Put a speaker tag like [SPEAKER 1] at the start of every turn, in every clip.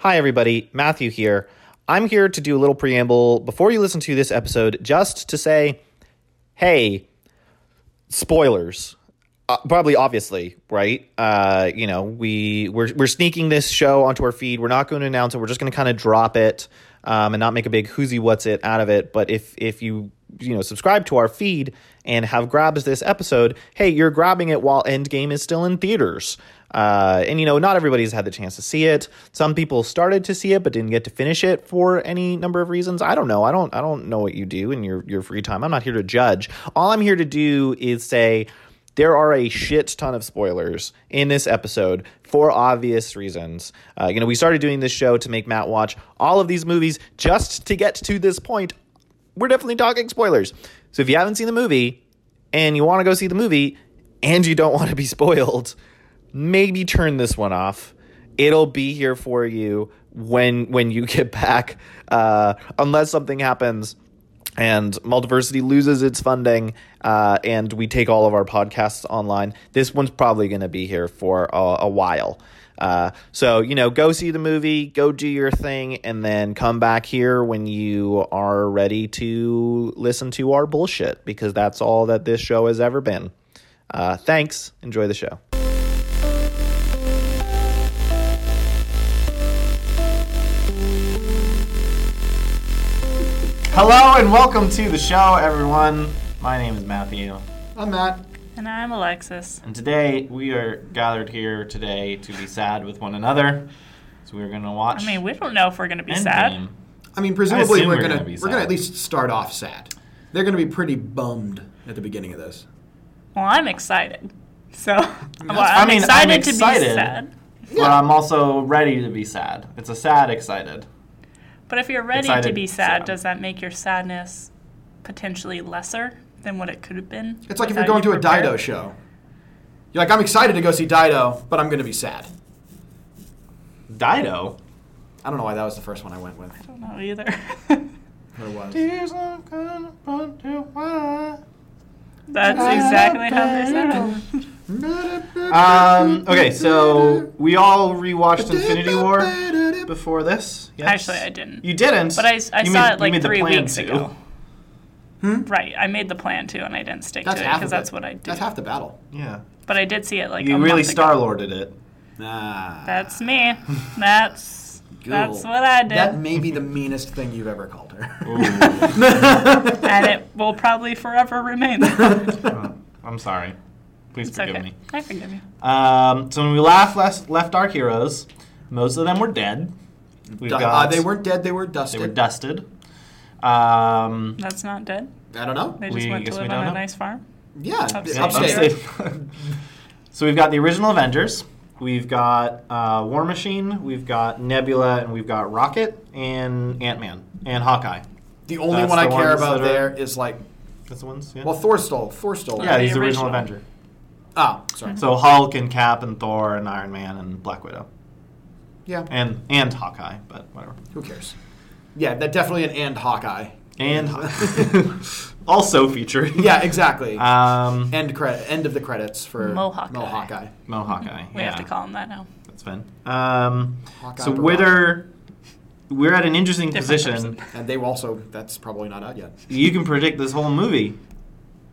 [SPEAKER 1] Hi, everybody. Matthew here. I'm here to do a little preamble before you listen to this episode just to say, hey, spoilers. Uh, probably obviously, right? Uh, you know, we we're we're sneaking this show onto our feed. We're not going to announce it. We're just going to kind of drop it um, and not make a big whoozy what's it out of it. But if if you you know subscribe to our feed and have grabs this episode, hey, you're grabbing it while Endgame is still in theaters. Uh, and you know, not everybody's had the chance to see it. Some people started to see it but didn't get to finish it for any number of reasons. I don't know. I don't. I don't know what you do in your your free time. I'm not here to judge. All I'm here to do is say there are a shit ton of spoilers in this episode for obvious reasons. Uh, you know, we started doing this show to make Matt watch all of these movies just to get to this point. We're definitely talking spoilers. So if you haven't seen the movie and you want to go see the movie and you don't want to be spoiled, maybe turn this one off. It'll be here for you when when you get back, uh, unless something happens and Multiversity loses its funding, uh, and we take all of our podcasts online. This one's probably going to be here for a, a while. Uh, so you know, go see the movie, go do your thing, and then come back here when you are ready to listen to our bullshit because that's all that this show has ever been. Uh, thanks. Enjoy the show. Hello and welcome to the show, everyone. My name is Matthew.
[SPEAKER 2] I'm Matt.
[SPEAKER 3] And I'm Alexis.
[SPEAKER 1] And today we are gathered here today to be sad with one another. So we're gonna watch.
[SPEAKER 3] I mean, we don't know if we're going to be sad.
[SPEAKER 1] Endgame.
[SPEAKER 2] I mean, presumably
[SPEAKER 1] assume
[SPEAKER 2] we're
[SPEAKER 1] we're
[SPEAKER 2] gonna,
[SPEAKER 1] gonna be
[SPEAKER 2] we're gonna
[SPEAKER 1] sad.
[SPEAKER 2] at least start off sad. They're gonna be pretty bummed at the beginning of this.
[SPEAKER 3] Well, I'm excited. So, well,
[SPEAKER 1] I
[SPEAKER 3] I'm,
[SPEAKER 1] mean, I'm
[SPEAKER 3] excited to
[SPEAKER 1] excited.
[SPEAKER 3] be sad.
[SPEAKER 1] But I'm also ready to be sad. It's a sad excited.
[SPEAKER 3] But if you're ready to
[SPEAKER 1] Excited,
[SPEAKER 3] be sad,
[SPEAKER 1] sad.
[SPEAKER 3] does that make your sadness potentially lesser than what it could have been?
[SPEAKER 2] It's like if you're
[SPEAKER 3] without
[SPEAKER 2] going to
[SPEAKER 3] you
[SPEAKER 2] a Dido
[SPEAKER 3] prepared?
[SPEAKER 2] show. You're like, I'm excited to go see Dido, but I'm gonna be sad.
[SPEAKER 1] Dido.
[SPEAKER 2] I don't know why that was the first one I went with.
[SPEAKER 3] I don't know either.
[SPEAKER 2] Or was.
[SPEAKER 1] Here's a kind of fun to watch.
[SPEAKER 3] That's exactly how they said it.
[SPEAKER 2] Ah.
[SPEAKER 1] Um. Okay, so we all rewatched Infinity War before this. Yes?
[SPEAKER 3] Actually, I didn't.
[SPEAKER 1] You didn't.
[SPEAKER 3] But I, s- I
[SPEAKER 1] You
[SPEAKER 3] saw
[SPEAKER 1] made-
[SPEAKER 3] it
[SPEAKER 1] you
[SPEAKER 3] like
[SPEAKER 1] made the
[SPEAKER 3] three
[SPEAKER 1] plan
[SPEAKER 3] weeks
[SPEAKER 1] to.
[SPEAKER 3] ago. Right, I made the plan too, and I didn't stick
[SPEAKER 2] Hmm? That's
[SPEAKER 3] to it
[SPEAKER 2] half
[SPEAKER 3] because
[SPEAKER 2] of
[SPEAKER 3] that's
[SPEAKER 2] it.
[SPEAKER 3] what I did.
[SPEAKER 2] That's half the battle.
[SPEAKER 1] Yeah.
[SPEAKER 3] but I did see it like a
[SPEAKER 1] You really
[SPEAKER 3] month ago.
[SPEAKER 1] Star Lorded it. Ah.
[SPEAKER 2] Nah.
[SPEAKER 3] That's me. That's that's
[SPEAKER 2] Cool.
[SPEAKER 3] what I did.
[SPEAKER 2] That may be the meanest thing you've ever called her.
[SPEAKER 3] and it will probably forever remain. that.
[SPEAKER 1] I'm sorry. Please
[SPEAKER 3] it's
[SPEAKER 1] forgive
[SPEAKER 3] okay.
[SPEAKER 1] me.
[SPEAKER 3] I forgive you.
[SPEAKER 1] Um, so when we last left, left our heroes, most of them were dead. We've
[SPEAKER 2] Du-
[SPEAKER 1] got-
[SPEAKER 2] uh, they weren't dead. They were
[SPEAKER 1] they
[SPEAKER 2] dusted.
[SPEAKER 1] were dusted. Um,
[SPEAKER 3] That's not dead.
[SPEAKER 2] I don't know.
[SPEAKER 3] They just
[SPEAKER 1] We-
[SPEAKER 3] went to
[SPEAKER 1] guess we
[SPEAKER 3] live
[SPEAKER 1] don't
[SPEAKER 3] on
[SPEAKER 1] know.
[SPEAKER 3] a nice farm.
[SPEAKER 2] Yeah,
[SPEAKER 3] Upstate.
[SPEAKER 2] upstate.
[SPEAKER 1] upstate. so we've got the original Avengers. We've got uh, War Machine. We've got Nebula, and we've got Rocket and Ant Man and Hawkeye.
[SPEAKER 2] The only
[SPEAKER 1] That's
[SPEAKER 2] one I
[SPEAKER 1] the
[SPEAKER 2] care
[SPEAKER 1] ones
[SPEAKER 2] about
[SPEAKER 1] that uh, are-
[SPEAKER 2] there is like,
[SPEAKER 1] That's the ones. Yeah.
[SPEAKER 2] well, Thor stole. Thor stole.
[SPEAKER 1] yeah,
[SPEAKER 3] the
[SPEAKER 1] he's the original
[SPEAKER 3] original.
[SPEAKER 1] Avenger.
[SPEAKER 2] Oh,
[SPEAKER 3] Mm-hmm.
[SPEAKER 2] sorry.
[SPEAKER 1] So Hulk and Cap and Thor and Iron Man and Black Widow
[SPEAKER 2] Yeah.
[SPEAKER 1] and and Hawkeye, but whatever.
[SPEAKER 2] Who cares? Yeah, that definitely an and Hawkeye.
[SPEAKER 1] And Hawkeye. also featuring.
[SPEAKER 2] Yeah, exactly.
[SPEAKER 1] Um,
[SPEAKER 2] end credit. End of the credits for
[SPEAKER 3] Mohawkeye.
[SPEAKER 2] Mohawkeye.
[SPEAKER 1] Mo Hawkeye.
[SPEAKER 3] We have to
[SPEAKER 1] yeah.
[SPEAKER 3] call him that now.
[SPEAKER 1] That's fine. Um,
[SPEAKER 2] Hawkeye
[SPEAKER 1] so
[SPEAKER 2] Barack.
[SPEAKER 1] Witter, we're at an interesting
[SPEAKER 3] Different
[SPEAKER 1] position.
[SPEAKER 2] And they also. That's probably not out yet.
[SPEAKER 1] You can predict this whole movie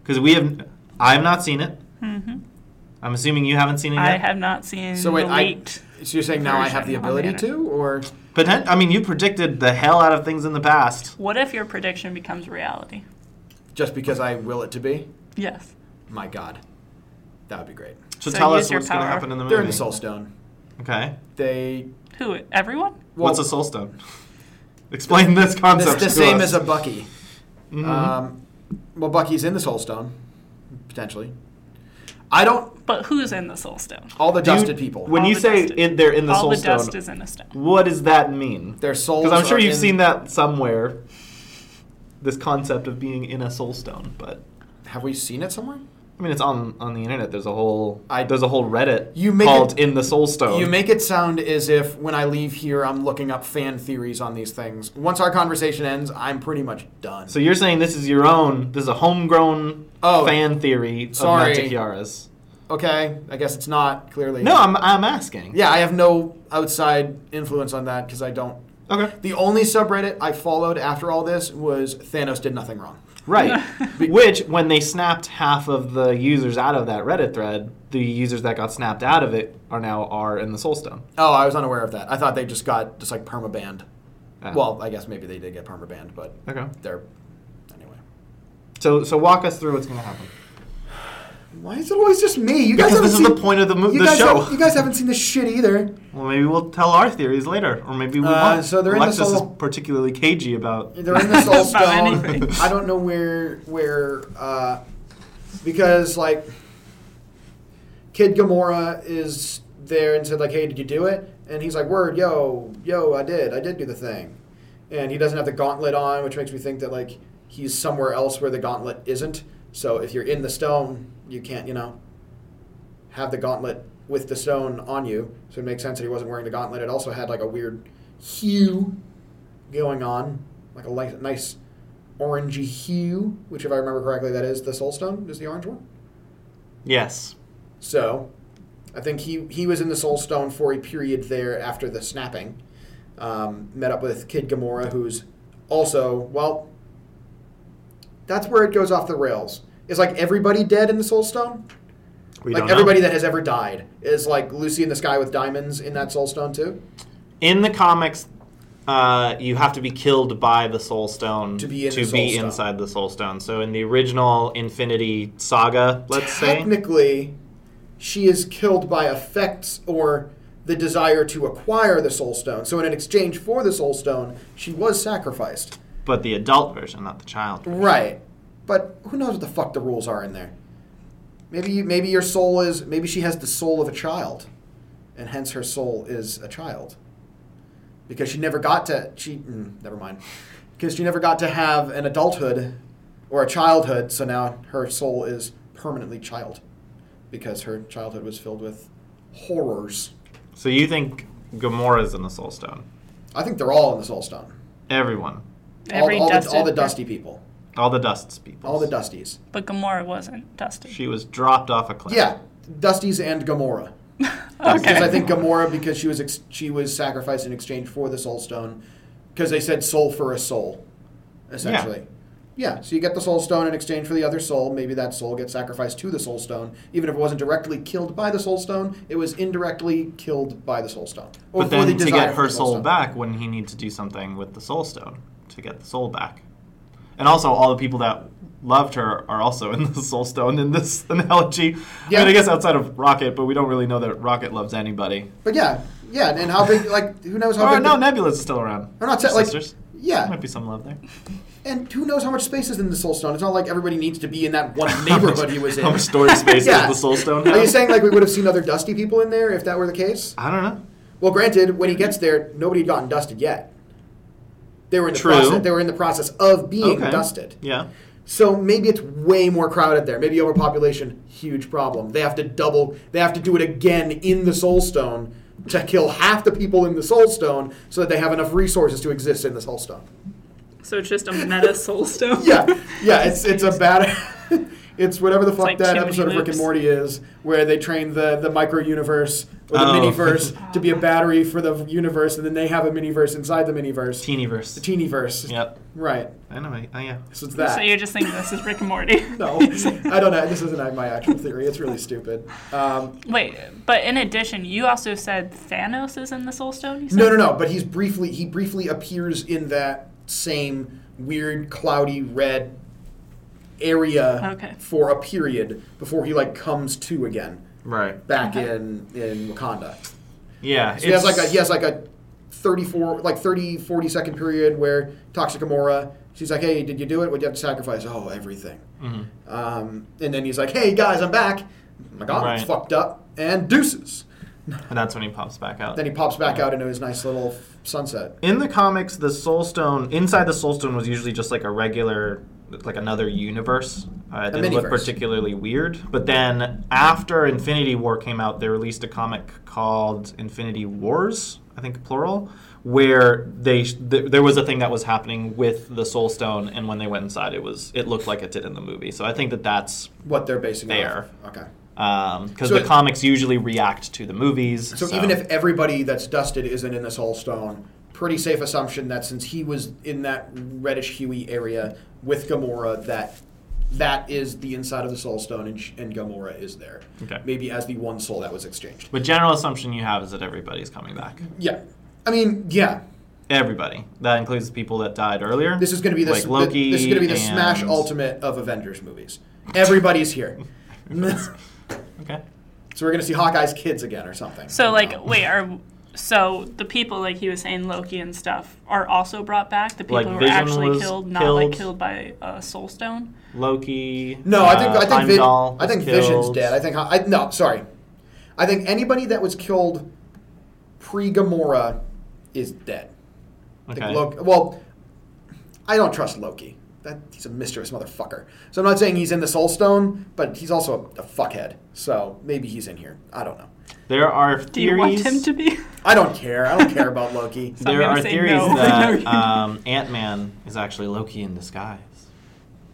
[SPEAKER 1] because we have. I have not seen it.
[SPEAKER 3] hmm
[SPEAKER 1] I'm assuming you haven't seen it
[SPEAKER 3] I
[SPEAKER 1] yet.
[SPEAKER 3] have not seen
[SPEAKER 2] So wait,
[SPEAKER 3] the
[SPEAKER 2] I-
[SPEAKER 3] leaked.
[SPEAKER 2] So you're saying now I have the
[SPEAKER 3] Version on the
[SPEAKER 2] ability to, or
[SPEAKER 1] Potent- I mean, you predicted the hell out of things in the past.
[SPEAKER 3] What if your prediction becomes reality?
[SPEAKER 2] just because I will it to be?
[SPEAKER 3] Yes.
[SPEAKER 2] My God, that would be great.
[SPEAKER 1] So,
[SPEAKER 3] So
[SPEAKER 1] tell
[SPEAKER 3] use
[SPEAKER 1] us
[SPEAKER 3] your
[SPEAKER 1] what's going to
[SPEAKER 3] power.
[SPEAKER 1] happen in the movie.
[SPEAKER 2] They're in the Soul Stone.
[SPEAKER 1] Okay.
[SPEAKER 2] They.
[SPEAKER 3] Who? Everyone?
[SPEAKER 2] Well,
[SPEAKER 1] what's a soul stone? Explain this
[SPEAKER 2] It's
[SPEAKER 1] concept.
[SPEAKER 2] the
[SPEAKER 1] to
[SPEAKER 2] same
[SPEAKER 1] us.
[SPEAKER 2] as a Bucky.
[SPEAKER 1] Mhm.
[SPEAKER 2] Um, well, Bucky's in the Soul Stone, potentially. I don't.
[SPEAKER 3] But who's in the Soul Stone?
[SPEAKER 2] All the
[SPEAKER 1] Do you-
[SPEAKER 2] dusted people.
[SPEAKER 1] When
[SPEAKER 3] All
[SPEAKER 1] you
[SPEAKER 3] the
[SPEAKER 1] say
[SPEAKER 3] dusted.
[SPEAKER 1] in, they're in the
[SPEAKER 3] All
[SPEAKER 1] soul
[SPEAKER 3] the
[SPEAKER 1] stone,
[SPEAKER 3] dust is in a stone.
[SPEAKER 1] what does that mean?
[SPEAKER 2] their souls.
[SPEAKER 1] Because I'm sure
[SPEAKER 2] are
[SPEAKER 1] you've
[SPEAKER 2] in-
[SPEAKER 1] seen that somewhere. This concept of being in a soul stone, but
[SPEAKER 2] Have we seen it somewhere?
[SPEAKER 1] I mean it's on on the internet. There's a whole
[SPEAKER 2] I-
[SPEAKER 1] there's a whole Reddit
[SPEAKER 2] You make
[SPEAKER 1] called
[SPEAKER 2] it-
[SPEAKER 1] "In the Soul Stone."
[SPEAKER 2] You make it sound as if when I leave here, I'm looking up fan theories on these things. Once our conversation ends, I'm pretty much done.
[SPEAKER 1] so you're saying this is your own. This is a homegrown
[SPEAKER 2] Oh.
[SPEAKER 1] fan theory
[SPEAKER 2] Sorry.
[SPEAKER 1] of Mata Kiara's.
[SPEAKER 2] Okay, I guess it's not clearly.
[SPEAKER 1] No, I'm, I'm asking.
[SPEAKER 2] Yeah, I have no outside influence on that because I don't.
[SPEAKER 1] Okay.
[SPEAKER 2] The only subreddit I followed after all this was Thanos did nothing wrong.
[SPEAKER 1] Right. Which, when they snapped half of the users out of that Reddit thread, the users that got snapped out of it are now are in the Soulstone.
[SPEAKER 2] Oh, I was unaware of that. I thought they just got just like permabanned.
[SPEAKER 1] Ah.
[SPEAKER 2] Well, I guess maybe they did get permabanned, but
[SPEAKER 1] Okay.
[SPEAKER 2] they're anyway.
[SPEAKER 1] So, so walk us through what's going to happen.
[SPEAKER 2] Why is it always just me? You
[SPEAKER 1] Because
[SPEAKER 2] guys
[SPEAKER 1] this
[SPEAKER 2] haven't
[SPEAKER 1] is
[SPEAKER 2] seen
[SPEAKER 1] the point of the, mo-
[SPEAKER 2] you
[SPEAKER 1] the
[SPEAKER 2] guys
[SPEAKER 1] show.
[SPEAKER 2] haven't- you guys haven't seen this shit either.
[SPEAKER 1] Well, maybe we'll tell our theories later, or maybe we
[SPEAKER 2] Uh,
[SPEAKER 1] won't.
[SPEAKER 2] so they're in this
[SPEAKER 1] Alexis is
[SPEAKER 2] little-
[SPEAKER 1] particularly cagey about.
[SPEAKER 2] They're in this old
[SPEAKER 3] About
[SPEAKER 2] stone.
[SPEAKER 3] anything.
[SPEAKER 2] I don't know where where uh, because like Kid Gamora is there and said like, "Hey, did you do it?" And he's like, "Word, yo, yo, I did. I did do the thing." And he doesn't have the gauntlet on, which makes me think that like he's somewhere else where the gauntlet isn't. So if you're in the stone, you can't, you know, have the gauntlet with the stone on you. So it makes sense that he wasn't wearing the gauntlet. It also had like a weird hue going on, like a light, nice orangey hue, which, if I remember correctly, that is the soul stone, is the orange one.
[SPEAKER 1] Yes.
[SPEAKER 2] So, I think he he was in the soul stone for a period there after the snapping. Um, met up with Kid Gamora, who's also well. That's where it goes off the rails. Is like everybody dead in the soul stone?
[SPEAKER 1] We
[SPEAKER 2] like
[SPEAKER 1] don't know.
[SPEAKER 2] everybody that has ever died is like Lucy in the Sky with Diamonds in that soul stone too.
[SPEAKER 1] in the comics, uh, you have to be killed by the Soul Stone
[SPEAKER 2] To be in the Soul
[SPEAKER 1] be
[SPEAKER 2] Stone.
[SPEAKER 1] inside the Soul Stone. So in the original Infinity Saga, let's say,
[SPEAKER 2] technically she is killed by effects or the desire to acquire the soul stone so in exchange for the soul stone she was sacrificed
[SPEAKER 1] but the adult version, not the child. version.
[SPEAKER 2] right but who knows what the fuck the rules are in there maybe you, maybe your soul is maybe she has the soul of a child and hence her soul is a child because she never got to she mm, never mind because she never got to have an adulthood or a childhood so now her soul is permanently child because her childhood was filled with horrors
[SPEAKER 1] So you think Gamora's in the Soul Stone?
[SPEAKER 2] i think they're all in the soul stone
[SPEAKER 1] Everyone,
[SPEAKER 3] Every
[SPEAKER 2] all, all, the,
[SPEAKER 3] dusted,
[SPEAKER 2] all the dusty people
[SPEAKER 1] all the Dust's people,
[SPEAKER 2] all the dusties
[SPEAKER 3] But Gamora wasn't dusty.
[SPEAKER 1] She was dropped off a cliff.
[SPEAKER 2] yeah dusties and gamora
[SPEAKER 3] okay.
[SPEAKER 2] Because I think Gamora, because she was ex- she was sacrificed in exchange for the Soul Stone, because they said soul for a soul, essentially. Yeah. So you get the Soul Stone in exchange for the other soul. Maybe that soul gets sacrificed to the Soul Stone, even if it wasn't directly killed by the Soul Stone. It was indirectly killed by the Soul Stone. Or
[SPEAKER 1] But
[SPEAKER 2] for the
[SPEAKER 1] then to
[SPEAKER 2] desire
[SPEAKER 1] get
[SPEAKER 2] for
[SPEAKER 1] her
[SPEAKER 2] the
[SPEAKER 1] soul
[SPEAKER 2] Stone.
[SPEAKER 1] back, wouldn't he need to do something with the soul stone to get the soul back? And also, all the people that loved her are also in the soul stone in this analogy. I
[SPEAKER 2] Yeah.
[SPEAKER 1] mean, I guess outside of Rocket, but we don't really know that Rocket loves anybody.
[SPEAKER 2] But yeah, yeah, and how big? Like who knows how
[SPEAKER 1] Or
[SPEAKER 2] big?
[SPEAKER 1] no,
[SPEAKER 2] the-
[SPEAKER 1] Nebula's still around.
[SPEAKER 2] I'm not saying like
[SPEAKER 1] sisters.
[SPEAKER 2] yeah.
[SPEAKER 1] Might be some love there.
[SPEAKER 2] And who knows how much space is in the Soul Stone? It's not like everybody needs to be in that one neighborhood he was in.
[SPEAKER 1] How much storage space
[SPEAKER 2] Yeah.
[SPEAKER 1] does the soul stone
[SPEAKER 2] Are you
[SPEAKER 1] have?
[SPEAKER 2] saying like we would have seen other dusty people in there if that were the case?
[SPEAKER 1] I don't know.
[SPEAKER 2] Well, granted, when he gets there, nobody had gotten dusted yet. They were in the
[SPEAKER 1] True.
[SPEAKER 2] process. They were in the process of being
[SPEAKER 1] Okay.
[SPEAKER 2] dusted.
[SPEAKER 1] Yeah.
[SPEAKER 2] So maybe it's way more crowded there. Maybe overpopulation, huge problem. They have to double. They have to do it again in the Soul Stone to kill half the people in the Soul Stone so that they have enough resources to exist in the Soul Stone.
[SPEAKER 3] so it's just a meta soul stone.
[SPEAKER 2] Yeah, yeah. It's it's a bad. It's whatever the fuck
[SPEAKER 3] like
[SPEAKER 2] that
[SPEAKER 3] Jiminy
[SPEAKER 2] episode of Rick and
[SPEAKER 3] Loops.
[SPEAKER 2] Morty is, where they train the, the micro universe or the
[SPEAKER 1] Oh.
[SPEAKER 2] miniverse to be a battery for the universe, and then they have a miniverse inside the miniverse,
[SPEAKER 1] Teenyverse.
[SPEAKER 2] the teenyverse.
[SPEAKER 1] Yep.
[SPEAKER 2] Right.
[SPEAKER 1] I know. I, I, yeah.
[SPEAKER 2] So it's that.
[SPEAKER 3] So you're just thinking this is Rick and Morty.
[SPEAKER 2] no, I don't know. This isn't my actual theory. It's really stupid. Um,
[SPEAKER 3] Wait, but in addition, you also said Thanos is in the Soul Stone. You said?
[SPEAKER 2] no, no, no. But he's briefly he briefly appears in that same weird cloudy red area
[SPEAKER 3] Okay.
[SPEAKER 2] for a period before he like comes to again.
[SPEAKER 1] Right.
[SPEAKER 2] back in in Wakanda.
[SPEAKER 1] Yeah.
[SPEAKER 2] So he has
[SPEAKER 1] it's-
[SPEAKER 2] like a he has like a 34 like 30 40 second period where Toxic Gamora she's like, "Hey, did you do it? Would you have to sacrifice oh everything?"
[SPEAKER 1] Mm-hmm.
[SPEAKER 2] Um, and then he's like, "Hey guys, I'm back. My gauntlet's
[SPEAKER 1] Right.
[SPEAKER 2] fucked up and deuces."
[SPEAKER 1] And that's when he pops back out.
[SPEAKER 2] Then he pops back out into his nice little f- sunset.
[SPEAKER 1] in the comics, the Soul Stone inside the Soul Stone was usually just like a regular, like another universe. Uh, it didn't look
[SPEAKER 2] miniverse.
[SPEAKER 1] particularly weird. But then after Infinity War came out, they released a comic called Infinity Wars, I think plural, where they sh- th- there was a thing that was happening with the Soul Stone, and when they went inside, it was it looked like it did in the movie. So I think that that's
[SPEAKER 2] What they're basing it
[SPEAKER 1] There.
[SPEAKER 2] off. of. Okay.
[SPEAKER 1] because
[SPEAKER 2] So
[SPEAKER 1] the
[SPEAKER 2] it-
[SPEAKER 1] comics usually react to the movies.
[SPEAKER 2] So, even if everybody that's dusted isn't in this whole stone, pretty safe assumption that since he was in that reddish huey area with Gamora, that that is the inside of the soul stone and, sh- and Gamora is there.
[SPEAKER 1] Okay.
[SPEAKER 2] Maybe as the one soul that was exchanged.
[SPEAKER 1] but general assumption you have is that everybody's coming back.
[SPEAKER 2] Yeah. I mean, yeah.
[SPEAKER 1] Everybody. That includes the people that died earlier.
[SPEAKER 2] This is going to be the
[SPEAKER 1] like Loki.
[SPEAKER 2] This is going to be the
[SPEAKER 1] and-
[SPEAKER 2] smash ultimate of Avengers movies. Everybody's here. so
[SPEAKER 1] Okay.
[SPEAKER 2] we're going to see Hawkeye's kids again or something.
[SPEAKER 3] So like, wait, are so the people like he was saying Loki and stuff are also brought back? The people
[SPEAKER 1] Like,
[SPEAKER 3] who were
[SPEAKER 1] Vision
[SPEAKER 3] actually
[SPEAKER 1] was
[SPEAKER 3] killed, not
[SPEAKER 1] killed.
[SPEAKER 3] like killed by uh, Soul Stone.
[SPEAKER 1] Loki.
[SPEAKER 2] No, I think
[SPEAKER 1] uh,
[SPEAKER 2] I think Vis-
[SPEAKER 1] Heimdall
[SPEAKER 2] I think
[SPEAKER 1] was
[SPEAKER 2] Vision's
[SPEAKER 1] killed.
[SPEAKER 2] dead. I think I no, sorry. I think anybody that was killed pre Gamora is dead. I think
[SPEAKER 1] Okay.
[SPEAKER 2] Loki, well, I don't trust Loki. That he's a mischievous motherfucker. So I'm not saying he's in the Soul Stone, but he's also a, a fuckhead. So maybe he's in here. I don't know.
[SPEAKER 1] There are
[SPEAKER 3] Do
[SPEAKER 1] theories.
[SPEAKER 3] you want him to be?
[SPEAKER 2] I don't care. I don't care about Loki.
[SPEAKER 3] So I'm
[SPEAKER 1] There
[SPEAKER 3] gonna
[SPEAKER 1] are
[SPEAKER 3] say
[SPEAKER 1] theories
[SPEAKER 3] no.
[SPEAKER 1] that
[SPEAKER 3] No.
[SPEAKER 1] um, Ant Man is actually Loki in disguise.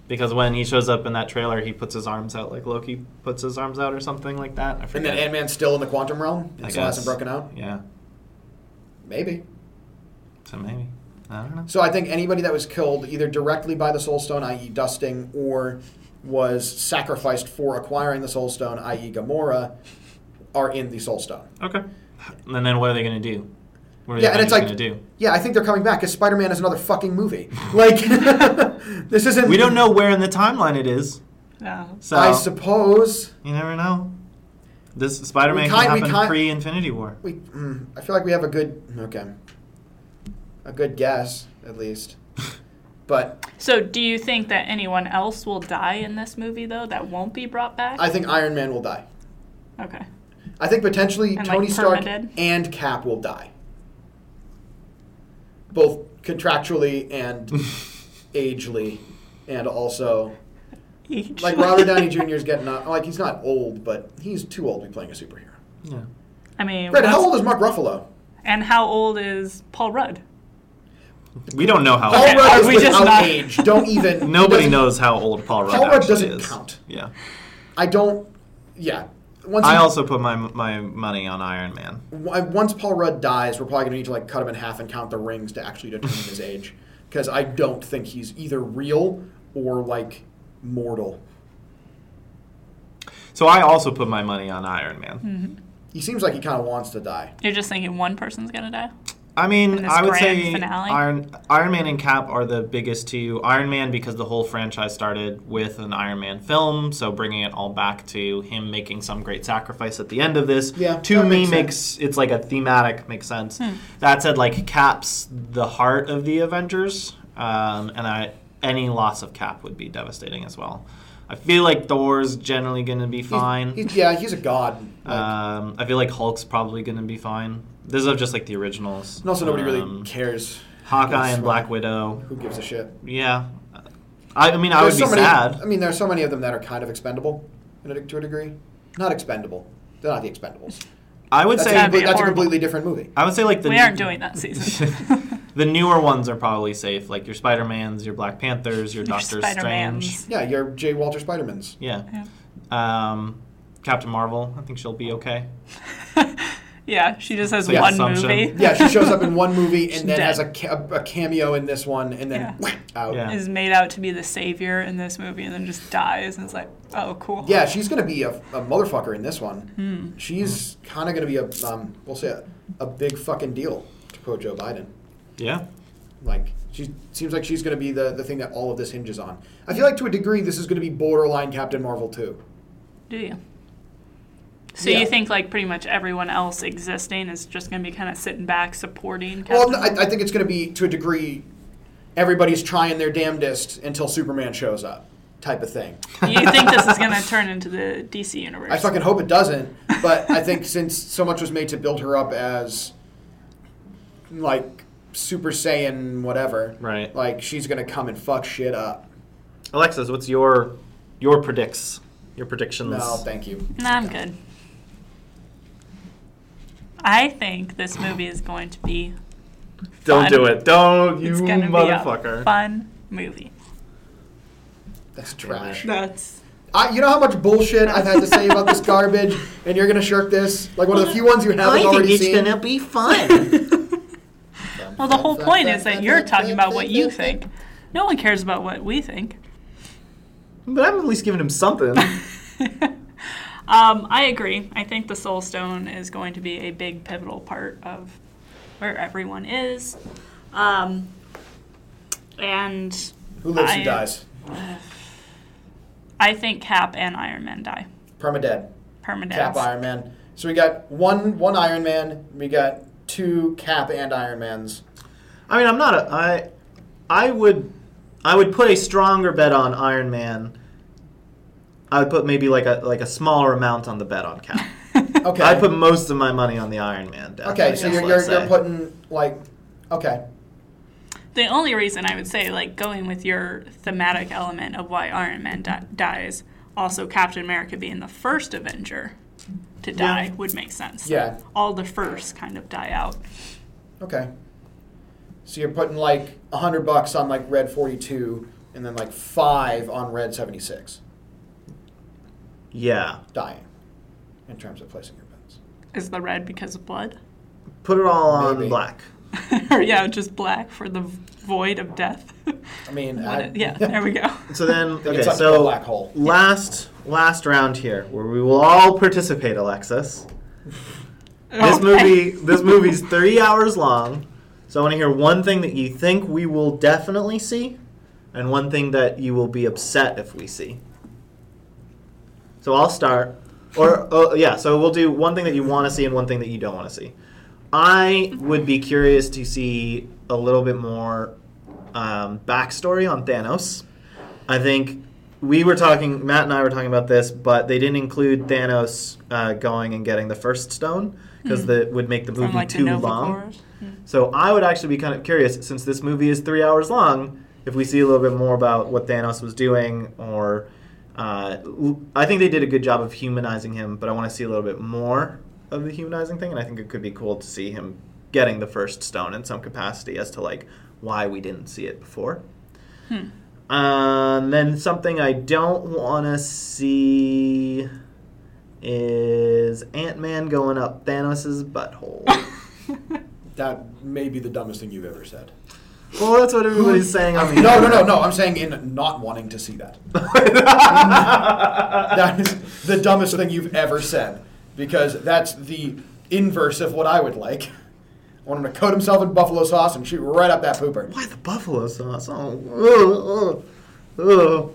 [SPEAKER 1] Because when he shows up in that trailer, he puts his arms out like Loki puts his arms out or something like that. I
[SPEAKER 2] And
[SPEAKER 1] forget.
[SPEAKER 2] then Ant Man's still in the quantum realm
[SPEAKER 1] I
[SPEAKER 2] and still hasn't
[SPEAKER 1] guess.
[SPEAKER 2] broken out?
[SPEAKER 1] Yeah.
[SPEAKER 2] Maybe.
[SPEAKER 1] So maybe. I don't know.
[SPEAKER 2] So I think anybody that was killed either directly by the Soul Stone, i.e., dusting, or was sacrificed for acquiring the Soul Stone, i.e., Gamora, are in the Soul Stone.
[SPEAKER 1] Okay. And then what are they going to do? What are
[SPEAKER 2] Yeah,
[SPEAKER 1] they
[SPEAKER 2] and it's like,
[SPEAKER 1] going to do?
[SPEAKER 2] yeah, I think they're coming back because Spider Man is another fucking movie. Like, this isn't.
[SPEAKER 1] We don't know where in the timeline it is.
[SPEAKER 3] No.
[SPEAKER 1] So
[SPEAKER 2] I suppose
[SPEAKER 1] you never know. This Spider-Man
[SPEAKER 2] We
[SPEAKER 1] can
[SPEAKER 2] kind- we
[SPEAKER 1] happen
[SPEAKER 2] kind-
[SPEAKER 1] pre-Infinity War.
[SPEAKER 2] we. Mm, I feel like we have a good. Okay, a good guess at least, but
[SPEAKER 3] So do you think that anyone else will die in this movie though? That won't be brought back?
[SPEAKER 2] I think Iron Man will die.
[SPEAKER 3] okay.
[SPEAKER 2] I think potentially
[SPEAKER 3] And, like,
[SPEAKER 2] Tony Stark
[SPEAKER 3] permanent?
[SPEAKER 2] and Cap will die. Both contractually and agely, and also
[SPEAKER 3] Each.
[SPEAKER 2] like Robert Downey Jr. is getting up. Like he's not old, but he's too old to be playing a superhero.
[SPEAKER 1] Yeah.
[SPEAKER 3] I mean,
[SPEAKER 2] Brad, how
[SPEAKER 3] what's-
[SPEAKER 2] old is Mark Ruffalo?
[SPEAKER 3] and how old is Paul Rudd?
[SPEAKER 1] We don't know how.
[SPEAKER 2] Paul
[SPEAKER 1] old.
[SPEAKER 2] Rudd
[SPEAKER 3] are
[SPEAKER 2] is
[SPEAKER 3] we
[SPEAKER 2] without
[SPEAKER 3] just not-
[SPEAKER 2] age. Don't even.
[SPEAKER 1] Nobody
[SPEAKER 2] doesn't-
[SPEAKER 1] knows how old Paul Rudd
[SPEAKER 2] Paul Rudd
[SPEAKER 1] actually
[SPEAKER 2] doesn't
[SPEAKER 1] is.
[SPEAKER 2] count.
[SPEAKER 1] Yeah.
[SPEAKER 2] I don't. Yeah. Once
[SPEAKER 1] I
[SPEAKER 2] he-
[SPEAKER 1] also put my my money on Iron Man.
[SPEAKER 2] w- once Paul Rudd dies, we're probably going to need to like cut him in half and count the rings to actually determine his age, because I don't think he's either real or like mortal.
[SPEAKER 1] So I also put my money on Iron Man.
[SPEAKER 2] He seems like he kind of wants to die.
[SPEAKER 3] You're just thinking one person's gonna die?
[SPEAKER 1] I mean,
[SPEAKER 3] And his
[SPEAKER 1] I would
[SPEAKER 3] grand
[SPEAKER 1] say
[SPEAKER 3] finale?
[SPEAKER 1] Iron Iron Man and Cap are the biggest two. Iron Man because the whole franchise started with an Iron Man film, so bringing it all back to him making some great sacrifice at the end of this.
[SPEAKER 2] Yeah,
[SPEAKER 1] to
[SPEAKER 2] that
[SPEAKER 1] me
[SPEAKER 2] makes
[SPEAKER 1] makes it's like a thematic makes sense.
[SPEAKER 3] Hmm.
[SPEAKER 1] That said, like Cap's the heart of the Avengers, um, and I any loss of Cap would be devastating as well. I feel like Thor's generally going to be fine.
[SPEAKER 2] He's, yeah, he's a god. Like,
[SPEAKER 1] Um, I feel like Hulk's probably going to be fine. This is just like the originals.
[SPEAKER 2] and also, nobody
[SPEAKER 1] Um,
[SPEAKER 2] really cares.
[SPEAKER 1] Hawkeye
[SPEAKER 2] Who
[SPEAKER 1] and Black Widow.
[SPEAKER 2] Who gives a shit?
[SPEAKER 1] Yeah, I, I mean, I would
[SPEAKER 2] There's
[SPEAKER 1] be
[SPEAKER 2] so many,
[SPEAKER 1] sad.
[SPEAKER 2] I mean, there are so many of them that are kind of expendable, in a, to a degree. Not expendable. They're not the Expendables.
[SPEAKER 1] I would
[SPEAKER 2] That's,
[SPEAKER 1] say
[SPEAKER 2] a,
[SPEAKER 3] That'd be
[SPEAKER 2] complete- that's a
[SPEAKER 3] horrible.
[SPEAKER 2] completely different movie.
[SPEAKER 1] I would say like the
[SPEAKER 3] we aren't doing that season.
[SPEAKER 1] the newer ones are probably safe, like your Spider Mans, your Black Panthers, your
[SPEAKER 3] Your
[SPEAKER 1] Doctor Strange.
[SPEAKER 3] Spider-Mans.
[SPEAKER 2] Yeah, you're J. Walter Spiderman's.
[SPEAKER 1] Yeah,
[SPEAKER 3] Yeah.
[SPEAKER 1] um, Captain Marvel. I think she'll be okay.
[SPEAKER 3] Yeah, she just has
[SPEAKER 1] Like
[SPEAKER 3] one
[SPEAKER 1] Assumption.
[SPEAKER 3] movie.
[SPEAKER 2] Yeah, she shows up in one movie and then
[SPEAKER 3] dead.
[SPEAKER 2] has a, ca- a cameo in this one and then
[SPEAKER 3] Yeah.
[SPEAKER 2] whack, out.
[SPEAKER 1] Yeah.
[SPEAKER 3] Is made out to be the savior in this movie and then just dies and it's like, oh, cool.
[SPEAKER 2] Yeah, she's gonna be a, a motherfucker in this one.
[SPEAKER 3] Hmm.
[SPEAKER 2] She's kind of gonna be a um, we'll say a, a big fucking deal to quote Joe Biden.
[SPEAKER 1] Yeah,
[SPEAKER 2] Like she seems like she's gonna be the the thing that all of this hinges on. I feel like to a degree this is gonna be borderline Captain Marvel too.
[SPEAKER 3] Do you? So
[SPEAKER 2] Yeah.
[SPEAKER 3] you think like pretty much everyone else existing is just gonna be kind of sitting back supporting?
[SPEAKER 2] Well,
[SPEAKER 3] Captain
[SPEAKER 2] no, I, I think it's gonna be to a degree. Everybody's trying their damnedest until Superman shows up, type of thing.
[SPEAKER 3] you think this is gonna turn into the DC universe?
[SPEAKER 2] I fucking hope it doesn't. But I think since so much was made to build her up as like Super Saiyan whatever,
[SPEAKER 1] Right.
[SPEAKER 2] Like she's gonna come and fuck shit up.
[SPEAKER 1] Alexis, what's your your predicts? Your predictions?
[SPEAKER 2] No, thank you.
[SPEAKER 3] Nah, I'm good. I think this movie is going to be
[SPEAKER 1] Don't
[SPEAKER 3] Fun.
[SPEAKER 1] do it! Don't you
[SPEAKER 3] it's gonna
[SPEAKER 1] motherfucker!
[SPEAKER 3] be a fun movie.
[SPEAKER 2] That's trash.
[SPEAKER 3] That's
[SPEAKER 2] I, you know how much bullshit I've had to say about this garbage, and you're gonna shirk this? Like one of the few ones you haven't already seen.
[SPEAKER 1] be fun.
[SPEAKER 3] Well, the whole point is that you're talking about what you think. No one cares about what we think.
[SPEAKER 1] but I'm at least giving him something.
[SPEAKER 3] Um, I agree. I think the Soul Stone is going to be a big pivotal part of where everyone is. Um, and
[SPEAKER 2] Who lives,
[SPEAKER 3] I-
[SPEAKER 2] who dies?
[SPEAKER 3] I think Cap and Iron Man die.
[SPEAKER 2] Permadead.
[SPEAKER 3] Permanent.
[SPEAKER 2] Cap Iron Man. So we got one one Iron Man. We got two Cap and Iron Mans.
[SPEAKER 1] I mean, I'm not a. I, I would, I would put a stronger bet on Iron Man. I would put maybe like a like a smaller amount on the bet on Cap.
[SPEAKER 2] Okay.
[SPEAKER 1] I'd put most of my money on the Iron Man. Death, I
[SPEAKER 2] okay,
[SPEAKER 1] guess,
[SPEAKER 2] so you're,
[SPEAKER 1] let's
[SPEAKER 2] you're,
[SPEAKER 1] say.
[SPEAKER 2] you're putting like, okay,
[SPEAKER 3] The only reason I would say, like, going with your thematic element of why Iron Man di- dies, also Captain America being the first Avenger to die would make sense.
[SPEAKER 2] Yeah.
[SPEAKER 3] All the first kind of die out.
[SPEAKER 2] okay. So you're putting like a hundred bucks on like Red 42, and then like five on Red 76
[SPEAKER 1] Yeah,
[SPEAKER 2] dying, in terms of placing your bets.
[SPEAKER 3] Is the red because of blood?
[SPEAKER 1] put it all on
[SPEAKER 2] Maybe.
[SPEAKER 1] black.
[SPEAKER 3] or, yeah, just black for the v- void of death.
[SPEAKER 2] I mean, I,
[SPEAKER 3] What- yeah, there we go.
[SPEAKER 1] So then,
[SPEAKER 2] I think
[SPEAKER 1] okay,
[SPEAKER 2] it's like
[SPEAKER 1] so
[SPEAKER 2] a black hole.
[SPEAKER 1] last last round here, where we will all participate, Alexis. This
[SPEAKER 3] Okay.
[SPEAKER 1] movie this movie's three hours long, so I want to hear one thing that you think we will definitely see, and one thing that you will be upset if we see. So I'll start, or oh yeah, so we'll do one thing that you want to see and one thing that you don't want to see. I would be curious to see a little bit more um, backstory on Thanos. I think we were talking, Matt and I were talking about this, but they didn't include Thanos uh, going and getting the first stone because that would make the movie
[SPEAKER 3] From, like, the
[SPEAKER 1] too
[SPEAKER 3] Nova
[SPEAKER 1] long.
[SPEAKER 3] Corps. Hmm.
[SPEAKER 1] So I would actually be kind of curious, since this movie is three hours long, if we see a little bit more about what Thanos was doing, or uh, l- I think they did a good job of humanizing him, but I want to see a little bit more of the humanizing thing, and I think it could be cool to see him getting the first stone in some capacity as to like why we didn't see it before.
[SPEAKER 3] Hmm.
[SPEAKER 1] Um, then something I don't want to see is Ant Man going up Thanos' butthole.
[SPEAKER 2] That may be the dumbest thing you've ever said.
[SPEAKER 1] Well, that's what everybody's saying on the
[SPEAKER 2] No, no, no, no. I'm saying in not wanting to see that. that is the dumbest thing you've ever said because that's the inverse of what I would like. I want him to coat himself in buffalo sauce and shoot right up that pooper.
[SPEAKER 1] Why the buffalo sauce? Oh, ugh, ugh, ugh.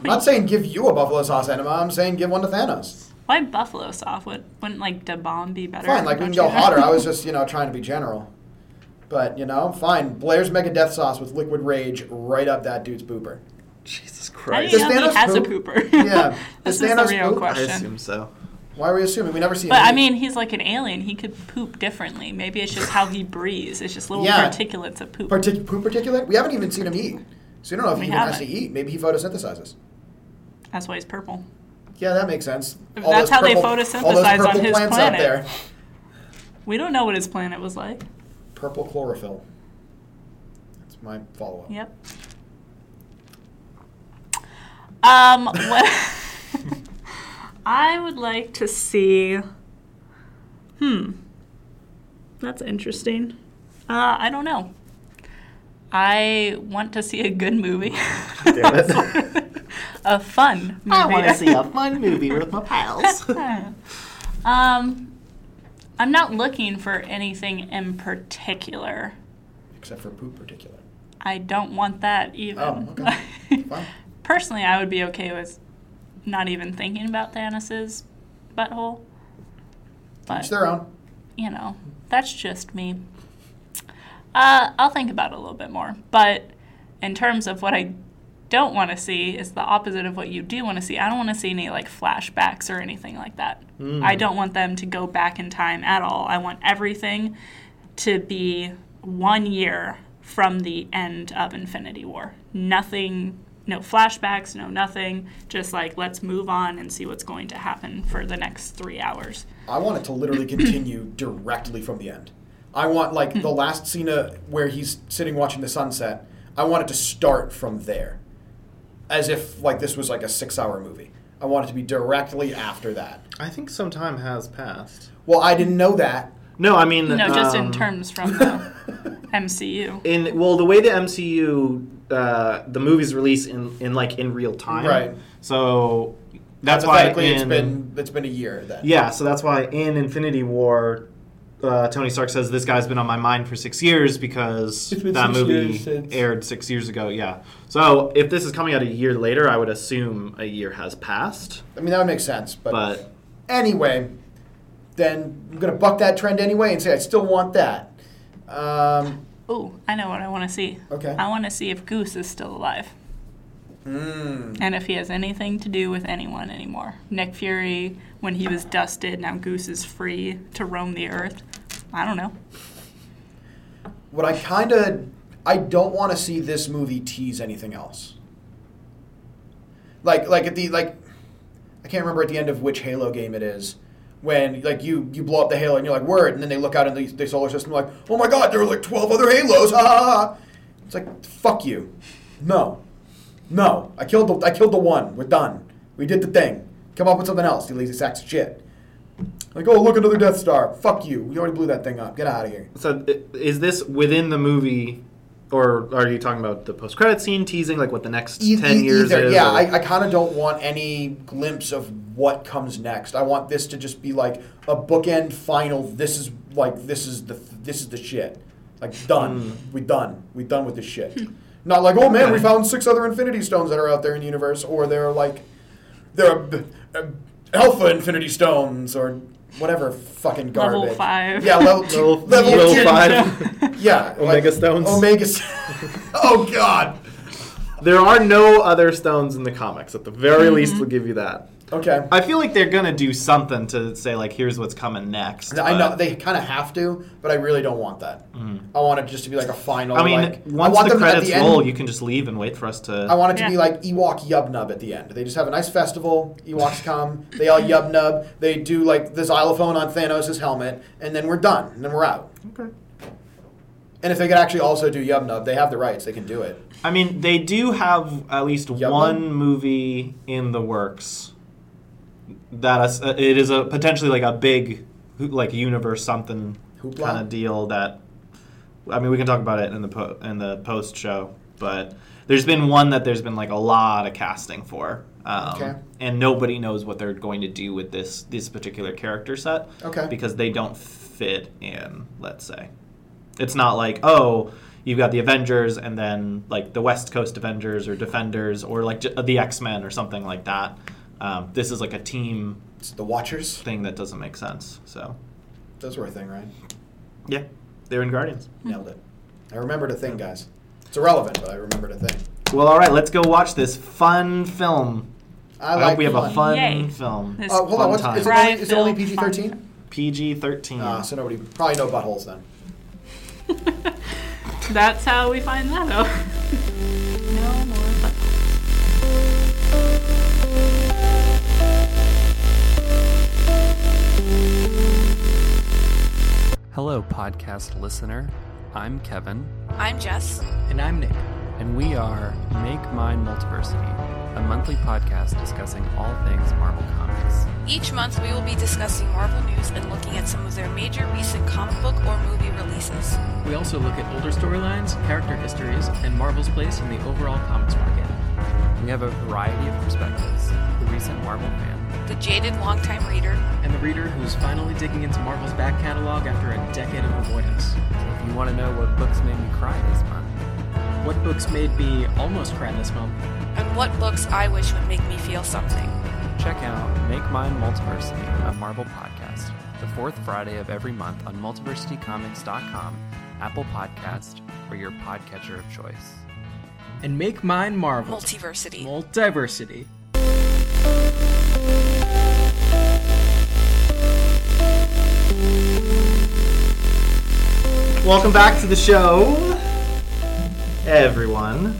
[SPEAKER 2] I'm not saying give you a buffalo sauce enema. I'm saying give one to Thanos.
[SPEAKER 3] Why buffalo sauce? Would, wouldn't, like, da bomb be better?
[SPEAKER 2] Fine, like we can
[SPEAKER 3] Don't you
[SPEAKER 2] go
[SPEAKER 3] know?
[SPEAKER 2] hotter. I was just you know trying to be general, but you know fine. Blair's mega death sauce with liquid rage right up that dude's pooper.
[SPEAKER 1] Jesus
[SPEAKER 3] How do
[SPEAKER 1] Christ!
[SPEAKER 3] you
[SPEAKER 2] Does
[SPEAKER 3] know
[SPEAKER 2] Thanos
[SPEAKER 3] he has
[SPEAKER 2] poop?
[SPEAKER 3] a pooper?
[SPEAKER 2] Yeah.
[SPEAKER 3] this
[SPEAKER 2] Does
[SPEAKER 3] is the
[SPEAKER 2] Thanos
[SPEAKER 3] real
[SPEAKER 2] poop?
[SPEAKER 1] I
[SPEAKER 3] question.
[SPEAKER 1] assume so.
[SPEAKER 2] Why are we assuming? We never see.
[SPEAKER 3] But
[SPEAKER 2] him.
[SPEAKER 3] I mean, he's like an alien. He could poop differently. Maybe it's just how he breathes. It's just little
[SPEAKER 2] Yeah.
[SPEAKER 3] particulates of poop.
[SPEAKER 2] Partic- poop particulate? We haven't even seen him eat. So you don't know if
[SPEAKER 3] We
[SPEAKER 2] he even has to
[SPEAKER 3] haven't.
[SPEAKER 2] eat. Maybe he photosynthesizes.
[SPEAKER 3] That's why he's purple.
[SPEAKER 2] Yeah, that makes sense.
[SPEAKER 3] If that's how they
[SPEAKER 2] all those
[SPEAKER 3] photosynthesize on
[SPEAKER 2] purple
[SPEAKER 3] his
[SPEAKER 2] plants out
[SPEAKER 3] planet.
[SPEAKER 2] there.
[SPEAKER 3] We don't know what his planet was like.
[SPEAKER 2] Purple chlorophyll. That's my follow up.
[SPEAKER 3] Yep. Um, what I would like to see. Hmm. That's interesting. Uh, I don't know. I want to see a good movie.
[SPEAKER 1] Damn it.
[SPEAKER 3] a fun movie.
[SPEAKER 1] fun movie with my pals.
[SPEAKER 3] Um, I'm not looking for anything in particular.
[SPEAKER 2] Except for poop particulate.
[SPEAKER 3] I don't want that even.
[SPEAKER 2] Oh, okay. Fine.
[SPEAKER 3] Personally, I would be okay with not even thinking about Thanos's butthole.
[SPEAKER 2] It's
[SPEAKER 3] But,
[SPEAKER 2] their own.
[SPEAKER 3] you know, that's just me. Uh, I'll think about it a little bit more. But in terms of what I don't want to see is the opposite of what you do want to see. I don't want to see any like flashbacks or anything like that. I don't want them to go back in time at all. I want everything to be one year from the end of Infinity War. Nothing, no flashbacks, no nothing. Just like let's move on and see what's going to happen for the next three hours.
[SPEAKER 2] I want it to literally continue directly from the end. I want like the
[SPEAKER 3] Hmm.
[SPEAKER 2] last scene uh, where he's sitting watching the sunset. I want it to start from there, as if like this was like a six-hour movie. I want it to be directly after that.
[SPEAKER 1] I think some time has passed.
[SPEAKER 2] Well, I didn't know that.
[SPEAKER 1] No, I mean
[SPEAKER 3] No, just in
[SPEAKER 1] um,
[SPEAKER 3] terms from the MCU.
[SPEAKER 1] in well the way the MCU uh, the movies release in in like in real time.
[SPEAKER 2] Right.
[SPEAKER 1] So that's why in,
[SPEAKER 2] Hypothetically, it's been it's been a year then.
[SPEAKER 1] yeah. So that's why in Infinity War. Uh, Tony Stark says this guy's been on my mind for six years because
[SPEAKER 2] It's been
[SPEAKER 1] that
[SPEAKER 2] six
[SPEAKER 1] movie
[SPEAKER 2] years since-
[SPEAKER 1] aired six years ago. Yeah. So if this is coming out a year later, I would assume a year has passed.
[SPEAKER 2] I mean that would make sense, but,
[SPEAKER 1] But
[SPEAKER 2] anyway, then I'm gonna buck that trend anyway and say I still want that. Um,
[SPEAKER 3] Ooh, I know what I want to see.
[SPEAKER 2] Okay.
[SPEAKER 3] I want to see if Goose is still alive
[SPEAKER 2] mm,
[SPEAKER 3] and if he has anything to do with anyone anymore. Nick Fury, when he was dusted, now Goose is free to roam the earth. I don't know.
[SPEAKER 2] what I kind of I don't want to see this movie tease anything else. Like like at the like I can't remember at the end of which Halo game it is. When like you you blow up the Halo and you're like word, and then they look out in the, the solar system like oh my god there were like twelve other Halos ha ha ha. It's like fuck you, no, no I killed the I killed the one we're done we did the thing come up with something else you lazy sacks of shit like oh look another Death Star fuck you we already blew that thing up get out of here
[SPEAKER 1] So i- is this within the movie, or are you talking about the post-credit scene teasing, like what the next
[SPEAKER 2] E-
[SPEAKER 1] ten
[SPEAKER 2] e-
[SPEAKER 1] years
[SPEAKER 2] either.
[SPEAKER 1] is?
[SPEAKER 2] Yeah,
[SPEAKER 1] or-
[SPEAKER 2] I, I kind of don't want any glimpse of what comes next. I want this to just be like a bookend final. This is like this is the this is the shit. Like done.
[SPEAKER 1] Hmm.
[SPEAKER 2] We done. We done with this shit.
[SPEAKER 3] Hmm.
[SPEAKER 2] Not like oh man, we
[SPEAKER 1] Okay.
[SPEAKER 2] found six other Infinity Stones that are out there in the universe, or they're like they're b- uh, Alpha Infinity Stones or whatever fucking garbage.
[SPEAKER 3] Level five.
[SPEAKER 2] Yeah, level, two-
[SPEAKER 1] Level- level
[SPEAKER 2] level two.
[SPEAKER 1] five.
[SPEAKER 2] Yeah,
[SPEAKER 1] Omega stones.
[SPEAKER 2] Omega. St- oh god.
[SPEAKER 1] there are no other stones in the comics. At the very least, we'll give you that.
[SPEAKER 2] Okay.
[SPEAKER 1] I feel like they're gonna do something to say like, here's what's coming next.
[SPEAKER 2] I know
[SPEAKER 1] but-
[SPEAKER 2] they kind of have to, but I really don't want that. I want it just to be like a final.
[SPEAKER 1] Mm. I mean,
[SPEAKER 2] like, I
[SPEAKER 1] once
[SPEAKER 2] want
[SPEAKER 1] the
[SPEAKER 2] them at
[SPEAKER 1] credits
[SPEAKER 2] end-
[SPEAKER 1] roll, you can just leave and wait for us to.
[SPEAKER 2] I want it to be
[SPEAKER 3] Yeah.
[SPEAKER 2] like Ewok Yub Nub at the end. They just have a nice festival. Ewoks come. They all Yub Nub. They do like the xylophone on Thanos' helmet, and then we're done. And then we're out.
[SPEAKER 1] okay.
[SPEAKER 2] And if they could actually also do Yub Nub, they have the rights. They can do it.
[SPEAKER 1] I mean, they do have at least
[SPEAKER 2] Yep.
[SPEAKER 1] one movie in the works that is, uh, it is a potentially like a big hoo- like universe something
[SPEAKER 2] Hoopla?
[SPEAKER 1] kind of deal that I mean, we can talk about it in the po- in the post show, but there's been one that there's been like a lot of casting for. Um,
[SPEAKER 2] Okay.
[SPEAKER 1] And nobody knows what they're going to do with this this particular character set
[SPEAKER 2] Okay.
[SPEAKER 1] because they don't fit in, let's say. It's not like, oh, you've got the Avengers and then like the West Coast Avengers or Defenders or like j- the X Men or something like that. Um, this is like a team
[SPEAKER 2] It's the Watchers.
[SPEAKER 1] thing that doesn't make sense. So,
[SPEAKER 2] Those were a thing, right?
[SPEAKER 1] yeah, they're in Guardians.
[SPEAKER 2] Nailed it. I remembered a thing, guys. It's irrelevant, but I remembered a thing.
[SPEAKER 1] Well, all right, let's go watch this fun film.
[SPEAKER 2] I,
[SPEAKER 1] I,
[SPEAKER 2] like
[SPEAKER 1] hope we have a fun
[SPEAKER 3] Yay.
[SPEAKER 1] film.
[SPEAKER 3] This
[SPEAKER 2] Uh, hold on.
[SPEAKER 1] fun
[SPEAKER 2] What's,
[SPEAKER 1] time.
[SPEAKER 2] is it only,
[SPEAKER 3] Right,
[SPEAKER 2] is it only
[SPEAKER 3] Bill.
[SPEAKER 2] PG thirteen?
[SPEAKER 1] PG 13.
[SPEAKER 2] Ah, so nobody probably no buttholes then.
[SPEAKER 3] That's how we find that out. no more. But-
[SPEAKER 4] Hello, podcast listener. I'm Kevin.
[SPEAKER 5] I'm Jess.
[SPEAKER 4] And I'm Nick. And we are Make Mine Multiversity, a monthly podcast discussing all things Marvel Comics.
[SPEAKER 5] Each month, we will be discussing Marvel news and looking at some of their major recent comic book or movie releases.
[SPEAKER 6] We also look at older storylines, character histories, and Marvel's place in the overall comics market.
[SPEAKER 4] We have a variety of perspectives the recent Marvel fan,
[SPEAKER 5] The jaded longtime reader,
[SPEAKER 6] And the reader who's finally digging into Marvel's back catalog after a decade of avoidance.
[SPEAKER 4] if you want to know what books made me cry this month,
[SPEAKER 6] What books made me almost cry this month?
[SPEAKER 5] and what books I wish would make me feel something.
[SPEAKER 4] check out Make Mine Multiversity, a Marvel podcast, the fourth Friday of every month on multiversitycomics.com, Apple Podcast, or your podcatcher of choice.
[SPEAKER 6] And make mine Marvel.
[SPEAKER 5] Multiversity.
[SPEAKER 6] Multiversity.
[SPEAKER 1] Welcome back to the show, everyone.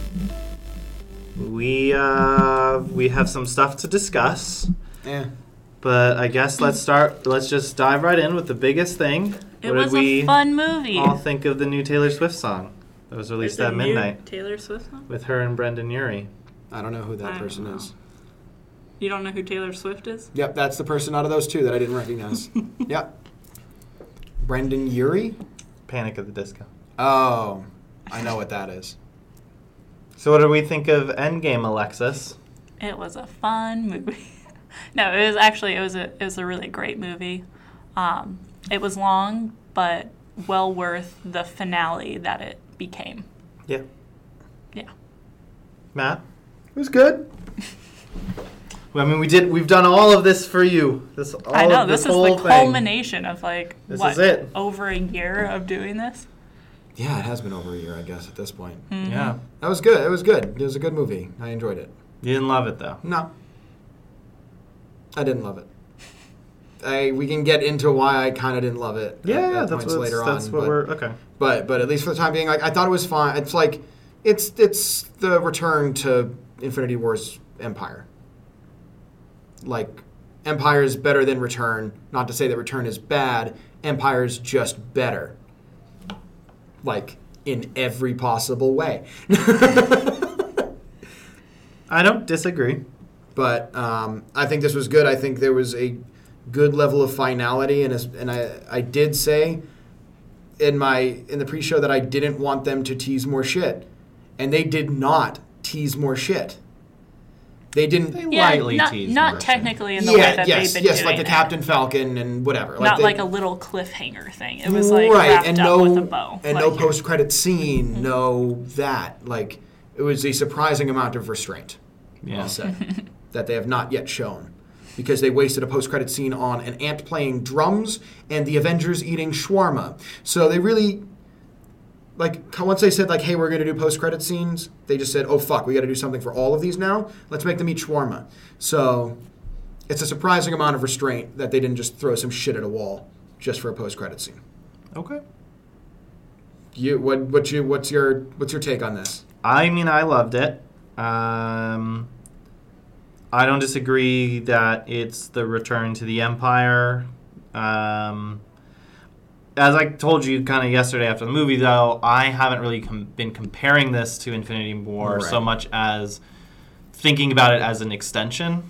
[SPEAKER 1] We uh, we have some stuff to discuss,
[SPEAKER 2] Yeah.
[SPEAKER 1] but I guess let's start. Let's just dive right in with the biggest thing.
[SPEAKER 3] it
[SPEAKER 1] what
[SPEAKER 3] was
[SPEAKER 1] did we
[SPEAKER 3] a fun movie.
[SPEAKER 1] all think of the new Taylor Swift song that was released at midnight
[SPEAKER 3] Taylor Swift song?
[SPEAKER 1] with her and Brendan Urie?
[SPEAKER 2] I don't know who that
[SPEAKER 3] I don't
[SPEAKER 2] person
[SPEAKER 3] know.
[SPEAKER 2] is.
[SPEAKER 3] You don't know who Taylor Swift is?
[SPEAKER 2] Yep, that's the person out of those two that I didn't recognize. yep. Brendan Urie?
[SPEAKER 1] Panic at the Disco.
[SPEAKER 2] Oh, I know what that is.
[SPEAKER 1] So, what do we think of Endgame, Alexis?
[SPEAKER 3] It was a fun movie. no, it was actually it was a it was a really great movie. Um, it was long, but well worth the finale that it became.
[SPEAKER 1] Yeah.
[SPEAKER 3] Yeah.
[SPEAKER 1] Matt?
[SPEAKER 2] It was good.
[SPEAKER 1] I mean, we did. We've done all of this for you. This all
[SPEAKER 2] Oh,
[SPEAKER 3] I know
[SPEAKER 1] of this,
[SPEAKER 3] this, is
[SPEAKER 1] whole
[SPEAKER 3] the
[SPEAKER 1] thing.
[SPEAKER 3] culmination of like
[SPEAKER 1] This
[SPEAKER 3] what
[SPEAKER 1] is it.
[SPEAKER 3] over a year of doing this. Mm-hmm.
[SPEAKER 2] Yeah, it has been over a year, I guess, at this point.
[SPEAKER 1] Yeah,
[SPEAKER 2] That was good. It was good. It was a good movie. I enjoyed it.
[SPEAKER 1] you didn't love it though.
[SPEAKER 2] No. I didn't love it. I, we can get into why I kind of didn't love it. at-
[SPEAKER 1] Yeah,
[SPEAKER 2] at
[SPEAKER 1] that's
[SPEAKER 2] points
[SPEAKER 1] what,
[SPEAKER 2] later
[SPEAKER 1] that's
[SPEAKER 2] on,
[SPEAKER 1] what
[SPEAKER 2] but-
[SPEAKER 1] we're okay.
[SPEAKER 2] but but at least for the time being, like I thought it was fine. It's like it's it's the return to Infinity War's Empire. Like Empire is better than Return. Not to say that Return is bad. Empire is just better. Like in every possible way.
[SPEAKER 1] I don't disagree.
[SPEAKER 2] but um, I think this was good. I think there was a good level of finality, and as, and I I did say in my in the pre-show that I didn't want them to tease more shit, and they did not tease more shit. They didn't.
[SPEAKER 1] Lightly
[SPEAKER 3] yeah, not,
[SPEAKER 1] teased
[SPEAKER 3] not
[SPEAKER 1] version.
[SPEAKER 3] technically in the way
[SPEAKER 2] yeah,
[SPEAKER 3] that
[SPEAKER 2] yes,
[SPEAKER 3] they've been
[SPEAKER 2] yes,
[SPEAKER 3] doing
[SPEAKER 2] like the
[SPEAKER 3] it.
[SPEAKER 2] Captain Falcon and whatever.
[SPEAKER 3] not
[SPEAKER 2] they-
[SPEAKER 3] like a little cliffhanger thing. It was like
[SPEAKER 2] right,
[SPEAKER 3] wrapped
[SPEAKER 2] and
[SPEAKER 3] up
[SPEAKER 2] no,
[SPEAKER 3] with a bow.
[SPEAKER 2] and
[SPEAKER 3] like, mm-hmm.
[SPEAKER 2] no post-credit scene, no that. Like it was a surprising amount of restraint.
[SPEAKER 1] Yeah.
[SPEAKER 2] I'll say, that they have not yet shown. Because they wasted a post credit scene on an ant playing drums and the Avengers eating shawarma. So they really, like, c- once they said, like, hey, we're going to do post credit scenes, they just said, oh, fuck, we got to do something for all of these now. Let's make them eat shawarma. So it's a surprising amount of restraint that they didn't just throw some shit at a wall just for a post credit scene.
[SPEAKER 1] Okay.
[SPEAKER 2] You, what, what you, what's your, what's your take on this?
[SPEAKER 1] I mean, I loved it. Um, I don't disagree that it's the return to the empire. Um, as I told you kind of yesterday after the movie, though, I haven't really com- been comparing this to Infinity War
[SPEAKER 2] Right.
[SPEAKER 1] so much as thinking about it as an extension,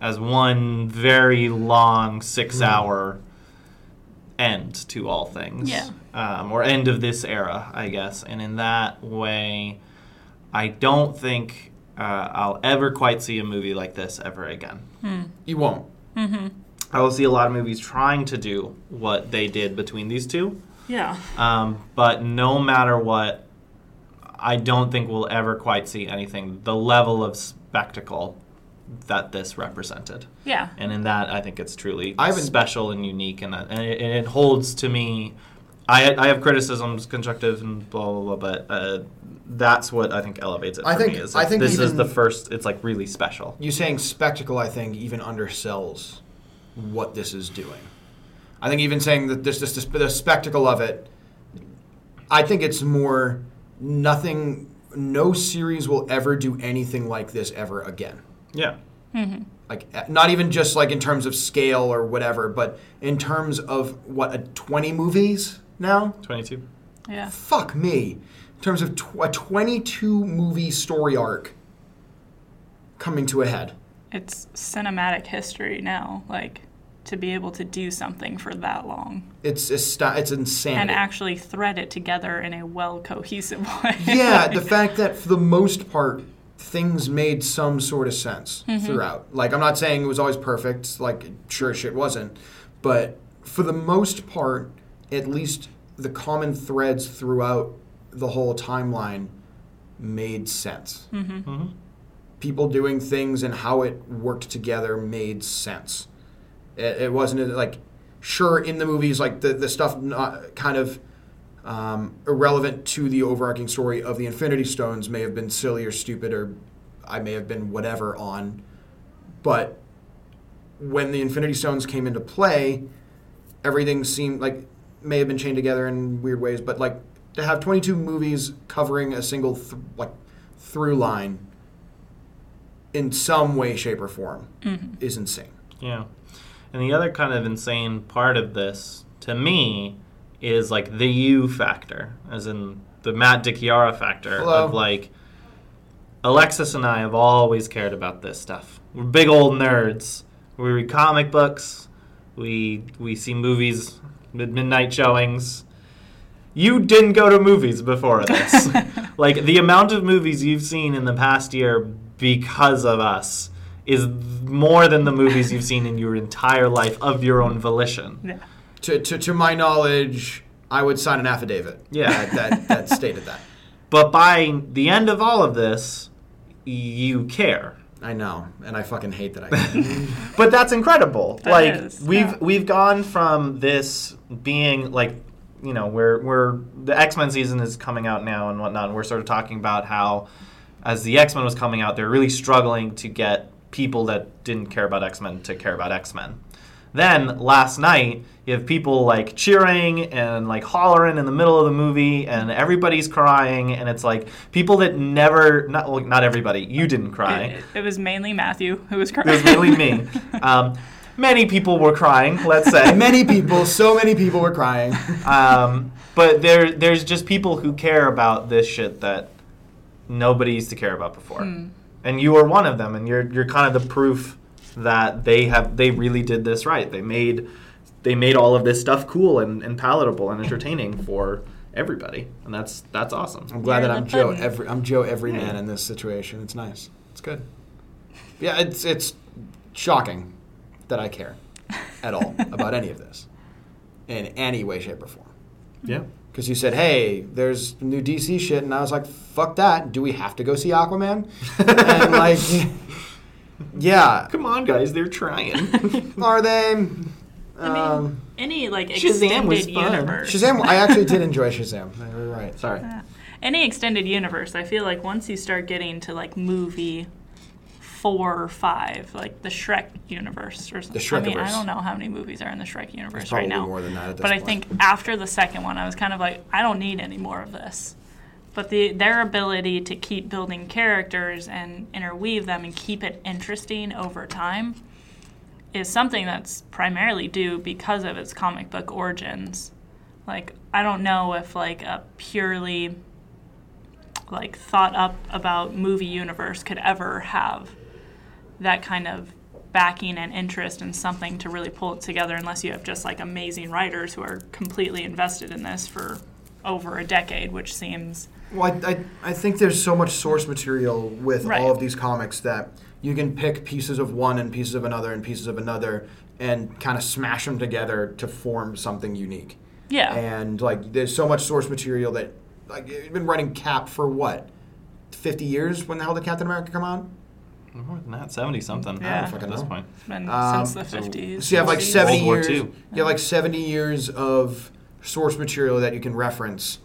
[SPEAKER 1] as one very long six hour end to all things.
[SPEAKER 3] Yeah.
[SPEAKER 1] Um, or end of this era, I guess. And in that way, I don't think uh, I'll ever quite see a movie like this ever again.
[SPEAKER 2] You won't.
[SPEAKER 1] I will see a lot of movies trying to do what they did between these two.
[SPEAKER 3] yeah,
[SPEAKER 1] Um, but no matter what, I don't think we'll ever quite see anything the level of spectacle that this represented.
[SPEAKER 3] yeah.
[SPEAKER 1] And in that, I think it's truly
[SPEAKER 2] I haven't-
[SPEAKER 1] special and unique, and, that, and, it, and it holds to me. I, I have criticisms, constructive and blah blah blah, but uh, that's what I think elevates it
[SPEAKER 2] I
[SPEAKER 1] for
[SPEAKER 2] think-
[SPEAKER 1] me. Is
[SPEAKER 2] I
[SPEAKER 1] that
[SPEAKER 2] think
[SPEAKER 1] this is
[SPEAKER 2] even-
[SPEAKER 1] the first. It's like really special.
[SPEAKER 2] you saying spectacle, I think, even undersells what this is doing. I think even saying that this, this, this the spectacle of it, I think it's more nothing. No series will ever do anything like this ever again.
[SPEAKER 1] Yeah,
[SPEAKER 2] Like eh, not even just like in terms of scale or whatever, but in terms of what a twenty movies now.
[SPEAKER 1] twenty-two.
[SPEAKER 3] Yeah.
[SPEAKER 2] Fuck me. In terms of tw- a twenty-two movie story arc coming to a head.
[SPEAKER 3] It's cinematic history now, like to be able to do something for that long
[SPEAKER 2] It's esta- it's insanity.
[SPEAKER 3] and actually thread it together in a well cohesive way.
[SPEAKER 2] yeah, the fact that for the most part things made some sort of sense throughout. Like I'm not saying it was always perfect, like sure as shit wasn't, but for the most part, at least the common threads throughout the whole timeline made sense. People doing things and how it worked together made sense. It, it wasn't like sure in the movies like the the stuff not, kind of um, irrelevant to the overarching story of the Infinity Stones may have been silly or stupid or I may have been whatever on, but when the Infinity Stones came into play, everything seemed like may have been chained together in weird ways, but like to have 22 movies covering a single th- like through line in some way, shape, or form is insane.
[SPEAKER 1] Yeah. And the other kind of insane part of this, to me, is like the you factor, as in the Matt DiChiara factor
[SPEAKER 2] Hello.
[SPEAKER 1] of like a Alexis and I have always cared about this stuff. We're big old nerds. We read comic books. We we see movies, mid- midnight showings. You didn't go to movies before this. like the amount of movies you've seen in the past year because of us is more than the movies you've seen in your entire life of your own volition.
[SPEAKER 3] Yeah.
[SPEAKER 2] To, to, to my knowledge, I would sign an affidavit.
[SPEAKER 1] Yeah.
[SPEAKER 2] that, that, that stated that.
[SPEAKER 1] But by the end of all of this, you care.
[SPEAKER 2] I know, and I fucking hate that I.
[SPEAKER 1] But that's incredible.
[SPEAKER 3] That
[SPEAKER 1] like
[SPEAKER 3] is,
[SPEAKER 1] we've
[SPEAKER 3] yeah.
[SPEAKER 1] we've gone from this being like you know where where the X Men season is coming out now and whatnot. And we're sort of talking about how as the X Men was coming out, they're really struggling to get people that didn't care about X Men to care about X Men. Then last night, you have people like cheering and like hollering in the middle of the movie, and everybody's crying, and it's like people that never not well, not everybody. You didn't cry.
[SPEAKER 3] It, it was mainly Matthew who was crying.
[SPEAKER 1] It was mainly me. Um, many people were crying, let's say.
[SPEAKER 2] many people, so many people were crying.
[SPEAKER 1] Um, but there, there's just people who care about this shit that nobody used to care about before, and you are one of them, and you're you're kind of the proof that they have they really did this right. They made they made all of this stuff cool and, and palatable and entertaining for everybody, and that's that's
[SPEAKER 2] I'm
[SPEAKER 1] awesome.
[SPEAKER 2] glad that
[SPEAKER 3] You're the
[SPEAKER 2] I'm Joe.
[SPEAKER 3] button.
[SPEAKER 2] Every I'm Joe. Every man in this situation. It's nice. It's good. Yeah, it's it's shocking that I care at all about any of this in any way, shape, or form.
[SPEAKER 1] Yeah.
[SPEAKER 2] Because you said, "Hey, there's new DC shit," and I was like, "Fuck that! Do we have to go see Aquaman?" and like, yeah,
[SPEAKER 1] Come on, guys, they're trying.
[SPEAKER 2] are they?
[SPEAKER 3] I mean,
[SPEAKER 2] Um,
[SPEAKER 3] any like
[SPEAKER 1] Shazam
[SPEAKER 3] extended
[SPEAKER 1] was fun.
[SPEAKER 3] universe.
[SPEAKER 2] Shazam. I actually did enjoy Shazam. You're right.
[SPEAKER 1] Sorry.
[SPEAKER 3] any extended universe, I feel like once you start getting to like movie four or five, like the Shrek universe or something. I mean, I
[SPEAKER 2] Shrekiverse.
[SPEAKER 3] don't know how many movies are in the Shrek universe
[SPEAKER 2] probably
[SPEAKER 3] right now.
[SPEAKER 2] more than that at this
[SPEAKER 3] but I
[SPEAKER 2] point.
[SPEAKER 3] think after the second one, I was kind of like, I don't need any more of this. But the, their ability to keep building characters and interweave them and keep it interesting over time is something that's primarily due because of its comic book origins. Like, I don't know if like a purely like thought up about movie universe could ever have that kind of backing and interest in something to really pull it together unless you have just like amazing writers who are completely invested in this for over a decade which seems
[SPEAKER 2] Well, I, I, I think there's so much source material with
[SPEAKER 3] Right.
[SPEAKER 2] all of these comics that you can pick pieces of one and pieces of another and pieces of another and kind of smash them together to form something unique.
[SPEAKER 3] yeah
[SPEAKER 2] And like, there's so much source material that like you've been writing Cap for what, 50 years? When the hell did Captain America come out?
[SPEAKER 1] More than that, seventy something.
[SPEAKER 3] Yeah. I don't
[SPEAKER 1] At
[SPEAKER 2] fucking
[SPEAKER 1] this
[SPEAKER 2] know.
[SPEAKER 1] point.
[SPEAKER 3] been
[SPEAKER 2] Um,
[SPEAKER 3] since the 50s
[SPEAKER 2] So you have like
[SPEAKER 3] 60s.
[SPEAKER 2] 70
[SPEAKER 1] World War
[SPEAKER 2] years.
[SPEAKER 1] II.
[SPEAKER 2] You have like 70 years of source material that you can reference.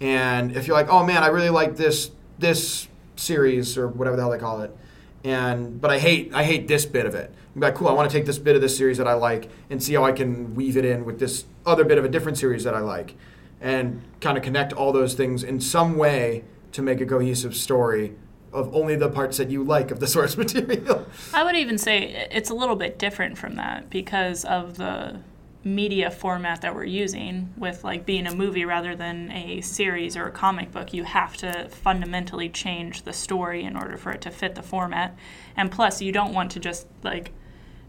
[SPEAKER 2] And if you're like, oh man, I really like this this series or whatever the hell they call it, and but I hate I hate this bit of it. You'd be like, cool, I want to take this bit of this series that I like and see how I can weave it in with this other bit of a different series that I like, and kind of connect all those things in some way to make a cohesive story of only the parts that you like of the source material.
[SPEAKER 3] I would even say i- it's a little bit different from that because of the media format that we're using with like being a movie rather than a series or a comic book you have to fundamentally change the story in order for it to fit the format and plus you don't want to just like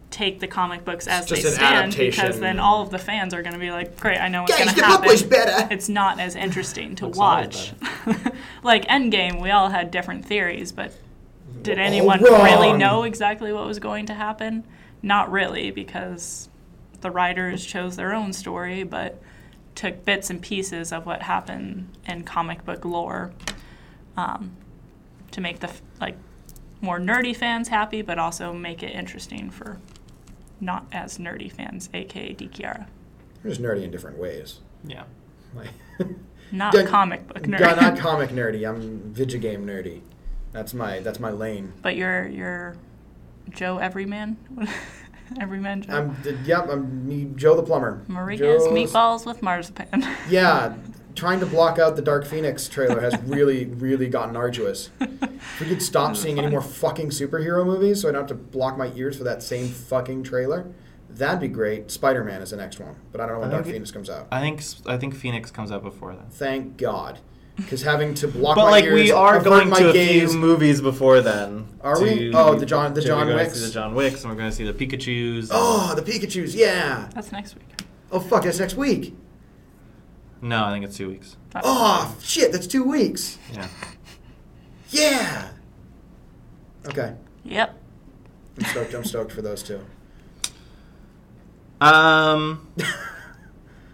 [SPEAKER 3] take the comic books as
[SPEAKER 2] just
[SPEAKER 3] they
[SPEAKER 2] an
[SPEAKER 3] stand because
[SPEAKER 2] adaptation.
[SPEAKER 3] then all of the fans are going to be like great I know what's
[SPEAKER 2] Guys,
[SPEAKER 3] going to
[SPEAKER 2] the book
[SPEAKER 3] happen
[SPEAKER 2] was better.
[SPEAKER 3] it's not as interesting to
[SPEAKER 1] always
[SPEAKER 3] watch like Endgame we all had different theories but did anyone
[SPEAKER 2] Oh, wrong.
[SPEAKER 3] really know exactly what was going to happen? Not really, because the writers chose their own story, but took bits and pieces of what happened in comic book lore um, to make the f- like more nerdy fans happy, but also make it interesting for not as nerdy fans, aka DKR.
[SPEAKER 2] We're just nerdy in different ways.
[SPEAKER 1] Yeah.
[SPEAKER 2] Like-
[SPEAKER 3] Not
[SPEAKER 2] Gun-
[SPEAKER 3] comic book nerd,
[SPEAKER 2] God, not comic nerdy. I'm video game nerdy. That's my that's my lane.
[SPEAKER 3] but you're you're Joe Everyman, Everyman Joe.
[SPEAKER 2] I'm the, yep. I'm me- Joe the plumber.
[SPEAKER 3] Maria's
[SPEAKER 2] Joe's-
[SPEAKER 3] meatballs with marzipan.
[SPEAKER 2] Yeah, trying to block out the Dark Phoenix trailer has really really gotten arduous. If we could stop seeing any more fucking superhero movies, so I don't have to block my ears for that same fucking trailer. That'd be great. Spider Man is the next one, but I don't know when
[SPEAKER 1] I
[SPEAKER 2] Dark
[SPEAKER 1] think it-
[SPEAKER 2] Phoenix comes out.
[SPEAKER 1] I think I think Phoenix comes out before that.
[SPEAKER 2] Thank God. because having to block
[SPEAKER 1] But
[SPEAKER 2] my
[SPEAKER 1] like
[SPEAKER 2] ears,
[SPEAKER 1] we are
[SPEAKER 2] avert
[SPEAKER 1] going
[SPEAKER 2] my
[SPEAKER 1] to a
[SPEAKER 2] gaze,
[SPEAKER 1] few movies before then.
[SPEAKER 2] Are we?
[SPEAKER 1] to-
[SPEAKER 2] Oh, the John- the
[SPEAKER 1] to-
[SPEAKER 2] John
[SPEAKER 1] we're going to
[SPEAKER 2] Wicks.
[SPEAKER 1] see The John Wicks, and we're going to see the Pikachu's.
[SPEAKER 2] Oh, the Pikachu's, yeah.
[SPEAKER 3] That's next week.
[SPEAKER 2] Oh fuck, that's next week.
[SPEAKER 1] No, I think it's two weeks.
[SPEAKER 3] That's-
[SPEAKER 2] Oh shit, that's two weeks.
[SPEAKER 1] Yeah.
[SPEAKER 2] Yeah. Okay,
[SPEAKER 3] Yep.
[SPEAKER 2] I'm stoked. I'm stoked for those two.
[SPEAKER 1] Um.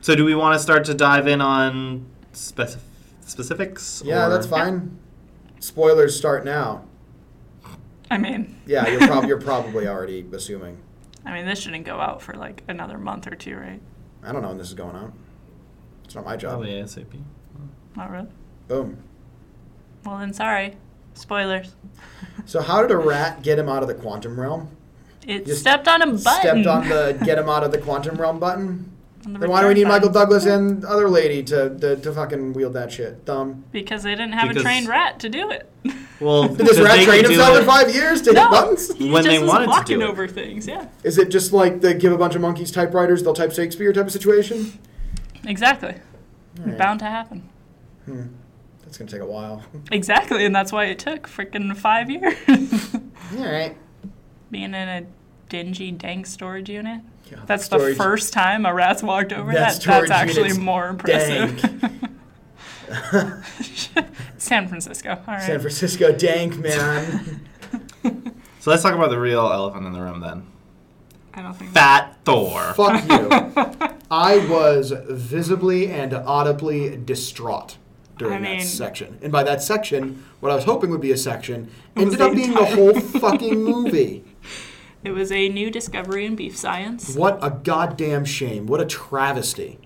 [SPEAKER 1] so do we want to start to dive in on spec- specifics?
[SPEAKER 2] Yeah,
[SPEAKER 1] or-
[SPEAKER 2] that's fine. Spoilers start now.
[SPEAKER 3] I mean,
[SPEAKER 2] Yeah, you're, prob- you're probably already assuming.
[SPEAKER 3] I mean, this shouldn't go out for like another month or two, right?
[SPEAKER 2] I don't know when this is going on. It's not my job.
[SPEAKER 1] Probably ASAP.
[SPEAKER 3] Not really.
[SPEAKER 2] Boom.
[SPEAKER 3] Well, then, sorry. Spoilers.
[SPEAKER 2] So how did a rat get him out of the quantum realm?
[SPEAKER 3] It
[SPEAKER 2] Just
[SPEAKER 3] stepped on a button.
[SPEAKER 2] Stepped on the get him out of the quantum realm button.
[SPEAKER 3] on the
[SPEAKER 2] Then why do we need
[SPEAKER 3] return
[SPEAKER 2] Michael
[SPEAKER 3] button.
[SPEAKER 2] Douglas and other lady to, to, to fucking wield that shit? Dumb.
[SPEAKER 3] Because they didn't have
[SPEAKER 1] Because-
[SPEAKER 3] a trained rat to do it.
[SPEAKER 1] Well,
[SPEAKER 2] Did this
[SPEAKER 1] because
[SPEAKER 2] rat
[SPEAKER 1] they
[SPEAKER 2] train
[SPEAKER 1] could do
[SPEAKER 2] himself
[SPEAKER 1] it-
[SPEAKER 2] in five years to hit
[SPEAKER 3] no,
[SPEAKER 2] buttons?
[SPEAKER 3] he
[SPEAKER 1] When
[SPEAKER 3] just
[SPEAKER 1] they
[SPEAKER 3] was
[SPEAKER 1] wanted to do
[SPEAKER 3] walking
[SPEAKER 1] it.
[SPEAKER 3] over things. Yeah,
[SPEAKER 2] Is it just like the give a bunch of monkeys typewriters, they'll type Shakespeare type of situation?
[SPEAKER 3] exactly.
[SPEAKER 2] Alright.
[SPEAKER 3] Bound to happen.
[SPEAKER 2] That's gonna take a while.
[SPEAKER 3] Exactly, and that's why it took freaking five years.
[SPEAKER 2] All right.
[SPEAKER 3] Being in a dingy, dank storage unit.
[SPEAKER 2] Yeah,
[SPEAKER 3] That's
[SPEAKER 2] storage-
[SPEAKER 3] the first time a rat's walked over
[SPEAKER 2] That
[SPEAKER 3] that. That's
[SPEAKER 2] storage
[SPEAKER 3] actually
[SPEAKER 2] unit's
[SPEAKER 3] more impressive. San Francisco. All right.
[SPEAKER 2] San Francisco dank man.
[SPEAKER 1] So let's talk about the real elephant in the room then.
[SPEAKER 3] I don't think.
[SPEAKER 1] Fat Thor.
[SPEAKER 2] Fuck you. I was visibly and audibly distraught during
[SPEAKER 3] I mean-
[SPEAKER 2] that section, and by that section, what I was hoping would be a section ended
[SPEAKER 3] the
[SPEAKER 2] up being the
[SPEAKER 3] entire-
[SPEAKER 2] whole fucking movie.
[SPEAKER 3] It was a new discovery in beef science.
[SPEAKER 2] What a goddamn shame. What a travesty.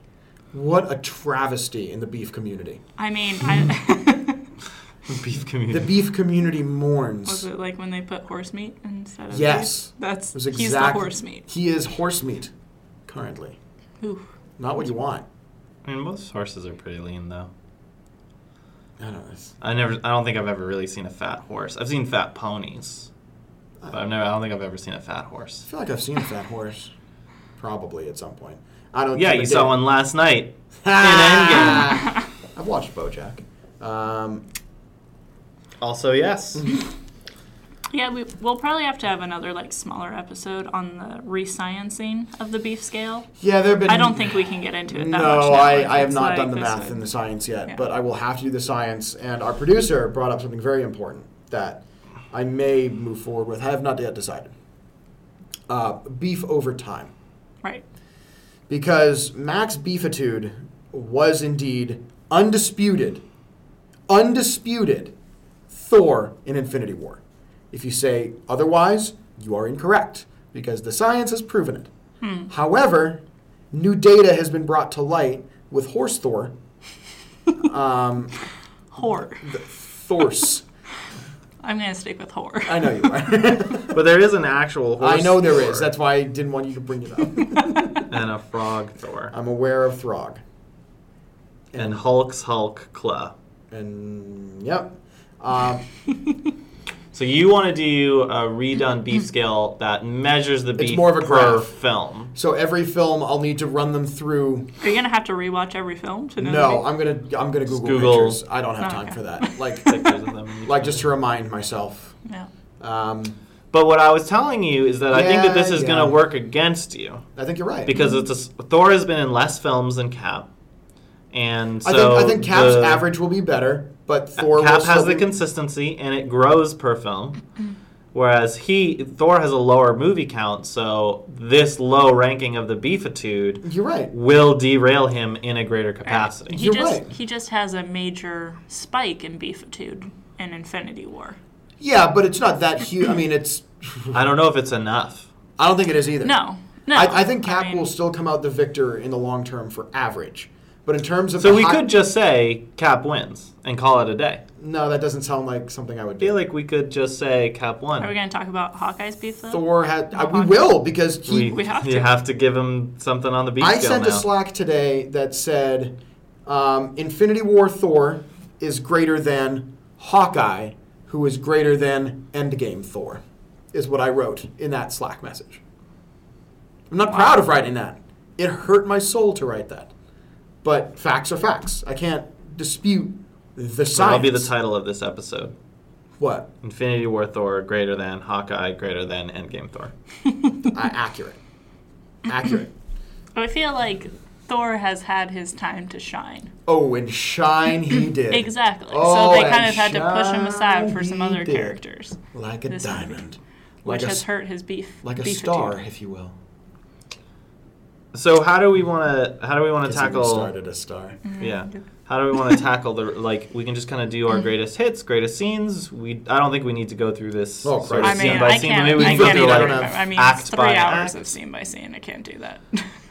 [SPEAKER 2] What a travesty in the beef community.
[SPEAKER 3] I mean,
[SPEAKER 2] Hmm.
[SPEAKER 3] I,
[SPEAKER 1] Beef
[SPEAKER 2] The
[SPEAKER 1] community.
[SPEAKER 2] beef community mourns.
[SPEAKER 3] was it like when they put horse meat instead of
[SPEAKER 2] Yes.
[SPEAKER 3] beef? That's
[SPEAKER 2] It was
[SPEAKER 3] he's the
[SPEAKER 2] exact-
[SPEAKER 3] horse meat.
[SPEAKER 2] He is horse meat currently.
[SPEAKER 3] Ooh.
[SPEAKER 2] Not what you want.
[SPEAKER 1] I mean, most horses are pretty lean though.
[SPEAKER 2] I don't know. It's-
[SPEAKER 1] I never. I don't think I've ever really seen a fat horse. I've seen fat ponies, but I've never. I don't think I've ever seen a fat
[SPEAKER 2] I
[SPEAKER 1] horse.
[SPEAKER 2] feel like I've seen a fat horse. Probably at some point. I don't
[SPEAKER 1] Yeah,
[SPEAKER 2] think I
[SPEAKER 1] you
[SPEAKER 2] did.
[SPEAKER 1] saw one last night.
[SPEAKER 2] Ah! I've watched Bojack. Um,
[SPEAKER 1] Also, yes.
[SPEAKER 3] Yeah, we, we'll probably have to have another like smaller episode on the resciencing of the beef scale.
[SPEAKER 2] yeah, there have been.
[SPEAKER 3] I don't think we can get into it that much.
[SPEAKER 2] no,
[SPEAKER 3] now.
[SPEAKER 2] I,
[SPEAKER 3] Like,
[SPEAKER 2] I have
[SPEAKER 3] it's
[SPEAKER 2] not
[SPEAKER 3] like
[SPEAKER 2] done the
[SPEAKER 3] this
[SPEAKER 2] math
[SPEAKER 3] would-
[SPEAKER 2] and the science yet,
[SPEAKER 3] Yeah.
[SPEAKER 2] but I will have to do the science. And our producer brought up something very important that I may move forward with. I have not yet decided. Uh, beef over time.
[SPEAKER 3] Right.
[SPEAKER 2] Because Max Beefitude was indeed undisputed, undisputed Thor in Infinity War. If you say otherwise, you are incorrect, because the science has proven it. However, new data has been brought to light with Horse Thor, Um,
[SPEAKER 3] Whore.
[SPEAKER 2] Thors.
[SPEAKER 3] I'm gonna stick with whore.
[SPEAKER 2] I know you are.
[SPEAKER 1] But there is an actual horse.
[SPEAKER 2] I know there
[SPEAKER 1] Thor
[SPEAKER 2] is. That's why I didn't want you to bring it up.
[SPEAKER 1] and a frog Thor
[SPEAKER 2] I'm aware of Throg.
[SPEAKER 1] and Hulk's Hulk Kla.
[SPEAKER 2] And yep. Um,
[SPEAKER 1] So you want to do a redone beef scale that measures the beef
[SPEAKER 2] more of a
[SPEAKER 1] per
[SPEAKER 2] graph.
[SPEAKER 1] film.
[SPEAKER 2] so every film, I'll need to run them through
[SPEAKER 3] Are you gonna have to rewatch every film to know?
[SPEAKER 2] No,
[SPEAKER 3] the
[SPEAKER 2] I'm gonna I'm gonna Google,
[SPEAKER 1] Google.
[SPEAKER 2] pictures. I don't have
[SPEAKER 3] Oh,
[SPEAKER 2] time
[SPEAKER 3] okay.
[SPEAKER 2] for that. Like
[SPEAKER 1] Pictures of them.
[SPEAKER 2] like just to remind myself.
[SPEAKER 3] beef? No.
[SPEAKER 2] Um,
[SPEAKER 1] But what I was telling you is that I think that this
[SPEAKER 2] Yeah,
[SPEAKER 1] is
[SPEAKER 2] yeah.
[SPEAKER 1] going to work against you
[SPEAKER 2] I think you're right.
[SPEAKER 1] because it's a s Thor has been in less films than Cap, and so
[SPEAKER 2] I think I think Cap's
[SPEAKER 1] the-
[SPEAKER 2] average will be better, but Thor
[SPEAKER 1] Cap
[SPEAKER 2] will
[SPEAKER 1] has
[SPEAKER 2] still
[SPEAKER 1] the
[SPEAKER 2] be-
[SPEAKER 1] consistency and it grows per film. Whereas he Thor has a lower movie count, so this low ranking of the beefitude
[SPEAKER 2] You're right.
[SPEAKER 1] will derail him in a greater capacity.
[SPEAKER 3] He
[SPEAKER 2] You're
[SPEAKER 3] just
[SPEAKER 2] right.
[SPEAKER 3] he just has a major spike in beefitude in Infinity War.
[SPEAKER 2] Yeah, but it's not that huge. I mean, it's
[SPEAKER 1] I don't know if it's enough.
[SPEAKER 2] I don't think it is either.
[SPEAKER 3] No. No.
[SPEAKER 2] I, I think Cap
[SPEAKER 3] mean-
[SPEAKER 2] will still come out the victor in the long term for average. But in terms of
[SPEAKER 1] So
[SPEAKER 2] the
[SPEAKER 1] we
[SPEAKER 2] high-
[SPEAKER 1] could just say Cap wins and call it a day.
[SPEAKER 2] no, that doesn't sound like something I would
[SPEAKER 1] I feel
[SPEAKER 2] do.
[SPEAKER 1] like we could just say Cap won.
[SPEAKER 3] Are we gonna talk about Hawkeye's beef though?
[SPEAKER 2] Thor had I, we
[SPEAKER 3] Hawkeye.
[SPEAKER 2] will because
[SPEAKER 1] we,
[SPEAKER 2] he
[SPEAKER 3] We have
[SPEAKER 1] you
[SPEAKER 3] to.
[SPEAKER 1] have to give him something on the beef
[SPEAKER 2] I
[SPEAKER 1] scale
[SPEAKER 2] sent
[SPEAKER 1] now.
[SPEAKER 2] a Slack today that said um, Infinity War Thor is greater than Hawkeye, who is greater than Endgame Thor, is what I wrote in that Slack message. I'm not proud of writing that. It hurt my soul to write that. But facts are facts. I can't dispute the science.
[SPEAKER 1] That'll be the title of this episode.
[SPEAKER 2] What?
[SPEAKER 1] Infinity War Thor greater than Hawkeye greater than Endgame Thor.
[SPEAKER 2] I, accurate. Accurate.
[SPEAKER 3] I feel like Thor has had his time to shine.
[SPEAKER 2] Oh, and shine he did.
[SPEAKER 3] Exactly.
[SPEAKER 2] Oh,
[SPEAKER 3] so they kind
[SPEAKER 2] and
[SPEAKER 3] of had to push him aside for some
[SPEAKER 2] shine
[SPEAKER 3] other
[SPEAKER 2] he did.
[SPEAKER 3] characters,
[SPEAKER 2] Like a
[SPEAKER 3] This
[SPEAKER 2] diamond.
[SPEAKER 3] which
[SPEAKER 2] Like a,
[SPEAKER 3] has
[SPEAKER 2] s-
[SPEAKER 3] hurt his beef.
[SPEAKER 2] Like a
[SPEAKER 3] beef
[SPEAKER 2] star,
[SPEAKER 3] fatigue.
[SPEAKER 2] if you will.
[SPEAKER 1] So how do we want to how do we want to
[SPEAKER 2] Guess if we
[SPEAKER 1] tackle
[SPEAKER 2] started a star.
[SPEAKER 1] Yeah. How do we want to tackle the like? We can just kind of do our greatest hits, greatest scenes. We I don't think we need to go through this.
[SPEAKER 2] Oh,
[SPEAKER 1] sort of
[SPEAKER 3] I
[SPEAKER 2] greatest
[SPEAKER 1] scene
[SPEAKER 3] mean,
[SPEAKER 1] by
[SPEAKER 3] I
[SPEAKER 1] scene,
[SPEAKER 3] can't.
[SPEAKER 1] but maybe we
[SPEAKER 3] I
[SPEAKER 1] can go
[SPEAKER 3] can't
[SPEAKER 1] through
[SPEAKER 3] even
[SPEAKER 1] like.
[SPEAKER 2] don't
[SPEAKER 3] remember. I mean,
[SPEAKER 1] act
[SPEAKER 3] it's
[SPEAKER 1] by
[SPEAKER 3] three hours
[SPEAKER 1] act.
[SPEAKER 3] of scene by scene. I can't do that.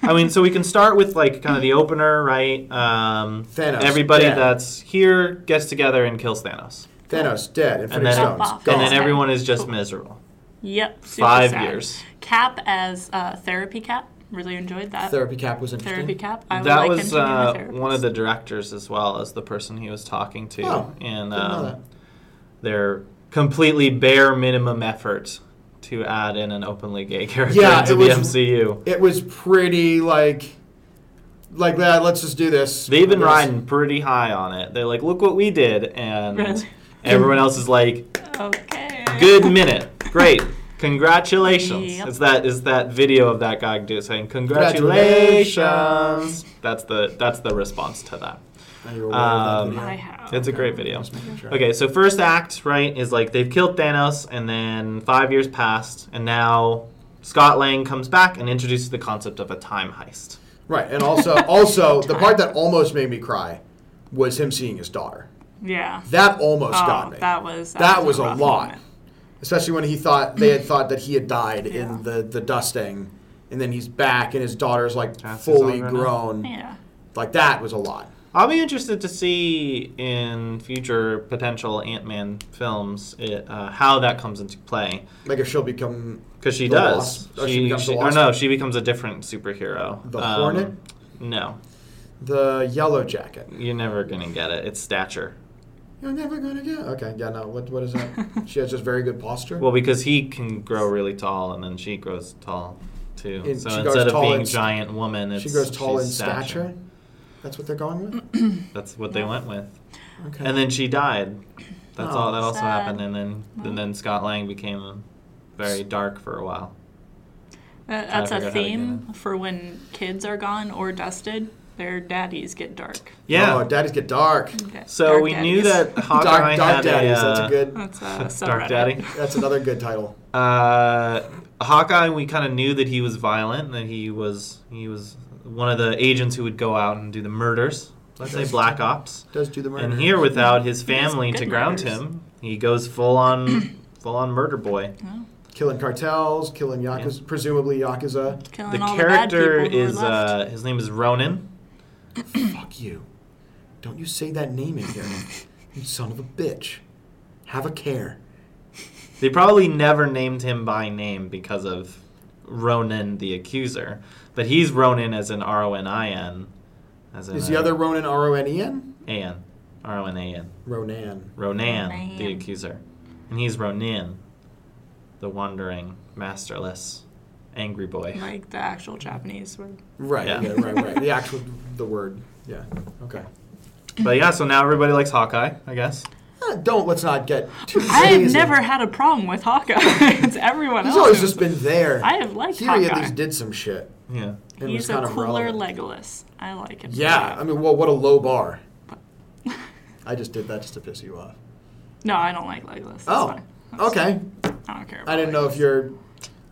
[SPEAKER 1] I mean, so we can start with like kind of the opener, right? Um,
[SPEAKER 2] Thanos,
[SPEAKER 1] Everybody
[SPEAKER 2] dead.
[SPEAKER 1] that's here gets together and kills Thanos,
[SPEAKER 2] Thanos dead. Infinity
[SPEAKER 1] then-
[SPEAKER 2] Stones
[SPEAKER 3] Pop off.
[SPEAKER 2] gone.
[SPEAKER 1] and then
[SPEAKER 3] Gone.
[SPEAKER 1] everyone is just miserable.
[SPEAKER 3] yep. super
[SPEAKER 1] Five
[SPEAKER 3] sad.
[SPEAKER 1] years.
[SPEAKER 3] Cap as uh, therapy cap. Really enjoyed that.
[SPEAKER 2] Therapy Cap was interesting.
[SPEAKER 3] Therapy cap. I would
[SPEAKER 1] that
[SPEAKER 3] like him
[SPEAKER 1] was
[SPEAKER 3] to be my
[SPEAKER 1] uh,
[SPEAKER 3] therapist.
[SPEAKER 1] one of the directors as well as the person he was talking to
[SPEAKER 2] Oh,
[SPEAKER 1] in
[SPEAKER 2] didn't know that.
[SPEAKER 1] um, their completely bare minimum effort to add in an openly gay character
[SPEAKER 2] Yeah,
[SPEAKER 1] into
[SPEAKER 2] it
[SPEAKER 1] the
[SPEAKER 2] was-
[SPEAKER 1] MCU.
[SPEAKER 2] It was pretty like, like that. Let's just do this.
[SPEAKER 1] They've been
[SPEAKER 2] Let's-
[SPEAKER 1] riding pretty high on it. They're like, look what we did, and
[SPEAKER 3] Really?
[SPEAKER 1] everyone else is like,
[SPEAKER 3] Okay.
[SPEAKER 1] good minute, great, congratulations.
[SPEAKER 3] Yep.
[SPEAKER 1] It's that is that video of that guy do- saying congratulations.
[SPEAKER 2] Congratulations.
[SPEAKER 1] That's the that's the response to that.
[SPEAKER 2] Now you're aware of
[SPEAKER 1] Um,
[SPEAKER 2] that video.
[SPEAKER 3] I have.
[SPEAKER 1] It's a great video.
[SPEAKER 2] Just making sure.
[SPEAKER 1] Okay, so first act, right, is like they've killed Thanos, and then five years passed, and now Scott Lang comes back and introduces the concept of a time heist.
[SPEAKER 2] Right, and also, also the part that almost made me cry was him seeing his daughter.
[SPEAKER 3] yeah.
[SPEAKER 2] That almost
[SPEAKER 3] Oh,
[SPEAKER 2] got me.
[SPEAKER 3] That was that,
[SPEAKER 2] That was a
[SPEAKER 3] rough
[SPEAKER 2] lot.
[SPEAKER 3] moment.
[SPEAKER 2] Especially when he thought they had thought that he had died in the the dusting, and then he's back and his daughter's like
[SPEAKER 1] Cassie's
[SPEAKER 2] fully
[SPEAKER 1] on right now.
[SPEAKER 2] grown.
[SPEAKER 3] Yeah.
[SPEAKER 2] Like that was a lot.
[SPEAKER 1] I'll be interested to see in future potential Ant Man films it, uh, how that comes into play.
[SPEAKER 2] Like if she'll become
[SPEAKER 1] Because she
[SPEAKER 2] The
[SPEAKER 1] does.
[SPEAKER 2] Wasp. Or she becomes the
[SPEAKER 1] or
[SPEAKER 2] Wasp.
[SPEAKER 1] no, she becomes a different superhero. Um,
[SPEAKER 2] The Hornet?
[SPEAKER 1] No,
[SPEAKER 2] the Yellow Jacket.
[SPEAKER 1] you're never gonna get it. It's stature.
[SPEAKER 2] You're never gonna get. Okay, yeah, no. What what is that? she has just very good posture.
[SPEAKER 1] Well, because he can grow really tall, and then she grows tall too.
[SPEAKER 2] And
[SPEAKER 1] so
[SPEAKER 2] she grows
[SPEAKER 1] instead of
[SPEAKER 2] tall
[SPEAKER 1] being
[SPEAKER 2] in st-
[SPEAKER 1] giant woman, it's,
[SPEAKER 2] she grows tall in
[SPEAKER 1] she's
[SPEAKER 2] stature. That's what they're going with.
[SPEAKER 1] That's what they went with.
[SPEAKER 2] Okay.
[SPEAKER 1] And then she died. That's all.
[SPEAKER 2] Oh,
[SPEAKER 1] That also
[SPEAKER 3] sad.
[SPEAKER 1] happened, and then and then Scott Lang became very dark for a while.
[SPEAKER 3] That, that's
[SPEAKER 1] forgot how
[SPEAKER 3] a
[SPEAKER 1] to get
[SPEAKER 3] theme for when kids are gone or dusted. Their daddies get dark.
[SPEAKER 1] Yeah.
[SPEAKER 2] Oh, daddies get dark.
[SPEAKER 3] Da-
[SPEAKER 1] so
[SPEAKER 3] dark
[SPEAKER 1] we knew
[SPEAKER 3] daddies.
[SPEAKER 1] that Hawkeye
[SPEAKER 2] Dark, dark
[SPEAKER 1] had a,
[SPEAKER 2] daddies.
[SPEAKER 1] uh,
[SPEAKER 2] that's a good.
[SPEAKER 3] That's a subreddit.
[SPEAKER 1] dark daddy.
[SPEAKER 2] That's another good title.
[SPEAKER 1] Uh, Hawkeye, we kind of knew that he was violent, that he was he was one of the agents who would go out and do the murders. Let's say black ops.
[SPEAKER 2] Does do the murder.
[SPEAKER 1] And here, without his
[SPEAKER 3] does
[SPEAKER 1] family to
[SPEAKER 3] good
[SPEAKER 1] ground
[SPEAKER 3] murders.
[SPEAKER 1] him, he goes full on, full on murder boy.
[SPEAKER 2] killing cartels, killing yakuza, presumably yakuza.
[SPEAKER 3] Killing
[SPEAKER 1] The
[SPEAKER 3] all
[SPEAKER 1] character
[SPEAKER 3] the bad people who
[SPEAKER 1] is
[SPEAKER 3] were left.
[SPEAKER 1] uh, his name is Ronan.
[SPEAKER 2] Fuck you! Don't you say that name in here, you son of a bitch. Have a care.
[SPEAKER 1] They probably never named him by name because of Ronan the accuser, but he's Ronan as in R O N I N, as in
[SPEAKER 2] Is the
[SPEAKER 1] uh,
[SPEAKER 2] other Ronan R O N E N?
[SPEAKER 1] A N R O N A N.
[SPEAKER 2] Ronan.
[SPEAKER 1] Ronan, the
[SPEAKER 3] Ronan.
[SPEAKER 1] accuser. And he's Ronin, the wandering, masterless, angry boy.
[SPEAKER 3] like the actual Japanese word.
[SPEAKER 2] Right.
[SPEAKER 1] Yeah.
[SPEAKER 2] Yeah. Right. Right. The actual the word. Yeah. Okay.
[SPEAKER 1] But yeah, so now everybody likes Hawkeye, I guess.
[SPEAKER 2] Uh, don't let's not get too
[SPEAKER 3] I have
[SPEAKER 2] crazy.
[SPEAKER 3] never had a problem with Hawkeye. it's everyone
[SPEAKER 2] He's
[SPEAKER 3] else.
[SPEAKER 2] always
[SPEAKER 3] who's-
[SPEAKER 2] just been there.
[SPEAKER 3] I have liked
[SPEAKER 2] Here he at
[SPEAKER 3] Hawkeye.
[SPEAKER 2] least did some shit.
[SPEAKER 1] Yeah.
[SPEAKER 2] And
[SPEAKER 3] He's
[SPEAKER 2] was kind
[SPEAKER 3] a
[SPEAKER 2] of
[SPEAKER 3] cooler
[SPEAKER 2] relevant.
[SPEAKER 3] Legolas. I like him.
[SPEAKER 2] Yeah. I mean, well, what a low bar. I just did that just to piss you off.
[SPEAKER 3] No, I don't like Legolas. That's
[SPEAKER 2] Oh.
[SPEAKER 3] fine. That's
[SPEAKER 2] Okay.
[SPEAKER 3] fine. I don't care. About
[SPEAKER 2] I didn't know if your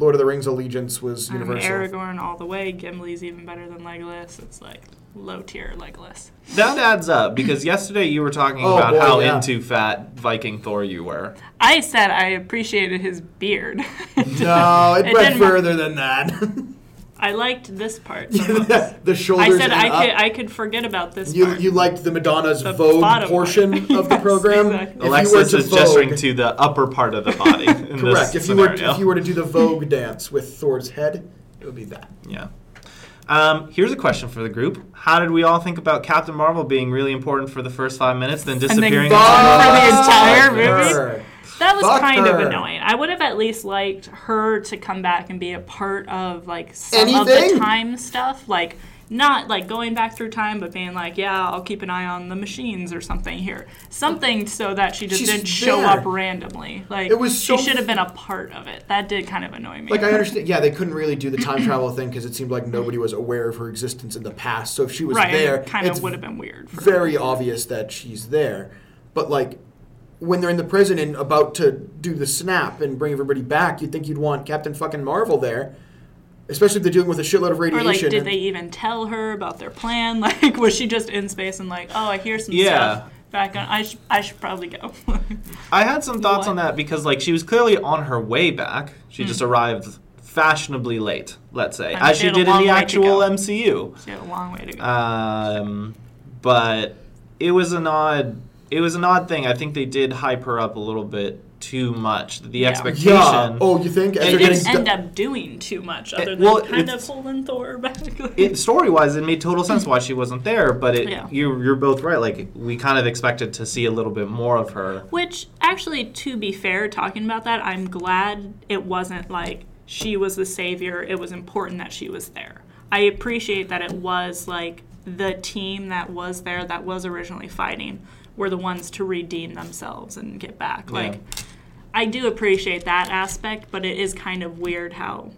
[SPEAKER 2] Lord of the Rings allegiance was
[SPEAKER 3] I'm
[SPEAKER 2] universal.
[SPEAKER 3] Aragorn all the way. Gimli's even better than Legolas. It's like low tier Legolas.
[SPEAKER 1] That adds up because yesterday you were talking
[SPEAKER 2] Oh,
[SPEAKER 1] about
[SPEAKER 2] boy,
[SPEAKER 1] how
[SPEAKER 2] yeah.
[SPEAKER 1] into fat Viking Thor you were.
[SPEAKER 3] I said I appreciated his beard.
[SPEAKER 2] No, it,
[SPEAKER 3] It
[SPEAKER 2] went
[SPEAKER 3] didn't work.
[SPEAKER 2] further than that.
[SPEAKER 3] I liked this part. the most.
[SPEAKER 2] the shoulders.
[SPEAKER 3] I said
[SPEAKER 2] and
[SPEAKER 3] I could
[SPEAKER 2] up.
[SPEAKER 3] I could forget about this
[SPEAKER 2] you
[SPEAKER 3] part.
[SPEAKER 2] you liked the Madonna's
[SPEAKER 3] The
[SPEAKER 2] Vogue
[SPEAKER 3] bottom
[SPEAKER 2] portion
[SPEAKER 3] part.
[SPEAKER 2] of the
[SPEAKER 3] Yes,
[SPEAKER 2] program.
[SPEAKER 3] exactly.
[SPEAKER 2] If
[SPEAKER 1] Alexis
[SPEAKER 2] you were
[SPEAKER 1] is
[SPEAKER 2] to
[SPEAKER 1] gesturing
[SPEAKER 2] Vogue,
[SPEAKER 1] to the upper part of the body. in this
[SPEAKER 2] correct. If you were
[SPEAKER 1] scenario.
[SPEAKER 2] if you were to do the Vogue dance with Thor's head, it would be that.
[SPEAKER 1] Yeah. Um, here's a question for the group. How did we all think about Captain Marvel being really important for the first five minutes, then
[SPEAKER 3] then
[SPEAKER 1] disappearing?
[SPEAKER 3] gone
[SPEAKER 1] into-
[SPEAKER 3] for the entire movie?
[SPEAKER 2] Sure.
[SPEAKER 3] That was
[SPEAKER 2] Fuck
[SPEAKER 3] kind of
[SPEAKER 2] her.
[SPEAKER 3] annoying. I would have at least liked her to come back and be a part of like some of
[SPEAKER 2] Anything?
[SPEAKER 3] the time stuff, like Not like going back through time, but being like, yeah, I'll keep an eye on the machines or something here. Something so that she just
[SPEAKER 2] She's
[SPEAKER 3] didn't show
[SPEAKER 2] there.
[SPEAKER 3] up randomly. Like
[SPEAKER 2] It was so
[SPEAKER 3] she should
[SPEAKER 2] f-
[SPEAKER 3] have been a part of it. That did kind of annoy me.
[SPEAKER 2] Like I understand, yeah, they couldn't really do the time travel thing because it seemed like nobody was aware of her existence in the past. So if she was
[SPEAKER 3] right,
[SPEAKER 2] there,
[SPEAKER 3] it kind
[SPEAKER 2] it's
[SPEAKER 3] of would have been weird. For
[SPEAKER 2] very obvious that she's there. But like when they're in the prison and about to do the snap and bring everybody back, you'd think you'd want Captain fucking Marvel there, especially if they're dealing with a shitload of
[SPEAKER 3] Or
[SPEAKER 2] radiation.
[SPEAKER 3] like, did
[SPEAKER 2] and-
[SPEAKER 3] they even tell her about their plan? Like, was she just in space and like, oh, I hear some
[SPEAKER 1] Yeah.
[SPEAKER 3] stuff back on? I should, I should probably go.
[SPEAKER 1] I had some thoughts on
[SPEAKER 3] What?
[SPEAKER 1] that because like she was clearly on her way back. She just arrived fashionably late, let's say,
[SPEAKER 3] Hmm. And
[SPEAKER 1] as
[SPEAKER 3] she
[SPEAKER 1] she
[SPEAKER 3] had a
[SPEAKER 1] did in
[SPEAKER 3] long way
[SPEAKER 1] the
[SPEAKER 3] to
[SPEAKER 1] actual
[SPEAKER 3] go.
[SPEAKER 1] MCU.
[SPEAKER 3] she had a long way to go.
[SPEAKER 1] Um, but it was an odd it was an odd thing. I think they did hype her up a little bit too much. The
[SPEAKER 3] Yeah.
[SPEAKER 1] expectation.
[SPEAKER 2] Yeah. Oh, you think? As
[SPEAKER 1] It
[SPEAKER 2] they're
[SPEAKER 3] didn't
[SPEAKER 2] getting
[SPEAKER 3] end
[SPEAKER 2] du-
[SPEAKER 3] up doing too much other
[SPEAKER 1] It-
[SPEAKER 3] than
[SPEAKER 1] well,
[SPEAKER 3] kind of
[SPEAKER 1] it's-
[SPEAKER 3] holding Thor back.
[SPEAKER 1] it story wise, it made total sense why she wasn't there. But it,
[SPEAKER 3] Yeah.
[SPEAKER 1] you, you're both right. Like we kind of expected to see a little bit more of her.
[SPEAKER 3] Which, actually, to be fair, talking about that, I'm glad it wasn't like she was the savior. It was important that she was there. I appreciate that it was like the team that was there that was originally fighting were the ones to redeem themselves and get back. Like, I do appreciate that aspect, but it is kind of weird how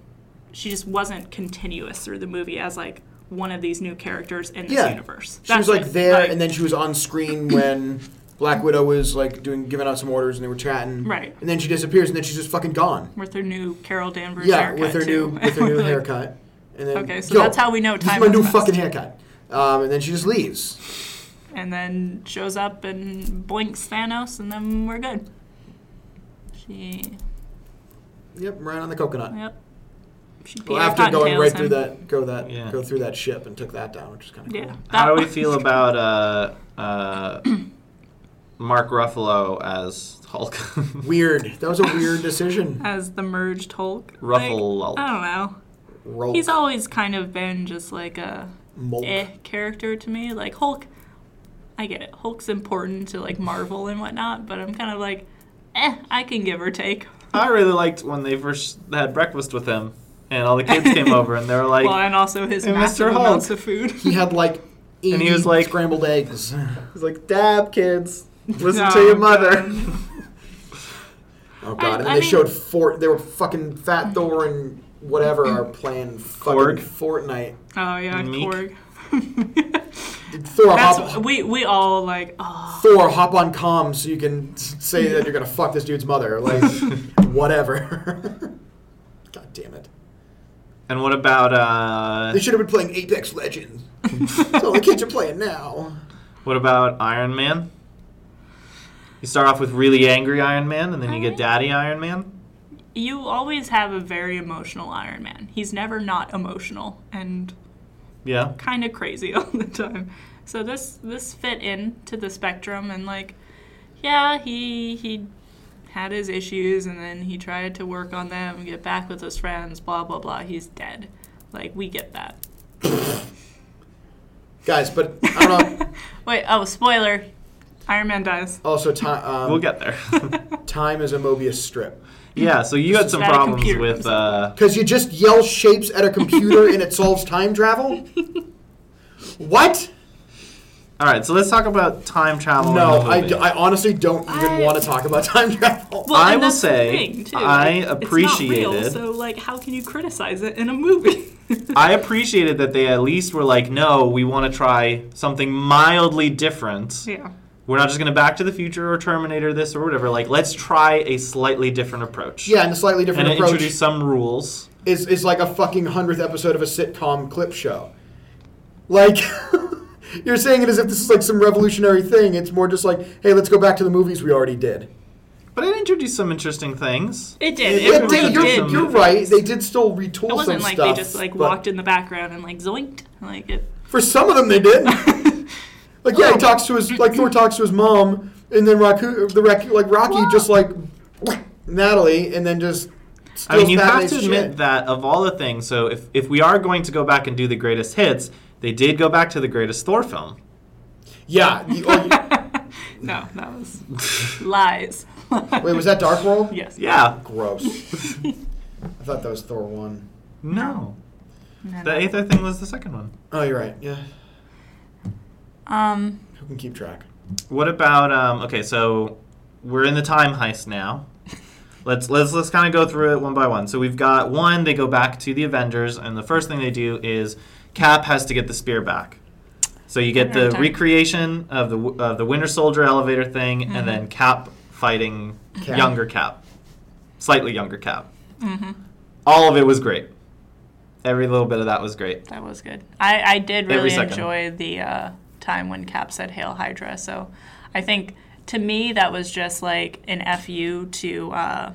[SPEAKER 3] she just wasn't continuous through the movie as like one of these new characters in this
[SPEAKER 2] Yeah.
[SPEAKER 3] universe.
[SPEAKER 2] She was
[SPEAKER 3] That's
[SPEAKER 2] like
[SPEAKER 3] it.
[SPEAKER 2] there, and then she was on screen when Black Widow was like doing giving out some orders, and they were chatting.
[SPEAKER 3] Right.
[SPEAKER 2] And then she disappears, and then she's just fucking gone.
[SPEAKER 3] with her new Carol Danvers
[SPEAKER 2] Yeah,
[SPEAKER 3] haircut
[SPEAKER 2] with her
[SPEAKER 3] too.
[SPEAKER 2] new with her new
[SPEAKER 3] Like,
[SPEAKER 2] haircut. And then,
[SPEAKER 3] Okay, so
[SPEAKER 2] "Yo,
[SPEAKER 3] that's how we know
[SPEAKER 2] this is
[SPEAKER 3] time
[SPEAKER 2] my
[SPEAKER 3] has
[SPEAKER 2] new
[SPEAKER 3] passed."
[SPEAKER 2] fucking haircut. Um, and then she just leaves.
[SPEAKER 3] And then shows up and blinks Thanos, and then we're good. She,
[SPEAKER 2] Yep, right on the coconut.
[SPEAKER 3] yep. She
[SPEAKER 2] Well,
[SPEAKER 3] Peter
[SPEAKER 2] after going
[SPEAKER 3] Cottontails
[SPEAKER 2] right
[SPEAKER 3] him.
[SPEAKER 2] through that, go that,
[SPEAKER 1] Yeah.
[SPEAKER 2] go through that ship and took that down, which is kind of
[SPEAKER 3] Yeah.
[SPEAKER 2] cool.
[SPEAKER 3] that
[SPEAKER 1] How do we
[SPEAKER 3] one.
[SPEAKER 1] feel about uh, uh, Mark Ruffalo as Hulk?
[SPEAKER 2] Weird. That was a weird decision.
[SPEAKER 3] As the merged Hulk.
[SPEAKER 1] Ruffalo.
[SPEAKER 3] Like, I don't know.
[SPEAKER 2] Roll.
[SPEAKER 3] He's always kind of been just like a
[SPEAKER 2] Mulk.
[SPEAKER 3] eh character to me. Like Hulk, I get it. Hulk's important to like Marvel and whatnot, but I'm kind of like, eh, I can give or take.
[SPEAKER 1] I really liked when they first had breakfast with him, and all the kids came over, and they were like,
[SPEAKER 3] well, and also his
[SPEAKER 1] and Mr.
[SPEAKER 3] massive
[SPEAKER 1] Hulk.
[SPEAKER 3] amounts of food.
[SPEAKER 2] He had like. 80
[SPEAKER 1] And he was like-
[SPEAKER 2] scrambled eggs.
[SPEAKER 1] "He's like, dab kids, listen to
[SPEAKER 3] No,
[SPEAKER 1] your mother."
[SPEAKER 3] God.
[SPEAKER 2] Oh god! and
[SPEAKER 3] I
[SPEAKER 2] they
[SPEAKER 3] mean-
[SPEAKER 2] showed Fort. They were fucking Fat Thor and whatever are playing fucking
[SPEAKER 1] Korg.
[SPEAKER 2] Fortnite.
[SPEAKER 3] Oh yeah,
[SPEAKER 1] Meek.
[SPEAKER 3] Korg.
[SPEAKER 2] Did Thor
[SPEAKER 3] That's
[SPEAKER 2] hop,
[SPEAKER 3] we we all like oh
[SPEAKER 2] Thor hop on comms so you can s- say that you're gonna fuck this dude's mother. Like whatever. god damn it!
[SPEAKER 1] And what about uh,
[SPEAKER 2] They should have been playing Apex Legends. That's all the kids are playing now.
[SPEAKER 1] what about Iron Man? You start off with really angry Iron Man, and then you get
[SPEAKER 3] Alright.
[SPEAKER 1] Daddy Iron Man.
[SPEAKER 3] you always have a very emotional Iron Man. He's never not emotional and
[SPEAKER 1] Yeah.
[SPEAKER 3] kind of crazy all the time. So this this fit in to the spectrum and like yeah, he he had his issues and then he tried to work on them, get back with his friends, blah blah blah. He's dead. Like we get that.
[SPEAKER 2] Guys, but I don't know.
[SPEAKER 3] Wait, oh, spoiler. Iron Man dies.
[SPEAKER 2] Also, time um,
[SPEAKER 1] We'll get there.
[SPEAKER 2] time is a Mobius strip
[SPEAKER 1] yeah, so you had some
[SPEAKER 3] Is that a
[SPEAKER 1] problems
[SPEAKER 3] computer?
[SPEAKER 1] with uh,
[SPEAKER 2] because you just yell shapes at a computer and it solves time travel. What?
[SPEAKER 1] All right, so let's talk about time travel.
[SPEAKER 2] No,
[SPEAKER 1] in the
[SPEAKER 2] I,
[SPEAKER 1] movie.
[SPEAKER 2] d- I honestly don't even
[SPEAKER 3] I-
[SPEAKER 2] want to talk about time travel.
[SPEAKER 3] Well,
[SPEAKER 1] I
[SPEAKER 3] and
[SPEAKER 1] will
[SPEAKER 3] that's the
[SPEAKER 1] say,
[SPEAKER 3] thing,
[SPEAKER 1] I
[SPEAKER 3] too. Like, It's not real,
[SPEAKER 1] appreciated-
[SPEAKER 3] so like, how can you criticize it in a movie?
[SPEAKER 1] I appreciated that they at least were like, no, we want to try something mildly different.
[SPEAKER 3] yeah.
[SPEAKER 1] We're not just going to Back to the Future or Terminator this or whatever. Like, let's try a slightly different approach.
[SPEAKER 2] yeah, and a slightly
[SPEAKER 1] And
[SPEAKER 2] different
[SPEAKER 1] it
[SPEAKER 2] approach
[SPEAKER 1] introduced some rules.
[SPEAKER 2] is, is like a fucking hundredth episode of a sitcom clip show. Like, you're saying it as if this is like some revolutionary thing. It's more just like, hey, let's go back to the movies we already did.
[SPEAKER 1] But it introduced some interesting things.
[SPEAKER 3] It
[SPEAKER 1] It
[SPEAKER 3] did. It,
[SPEAKER 2] Yeah,
[SPEAKER 1] was
[SPEAKER 2] they,
[SPEAKER 3] really
[SPEAKER 1] did.
[SPEAKER 2] you're,
[SPEAKER 3] did.
[SPEAKER 2] you're right. They did still retool
[SPEAKER 3] It wasn't
[SPEAKER 2] some
[SPEAKER 3] like
[SPEAKER 2] stuff.
[SPEAKER 3] they just like
[SPEAKER 2] but
[SPEAKER 3] walked in the background and like zoinked. Like it.
[SPEAKER 2] For some of them, they did. like, yeah, he talks to his like Thor talks to his mom, and then Raku, the Raku, like Rocky just like Natalie, and then just.
[SPEAKER 1] I mean, you
[SPEAKER 2] steals
[SPEAKER 1] have
[SPEAKER 2] Natalie's
[SPEAKER 1] to admit
[SPEAKER 2] shit.
[SPEAKER 1] that of all the things, so if, if we are going to go back and do the greatest hits, they did go back to the greatest Thor film.
[SPEAKER 2] Yeah. the- oh,
[SPEAKER 3] No, that was lies.
[SPEAKER 2] you- wait, was that Dark World?
[SPEAKER 3] yes.
[SPEAKER 1] Yeah.
[SPEAKER 2] Gross. I thought that was Thor one.
[SPEAKER 1] No.
[SPEAKER 3] No,
[SPEAKER 1] The
[SPEAKER 3] no.
[SPEAKER 1] eighth, I think, was the second one.
[SPEAKER 2] Oh, you're right. Yeah.
[SPEAKER 3] Um,
[SPEAKER 2] Who can keep track?
[SPEAKER 1] What about um, okay? So we're in the time heist now. Let's let's let's kind of go through it one by one. So we've got one. They go back to the Avengers, and the first thing they do is Cap has to get the spear back. So you get the
[SPEAKER 3] Okay.
[SPEAKER 1] recreation of the w- of the Winter Soldier elevator thing, and then Cap fighting
[SPEAKER 2] Cap.
[SPEAKER 1] younger Cap, slightly younger Cap.
[SPEAKER 3] Mm-hmm.
[SPEAKER 1] All of it was great. Every little bit of that was great.
[SPEAKER 3] that was good. I, I did
[SPEAKER 1] Every
[SPEAKER 3] really
[SPEAKER 1] second.
[SPEAKER 3] enjoy the uh, time when Cap said "Hail Hydra." So I think to me that was just like an fu to uh,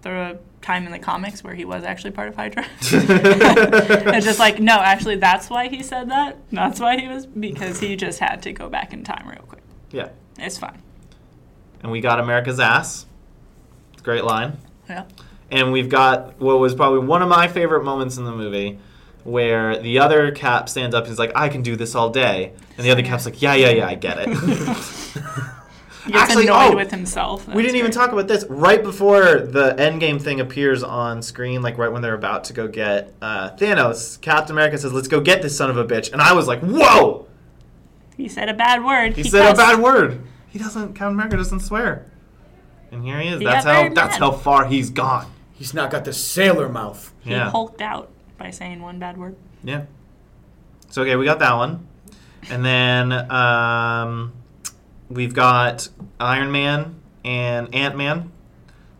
[SPEAKER 3] the time in the comics where he was actually part of Hydra. it's just like no, actually that's why he said that. That's why he was because he just had to go back in time real quick.
[SPEAKER 1] Yeah,
[SPEAKER 3] It's fine.
[SPEAKER 1] and we got America's ass. It's a great line.
[SPEAKER 3] Yeah.
[SPEAKER 1] and we've got what was probably one of my favorite moments in the movie where the other cap stands up and is like i can do this all day and the other cap's like yeah yeah yeah i get it
[SPEAKER 3] He gets
[SPEAKER 1] Actually,
[SPEAKER 3] annoyed
[SPEAKER 1] oh,
[SPEAKER 3] with himself.
[SPEAKER 1] we didn't even talk about this right before the endgame thing appears on screen like right when they're about to go get uh, thanos captain america says let's go get this son of a bitch and i was like whoa
[SPEAKER 3] He said a bad word.
[SPEAKER 1] he, said a
[SPEAKER 3] cussed.
[SPEAKER 1] bad word he doesn't captain america doesn't swear and here he is
[SPEAKER 3] He
[SPEAKER 1] that's
[SPEAKER 3] got
[SPEAKER 1] how
[SPEAKER 3] very
[SPEAKER 1] that's
[SPEAKER 3] mad.
[SPEAKER 1] how far he's gone
[SPEAKER 2] He's not got the sailor mouth.
[SPEAKER 3] He
[SPEAKER 1] yeah
[SPEAKER 3] hulked out by saying one bad word.
[SPEAKER 1] Yeah. So okay, we got that one, and then um, we've got Iron Man and Ant Man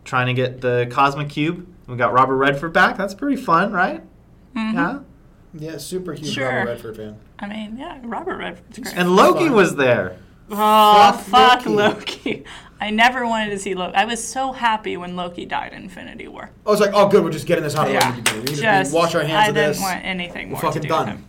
[SPEAKER 1] trying to get the Cosmic Cube. We got Robert Redford back. That's pretty fun, right?
[SPEAKER 3] Mm-hmm.
[SPEAKER 1] Yeah.
[SPEAKER 2] Yeah, super huge
[SPEAKER 3] Sure.
[SPEAKER 2] Robert Redford fan.
[SPEAKER 3] I mean, yeah, Robert Redford's great.
[SPEAKER 1] And Loki
[SPEAKER 2] Fun.
[SPEAKER 1] was there.
[SPEAKER 3] oh,
[SPEAKER 2] fuck
[SPEAKER 3] fuck Loki. I never wanted to see Loki. I was so happy when Loki died in Infinity War.
[SPEAKER 2] I was like, oh, good, we're just getting this out of the way.
[SPEAKER 3] Yeah.
[SPEAKER 2] We can Just,
[SPEAKER 3] Just,
[SPEAKER 2] wash our hands
[SPEAKER 3] I
[SPEAKER 2] of
[SPEAKER 3] didn't
[SPEAKER 2] this.
[SPEAKER 3] want anything more
[SPEAKER 2] fucking
[SPEAKER 3] to do
[SPEAKER 2] done.
[SPEAKER 3] with him.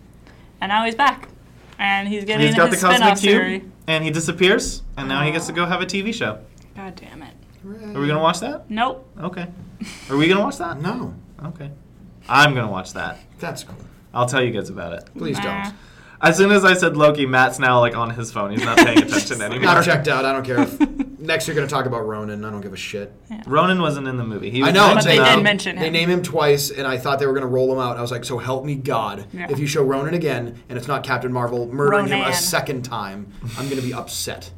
[SPEAKER 3] And now he's back. And he's getting
[SPEAKER 1] He's got the
[SPEAKER 3] his spin-off
[SPEAKER 1] Cosmic
[SPEAKER 3] series.
[SPEAKER 1] Cube, and he disappears, and now he gets to go have a TV show.
[SPEAKER 3] God damn it.
[SPEAKER 1] Are we gonna watch that?
[SPEAKER 3] Nope.
[SPEAKER 1] Okay. Are we gonna watch that?
[SPEAKER 2] No,
[SPEAKER 1] Okay. I'm gonna watch that.
[SPEAKER 2] that's cool.
[SPEAKER 1] I'll tell you guys about it.
[SPEAKER 2] Please
[SPEAKER 3] Nah.
[SPEAKER 2] don't.
[SPEAKER 1] As soon as I said Loki, Matt's now like on his phone. He's not paying attention anymore.
[SPEAKER 2] Not checked out. I don't care. If, next, you're gonna talk about Ronan. I don't give a shit.
[SPEAKER 1] Ronan wasn't in the movie. He was
[SPEAKER 2] I know. I'm
[SPEAKER 3] But
[SPEAKER 1] mentioned
[SPEAKER 3] they
[SPEAKER 2] saying,
[SPEAKER 1] out.
[SPEAKER 3] did mention
[SPEAKER 2] They
[SPEAKER 3] him.
[SPEAKER 2] name him twice, and I thought they were gonna roll him out. I was like, so help me God,
[SPEAKER 3] Yeah.
[SPEAKER 2] if you show Ronan again and it's not Captain Marvel murdering him
[SPEAKER 3] Ronan.
[SPEAKER 2] a second time, I'm gonna be upset.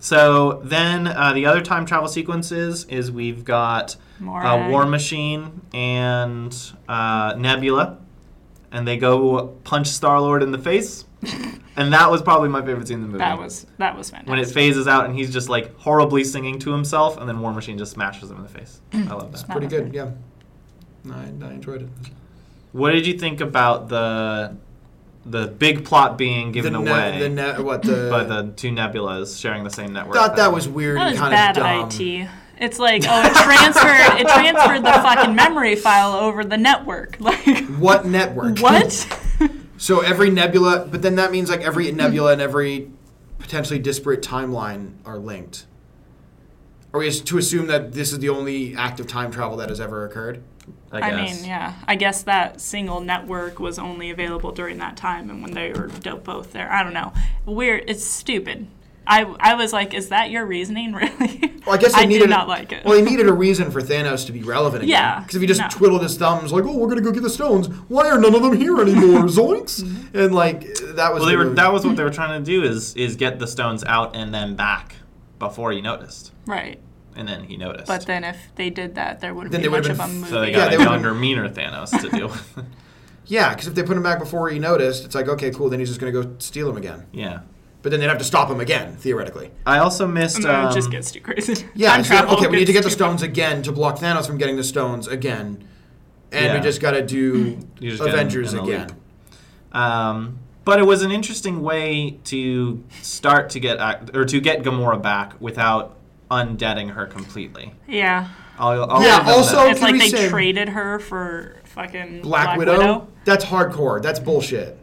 [SPEAKER 1] So then uh, the other time travel sequences is we've got uh,
[SPEAKER 3] Morag.
[SPEAKER 1] War Machine and uh, Nebula, and they go punch Star Lord in the face, and that was probably my favorite scene in the movie.
[SPEAKER 3] That was that was fantastic.
[SPEAKER 1] when it phases out and he's just like horribly singing to himself, and then War Machine just smashes him in the face. I love that.
[SPEAKER 2] Pretty
[SPEAKER 3] was
[SPEAKER 2] good, yeah. No, I, I enjoyed it.
[SPEAKER 1] What did you think about the the big plot being given
[SPEAKER 2] the
[SPEAKER 1] away?
[SPEAKER 2] Ne- the ne- what the?
[SPEAKER 1] by the two nebulas sharing the same network. Um,
[SPEAKER 2] thought that was weird
[SPEAKER 3] That
[SPEAKER 2] and
[SPEAKER 3] was
[SPEAKER 2] kind
[SPEAKER 3] bad
[SPEAKER 2] of dumb.
[SPEAKER 3] IT. It's like, oh, it transferred, it transferred the fucking memory file over the network. Like,
[SPEAKER 2] What network?
[SPEAKER 3] what?
[SPEAKER 2] So every nebula, but then that means like every nebula and every potentially disparate timeline are linked. Are we to assume that this is the only act of time travel that has ever occurred?
[SPEAKER 1] I,
[SPEAKER 3] I
[SPEAKER 1] guess.
[SPEAKER 3] mean, yeah. I guess that single network was only available during that time, and when they were do- both there, I don't know. Weird. It's stupid. I, I was like, is that your reasoning, really?
[SPEAKER 2] Well, I guess they needed
[SPEAKER 3] did not like it.
[SPEAKER 2] Well, they needed a reason for Thanos to be relevant again.
[SPEAKER 3] Yeah,
[SPEAKER 2] Because if he just
[SPEAKER 3] no.
[SPEAKER 2] twiddled his thumbs like, "Oh, we're gonna go get the stones. Why are none of them here anymore? Zoinks!"
[SPEAKER 3] Mm-hmm.
[SPEAKER 2] and like that was
[SPEAKER 1] well, they
[SPEAKER 2] the
[SPEAKER 1] were.
[SPEAKER 2] movie.
[SPEAKER 1] That was what they were trying to do is is get the stones out and then back before he noticed,
[SPEAKER 3] right.
[SPEAKER 1] and then he noticed.
[SPEAKER 3] But then if they did that, there wouldn't
[SPEAKER 2] Then
[SPEAKER 3] be
[SPEAKER 2] they
[SPEAKER 3] much
[SPEAKER 2] would've
[SPEAKER 3] of a
[SPEAKER 2] been-
[SPEAKER 3] movie.
[SPEAKER 1] so they
[SPEAKER 2] Yeah,
[SPEAKER 1] got
[SPEAKER 2] they
[SPEAKER 1] a
[SPEAKER 2] would've-
[SPEAKER 1] younger, meaner Thanos to deal with.
[SPEAKER 2] yeah. Because if they put him back before he noticed, it's like okay, cool. Then he's just gonna go steal him again.
[SPEAKER 1] yeah.
[SPEAKER 2] But then they'd have to stop him again, theoretically.
[SPEAKER 1] I also missed.
[SPEAKER 3] And then
[SPEAKER 1] um,
[SPEAKER 3] it just gets too crazy.
[SPEAKER 2] Yeah,
[SPEAKER 3] Time
[SPEAKER 2] it's like,
[SPEAKER 3] travel
[SPEAKER 2] okay, we need
[SPEAKER 3] gets
[SPEAKER 2] to get the
[SPEAKER 3] stupid.
[SPEAKER 2] stones again to block Thanos from getting the stones again. And
[SPEAKER 1] Yeah.
[SPEAKER 2] we just got to do
[SPEAKER 1] You just get in-
[SPEAKER 2] Avengers
[SPEAKER 1] in the
[SPEAKER 2] again.
[SPEAKER 1] loop. Um, but it was an interesting way to start to get ac- or to get Gamora back without undeading her completely.
[SPEAKER 3] Yeah.
[SPEAKER 1] I'll, I'll
[SPEAKER 2] Yeah,
[SPEAKER 1] give them
[SPEAKER 2] also-
[SPEAKER 1] that.
[SPEAKER 3] It's
[SPEAKER 2] can
[SPEAKER 3] like
[SPEAKER 2] we
[SPEAKER 3] they
[SPEAKER 2] say-
[SPEAKER 3] traded her for fucking
[SPEAKER 2] Black, Widow, that's hardcore. That's bullshit.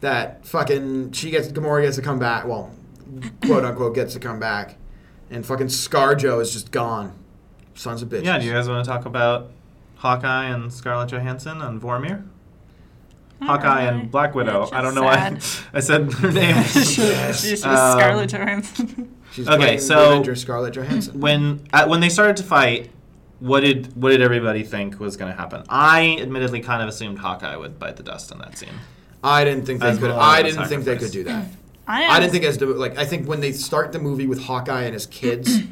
[SPEAKER 2] That fucking she gets Gamora gets to come back. Well, quote unquote gets to come back, and fucking ScarJo is just gone. Sons of bitches.
[SPEAKER 1] Yeah. Do you guys want to talk about Hawkeye and Scarlett Johansson and Vormir? Hawkeye and Black Widow.
[SPEAKER 3] Which
[SPEAKER 1] I
[SPEAKER 3] is
[SPEAKER 1] don't know why I said her name.
[SPEAKER 3] She's just
[SPEAKER 1] Um,
[SPEAKER 3] Scarlett Johansson.
[SPEAKER 2] She's
[SPEAKER 1] Okay,
[SPEAKER 2] playing
[SPEAKER 1] so-
[SPEAKER 2] Avenger Scarlett Johansson.
[SPEAKER 1] when uh, when they started to fight, what did what did everybody think was going to happen? I admittedly kind of assumed Hawkeye would bite the dust in that scene.
[SPEAKER 2] I didn't think they
[SPEAKER 1] As
[SPEAKER 2] could.
[SPEAKER 1] well
[SPEAKER 2] I
[SPEAKER 1] as
[SPEAKER 2] didn't think they could
[SPEAKER 1] sacrifice.
[SPEAKER 2] do that.
[SPEAKER 3] I,
[SPEAKER 2] I didn't think as the, like I think when they start the movie with Hawkeye and his kids,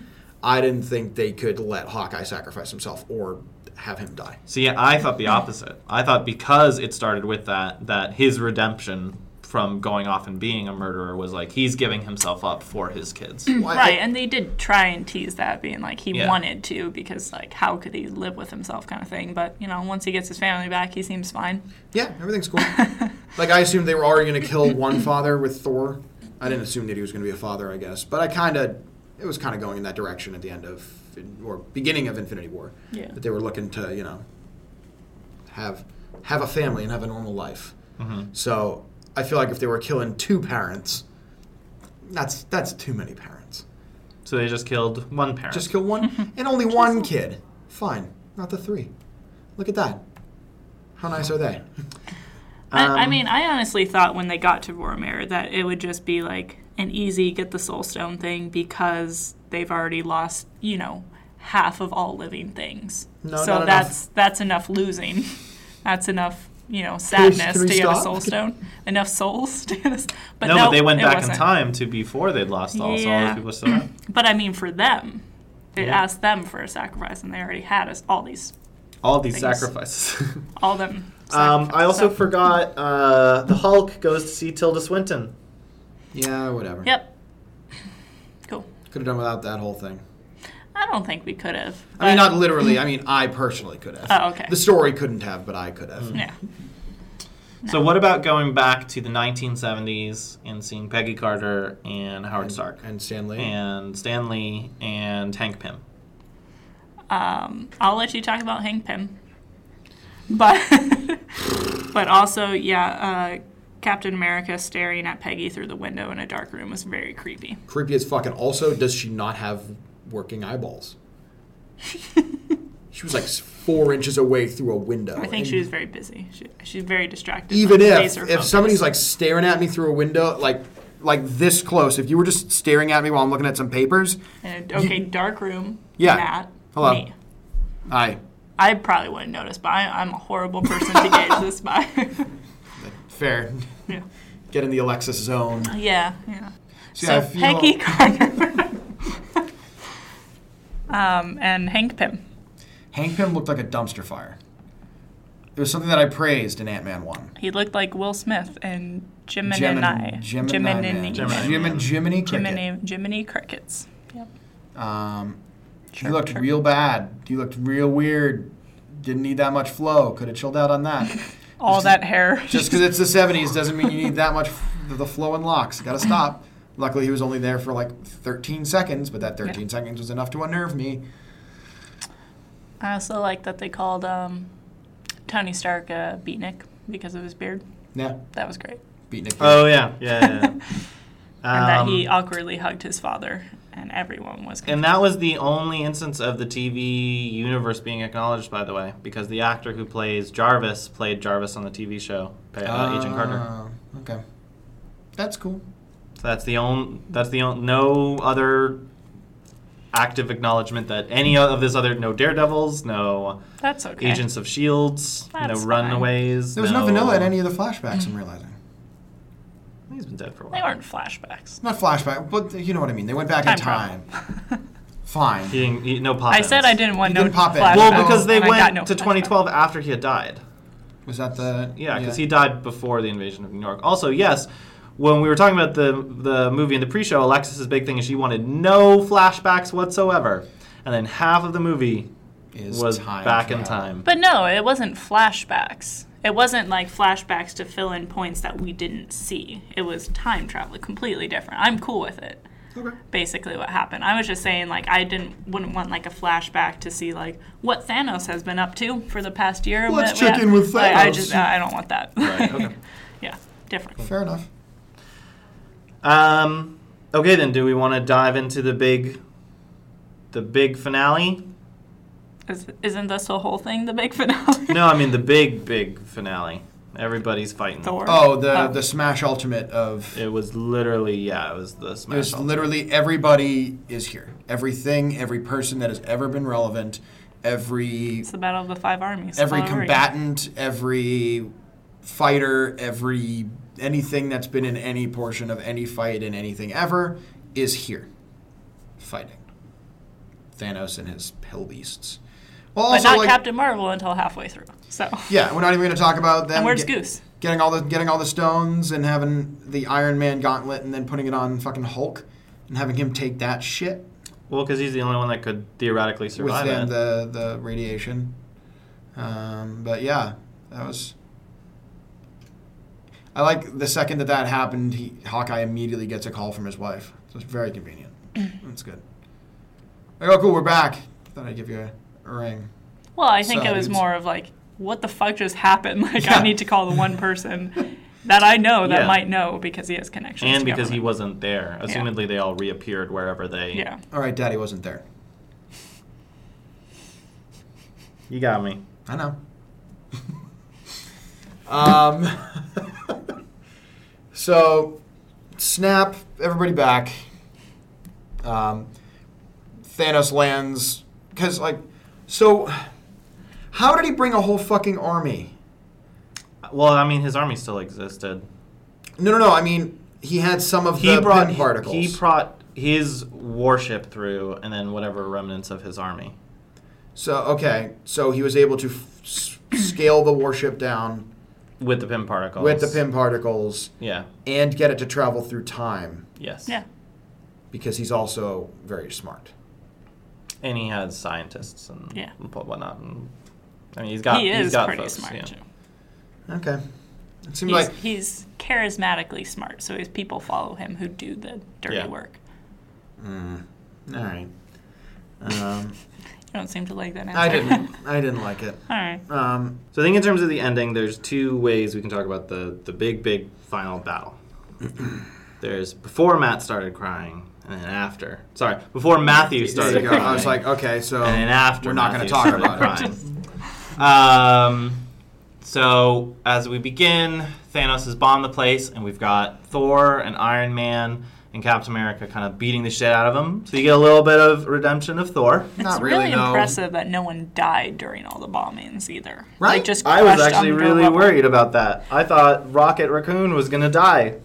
[SPEAKER 2] I didn't think they could let Hawkeye sacrifice himself or have him die.
[SPEAKER 1] See, I thought the opposite. I thought because it started with that that his redemption from going off and being a murderer was like he's giving himself up for his kids.
[SPEAKER 2] Why-
[SPEAKER 3] Right, and they did try and tease that, being like he
[SPEAKER 1] Yeah.
[SPEAKER 3] wanted to because like how could he live with himself kind of thing. But you know, once he gets his family back, he seems fine.
[SPEAKER 2] Yeah, everything's cool. like I assumed they were already going to kill one father with Thor. I didn't assume that he was going to be a father, I guess. But I kind of, it was kind of going in that direction at the end of or beginning of Infinity War.
[SPEAKER 3] Yeah.
[SPEAKER 2] That they were looking to, you know, have have a family and have a normal life. So I feel like if they were killing two parents, that's that's too many parents.
[SPEAKER 1] So they just killed one parent.
[SPEAKER 2] Just kill one and only one kid. Fine, not the three. Look at that. How nice are they?
[SPEAKER 1] Um,
[SPEAKER 3] I, I mean, I honestly thought when they got to Vormir that it would just be like an easy get the soul stone thing because they've already lost, you know, half of all living things.
[SPEAKER 2] No,
[SPEAKER 3] so
[SPEAKER 2] not enough.
[SPEAKER 3] that's that's enough losing. That's enough, you know, sadness
[SPEAKER 2] can we
[SPEAKER 3] to get a
[SPEAKER 2] stop?
[SPEAKER 3] soul stone. enough souls to get a s- but
[SPEAKER 1] no,
[SPEAKER 3] no,
[SPEAKER 1] but they went
[SPEAKER 3] it
[SPEAKER 1] back
[SPEAKER 3] wasn't.
[SPEAKER 1] in time to before they'd lost all, so all
[SPEAKER 3] Yeah.
[SPEAKER 1] those people are still around.
[SPEAKER 3] But I mean, for them, it
[SPEAKER 1] Yeah.
[SPEAKER 3] asked them for a sacrifice, and they already had us all these,
[SPEAKER 1] All these
[SPEAKER 3] Things.
[SPEAKER 1] sacrifices.
[SPEAKER 3] all them.
[SPEAKER 1] um, I also
[SPEAKER 3] sacrifices.
[SPEAKER 1] forgot uh, the Hulk goes to see Tilda Swinton.
[SPEAKER 2] Yeah, whatever.
[SPEAKER 3] Yep. Cool.
[SPEAKER 2] Could have done without that whole thing.
[SPEAKER 3] I don't think we could have.
[SPEAKER 2] I mean,
[SPEAKER 3] but-
[SPEAKER 2] not literally. I mean, I personally could have.
[SPEAKER 3] Mm-hmm. Oh, okay. Mm-hmm.
[SPEAKER 2] The story couldn't have, but I could have.
[SPEAKER 3] Yeah.
[SPEAKER 1] So what about going back to the 1970s and seeing Peggy Carter and Howard Stark
[SPEAKER 2] And Stanley.
[SPEAKER 1] and Stanley and Hank Pym?
[SPEAKER 3] Um, I'll let you talk about Hank Pym, but but also, yeah, uh, Captain America staring at Peggy through the window in a dark room was very creepy.
[SPEAKER 2] Creepy as fuck. And also, does she not have working eyeballs? she was like s- four inches away through a window.
[SPEAKER 3] I think
[SPEAKER 2] And
[SPEAKER 3] she was very busy. She, she's very distracted.
[SPEAKER 2] Even
[SPEAKER 3] like,
[SPEAKER 2] if
[SPEAKER 3] laser
[SPEAKER 2] if
[SPEAKER 3] focused.
[SPEAKER 2] somebody's like staring at me through a window, like like this close, if you were just staring at me while I'm looking at some papers,
[SPEAKER 3] And, okay, dark room.
[SPEAKER 2] Yeah.
[SPEAKER 3] Matt.
[SPEAKER 2] Hello.
[SPEAKER 3] Me.
[SPEAKER 2] I
[SPEAKER 3] I probably wouldn't notice, but I, I'm a horrible person to gauge this by.
[SPEAKER 2] fair.
[SPEAKER 3] yeah.
[SPEAKER 2] Get in the Alexis zone.
[SPEAKER 3] Yeah, yeah.
[SPEAKER 2] See,
[SPEAKER 3] so
[SPEAKER 2] I feel-
[SPEAKER 3] Peggy Carter. um, and Hank Pym.
[SPEAKER 2] Hank Pym looked like a dumpster fire. It was something that I praised in Ant Man one.
[SPEAKER 3] He looked like Will Smith and Jiminy
[SPEAKER 2] Gemini. Gemini.
[SPEAKER 3] Jiminy.
[SPEAKER 2] Man.
[SPEAKER 1] Gemini Man.
[SPEAKER 2] Jiminy. Jiminy. Cricket.
[SPEAKER 3] Jiminy. Jiminy Crickets. Yep.
[SPEAKER 2] Um,
[SPEAKER 3] Sure,
[SPEAKER 2] you looked
[SPEAKER 3] sure.
[SPEAKER 2] real bad. You looked real weird. Didn't need that much flow. Could have chilled out on that.
[SPEAKER 3] All that hair.
[SPEAKER 2] Just because it's the 70s doesn't mean you need that much f- the flow and locks. Got to stop. Luckily, he was only there for like 13 seconds, but that 13 seconds was enough to unnerve me.
[SPEAKER 3] I also like that they called um, Tony Stark a beatnik because of his beard.
[SPEAKER 2] Yeah,
[SPEAKER 3] That was great.
[SPEAKER 2] beat Nick.
[SPEAKER 1] Oh yeah, yeah. yeah, yeah.
[SPEAKER 3] And that
[SPEAKER 1] Um,
[SPEAKER 3] he awkwardly hugged his father, and everyone was.
[SPEAKER 1] And that was the only instance of the TV universe being acknowledged, by the way, because the actor who plays Jarvis played Jarvis on the TV show uh, Agent Carter.
[SPEAKER 2] Ah, Okay. That's cool.
[SPEAKER 1] So that's the only. That's the only. No other active acknowledgement that any of this other. No Daredevils. No
[SPEAKER 3] That's okay.
[SPEAKER 1] Agents of Shields.
[SPEAKER 3] That's
[SPEAKER 1] no
[SPEAKER 3] fine.
[SPEAKER 1] Runaways.
[SPEAKER 2] There was no, vanilla in any of the flashbacks, I'm realizing.
[SPEAKER 1] He's been dead for a
[SPEAKER 3] They
[SPEAKER 1] while.
[SPEAKER 3] weren't flashbacks.
[SPEAKER 2] Not flashback, but you know what I mean. They went back in time.
[SPEAKER 3] Time
[SPEAKER 2] Fine.
[SPEAKER 1] He didn't, he, no pop.
[SPEAKER 3] I said
[SPEAKER 1] ins.
[SPEAKER 3] I didn't want
[SPEAKER 2] You
[SPEAKER 3] no
[SPEAKER 2] didn't pop it.
[SPEAKER 3] flashbacks.
[SPEAKER 1] Well, because they
[SPEAKER 3] and I got
[SPEAKER 1] went
[SPEAKER 3] no
[SPEAKER 1] to
[SPEAKER 3] flashbacks.
[SPEAKER 1] 2012 after he had died.
[SPEAKER 2] Was that the
[SPEAKER 1] Yeah, because he died before the invasion of New York. Also, yes, when we were talking about the the movie in the pre-show, Alexis's big thing is she wanted no flashbacks whatsoever, and then half of the movie
[SPEAKER 2] Is
[SPEAKER 1] was
[SPEAKER 2] time
[SPEAKER 1] back in
[SPEAKER 2] travel.
[SPEAKER 1] time.
[SPEAKER 3] But no, it wasn't flashbacks. It wasn't like flashbacks to fill in points that we didn't see. It was time travel, completely different. I'm cool with it.
[SPEAKER 2] Okay.
[SPEAKER 3] Basically, what happened. I was just saying, like, I didn't wouldn't want like a flashback to see like what Thanos has been up to for the past year.
[SPEAKER 2] Let's
[SPEAKER 3] What-
[SPEAKER 2] check in with
[SPEAKER 3] Like, I
[SPEAKER 2] Thanos.
[SPEAKER 3] just I don't want that.
[SPEAKER 1] Right, okay.
[SPEAKER 3] yeah, different.
[SPEAKER 2] Fair enough.
[SPEAKER 1] Um, okay, then do we want to dive into the big the big finale?
[SPEAKER 3] Is, isn't this the whole thing the big finale?
[SPEAKER 1] No, I mean the big big finale. Everybody's fighting.
[SPEAKER 3] Thor.
[SPEAKER 2] Oh, the the Smash Ultimate of
[SPEAKER 1] It was literally yeah, it was the smash.
[SPEAKER 2] there's
[SPEAKER 1] Ultimate.
[SPEAKER 2] literally everybody is here. Everything, every person that has ever been relevant, every
[SPEAKER 3] It's the battle of the five armies.
[SPEAKER 2] every
[SPEAKER 3] all over again.
[SPEAKER 2] combatant, every fighter, every anything that's been in any portion of any fight in anything ever is here fighting Thanos and his hell beasts. Well,
[SPEAKER 3] But
[SPEAKER 2] also
[SPEAKER 3] not
[SPEAKER 2] like
[SPEAKER 3] Captain Marvel until halfway through. So.
[SPEAKER 2] yeah, we're not even going to talk about them.
[SPEAKER 3] And where's
[SPEAKER 2] get-
[SPEAKER 3] Goose?
[SPEAKER 2] Getting all the getting all the stones and having the Iron Man gauntlet and then putting it on fucking Hulk and having him take that shit
[SPEAKER 1] Well, because he's the only one that could theoretically survive
[SPEAKER 2] within
[SPEAKER 1] it.
[SPEAKER 2] the the radiation. Um, but yeah, that was. I like the second that that happened, he, Hawkeye immediately gets a call from his wife. So it's very convenient. That's good. Like, oh, cool, we're back. Thought I'd give you a ring.
[SPEAKER 3] Well, I think
[SPEAKER 2] So
[SPEAKER 3] it was
[SPEAKER 2] it's-
[SPEAKER 3] more of like, what the fuck just happened? Like,
[SPEAKER 2] Yeah.
[SPEAKER 3] I need to call the one person that I know that
[SPEAKER 1] Yeah.
[SPEAKER 3] might know because he has connections.
[SPEAKER 1] and
[SPEAKER 3] to
[SPEAKER 1] because he
[SPEAKER 3] government.
[SPEAKER 1] wasn't there, assumedly they all reappeared wherever they.
[SPEAKER 3] Yeah.
[SPEAKER 2] All right, Daddy wasn't there.
[SPEAKER 1] You got me.
[SPEAKER 2] I know. um, so, snap, everybody back. Um, Thanos lands. Because, like, so, how did he bring a whole fucking army?
[SPEAKER 1] Well, I mean, his army still existed.
[SPEAKER 2] No, no, no. I mean, he had some of
[SPEAKER 1] He
[SPEAKER 2] the
[SPEAKER 1] brought
[SPEAKER 2] pin particles.
[SPEAKER 1] He brought his warship through, and then whatever remnants of his army.
[SPEAKER 2] so, okay. So, he was able to f- s- scale the warship down
[SPEAKER 1] With the pin particles.
[SPEAKER 2] with the pin particles
[SPEAKER 1] Yeah.
[SPEAKER 2] and get it to travel through time
[SPEAKER 1] Yes.
[SPEAKER 3] Yeah.
[SPEAKER 2] because he's also very smart.
[SPEAKER 1] And he has scientists and
[SPEAKER 3] Yeah.
[SPEAKER 1] whatnot. And, I mean, he's got.
[SPEAKER 3] he
[SPEAKER 1] has
[SPEAKER 3] is
[SPEAKER 1] got
[SPEAKER 3] pretty
[SPEAKER 1] folks,
[SPEAKER 3] smart,
[SPEAKER 1] yeah.
[SPEAKER 3] too.
[SPEAKER 2] Okay. It seems
[SPEAKER 3] He's,
[SPEAKER 2] like
[SPEAKER 3] he's charismatically smart, so his people follow him who do the dirty
[SPEAKER 1] Yeah.
[SPEAKER 3] work.
[SPEAKER 2] Hmm, all right. Um,
[SPEAKER 3] You don't seem to like that answer.
[SPEAKER 2] I didn't. I didn't like it.
[SPEAKER 3] All right.
[SPEAKER 2] Um,
[SPEAKER 1] So I think in terms of the ending, there's two ways we can talk about the the big big final battle. there's before Matt started crying, and then after. Sorry, before Matthew
[SPEAKER 2] there you
[SPEAKER 1] started
[SPEAKER 2] go.
[SPEAKER 1] crying.
[SPEAKER 2] I was like, okay, so
[SPEAKER 1] and then after
[SPEAKER 2] we're not going to
[SPEAKER 1] Matthew
[SPEAKER 2] talk
[SPEAKER 1] started
[SPEAKER 2] about it.
[SPEAKER 1] crying. Um, so as we begin, Thanos has bombed the place, and we've got Thor and Iron Man and Captain America kind of beating the shit out of him. So you get a little bit of redemption of Thor.
[SPEAKER 2] Not
[SPEAKER 3] it's
[SPEAKER 2] really.
[SPEAKER 3] really,
[SPEAKER 2] no.
[SPEAKER 3] impressive that no one died during all the bombings either.
[SPEAKER 2] Right?
[SPEAKER 3] Like just
[SPEAKER 1] I was
[SPEAKER 3] crushed
[SPEAKER 1] actually
[SPEAKER 3] under
[SPEAKER 1] really
[SPEAKER 3] rubble.
[SPEAKER 1] worried about that. I thought Rocket Raccoon was gonna die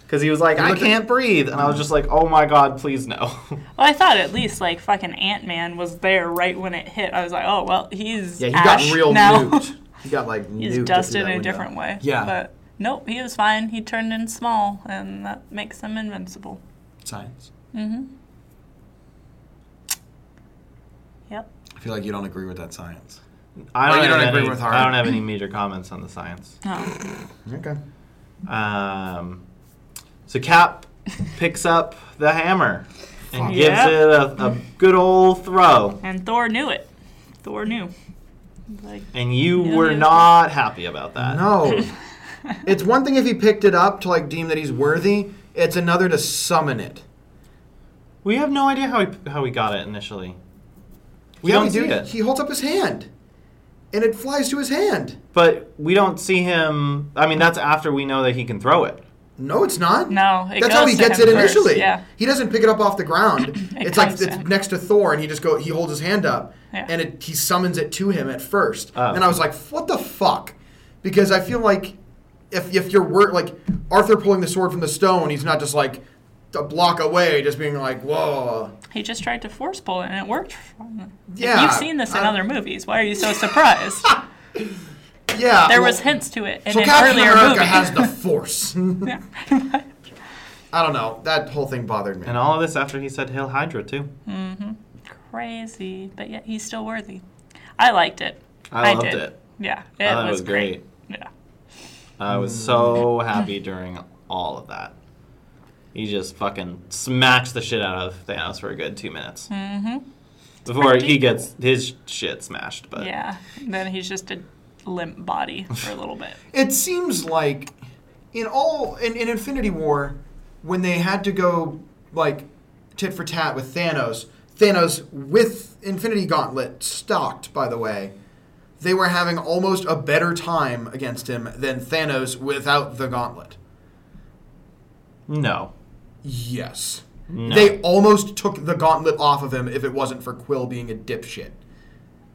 [SPEAKER 1] because he was like, "I can't breathe," and I was just like, "Oh my god, please no!"
[SPEAKER 3] Well, I thought at least like fucking Ant Man was there right when it hit. I was like, oh well, he's
[SPEAKER 2] Yeah, he
[SPEAKER 3] ash
[SPEAKER 2] got real
[SPEAKER 3] now.
[SPEAKER 2] nuked. He got like nuked
[SPEAKER 3] he's
[SPEAKER 2] into
[SPEAKER 3] dusted
[SPEAKER 2] that
[SPEAKER 3] in a
[SPEAKER 2] window.
[SPEAKER 3] different way.
[SPEAKER 2] Yeah.
[SPEAKER 3] but nope, he was fine. He turned in small, and that makes him invincible. Mm-hmm.
[SPEAKER 2] Science.
[SPEAKER 3] Yep.
[SPEAKER 2] I feel like you don't agree with that science.
[SPEAKER 1] I
[SPEAKER 2] Well,
[SPEAKER 1] don't,
[SPEAKER 2] you
[SPEAKER 1] have
[SPEAKER 2] don't agree
[SPEAKER 1] any,
[SPEAKER 2] with her.
[SPEAKER 1] I don't have any major comments on the science.
[SPEAKER 3] Oh.
[SPEAKER 2] Okay.
[SPEAKER 1] Um, so Cap picks up the hammer and gives
[SPEAKER 3] Yeah.
[SPEAKER 1] it a, a good old throw,
[SPEAKER 3] And Thor knew it. Thor knew. Like
[SPEAKER 1] and you
[SPEAKER 3] Yeah,
[SPEAKER 1] were
[SPEAKER 3] yeah.
[SPEAKER 1] not happy about that.
[SPEAKER 2] No. it's one thing if he picked it up to like deem that he's worthy. It's another to summon it.
[SPEAKER 1] We have no idea how he, how he got it initially. We
[SPEAKER 2] Yeah,
[SPEAKER 1] don't
[SPEAKER 2] he
[SPEAKER 1] see
[SPEAKER 2] did.
[SPEAKER 1] it.
[SPEAKER 2] He holds up his hand, and it flies to his hand.
[SPEAKER 1] But we don't see him. I mean, that's after we know that he can throw it.
[SPEAKER 2] No, it's not.
[SPEAKER 3] No, it
[SPEAKER 2] that's
[SPEAKER 3] goes
[SPEAKER 2] how he
[SPEAKER 3] to
[SPEAKER 2] gets
[SPEAKER 3] him
[SPEAKER 2] it
[SPEAKER 3] first,
[SPEAKER 2] initially.
[SPEAKER 3] yeah.
[SPEAKER 2] he doesn't pick it up off the ground. it's like
[SPEAKER 3] comes
[SPEAKER 2] it's
[SPEAKER 3] to him.
[SPEAKER 2] next to Thor, and he just go. He holds his hand up,
[SPEAKER 3] Yeah.
[SPEAKER 2] and it, he summons it to him at first.
[SPEAKER 1] Oh.
[SPEAKER 2] And I was like, "What the fuck?" Because I feel like if if you're wor- like Arthur pulling the sword from the stone, he's not just like a block away, just being like, "Whoa."
[SPEAKER 3] he just tried to force pull it, and it worked. For him.
[SPEAKER 2] Yeah, Uh,
[SPEAKER 3] You've seen this in
[SPEAKER 2] I-
[SPEAKER 3] other movies. Why are you so surprised?
[SPEAKER 2] Yeah,
[SPEAKER 3] There
[SPEAKER 2] well-
[SPEAKER 3] was hints to it in
[SPEAKER 2] So
[SPEAKER 3] an
[SPEAKER 2] Captain
[SPEAKER 3] earlier
[SPEAKER 2] America
[SPEAKER 3] movie.
[SPEAKER 2] has the Force. I don't know. That whole thing bothered me.
[SPEAKER 1] And all of this after he said Hail Hydra, too.
[SPEAKER 3] Crazy, but yet he's still worthy. I liked it.
[SPEAKER 1] I loved
[SPEAKER 3] did.
[SPEAKER 1] it.
[SPEAKER 3] Yeah, it
[SPEAKER 1] I thought it
[SPEAKER 3] was
[SPEAKER 1] Oh, was great.
[SPEAKER 3] Yeah.
[SPEAKER 1] I was so happy during all of that. He just fucking smacks the shit out of Thanos for a good two minutes. Mm-hmm. Before he gets his shit smashed. But
[SPEAKER 3] Yeah. Then he's just a limp body for a little bit.
[SPEAKER 2] It seems like in all in, in Infinity War, when they had to go like tit for tat with Thanos, Thanos with Infinity Gauntlet stocked, by the way, they were having almost a better time against him than Thanos without the gauntlet.
[SPEAKER 1] no.
[SPEAKER 2] Yes. They almost took the gauntlet off of him if it wasn't for Quill being a dipshit.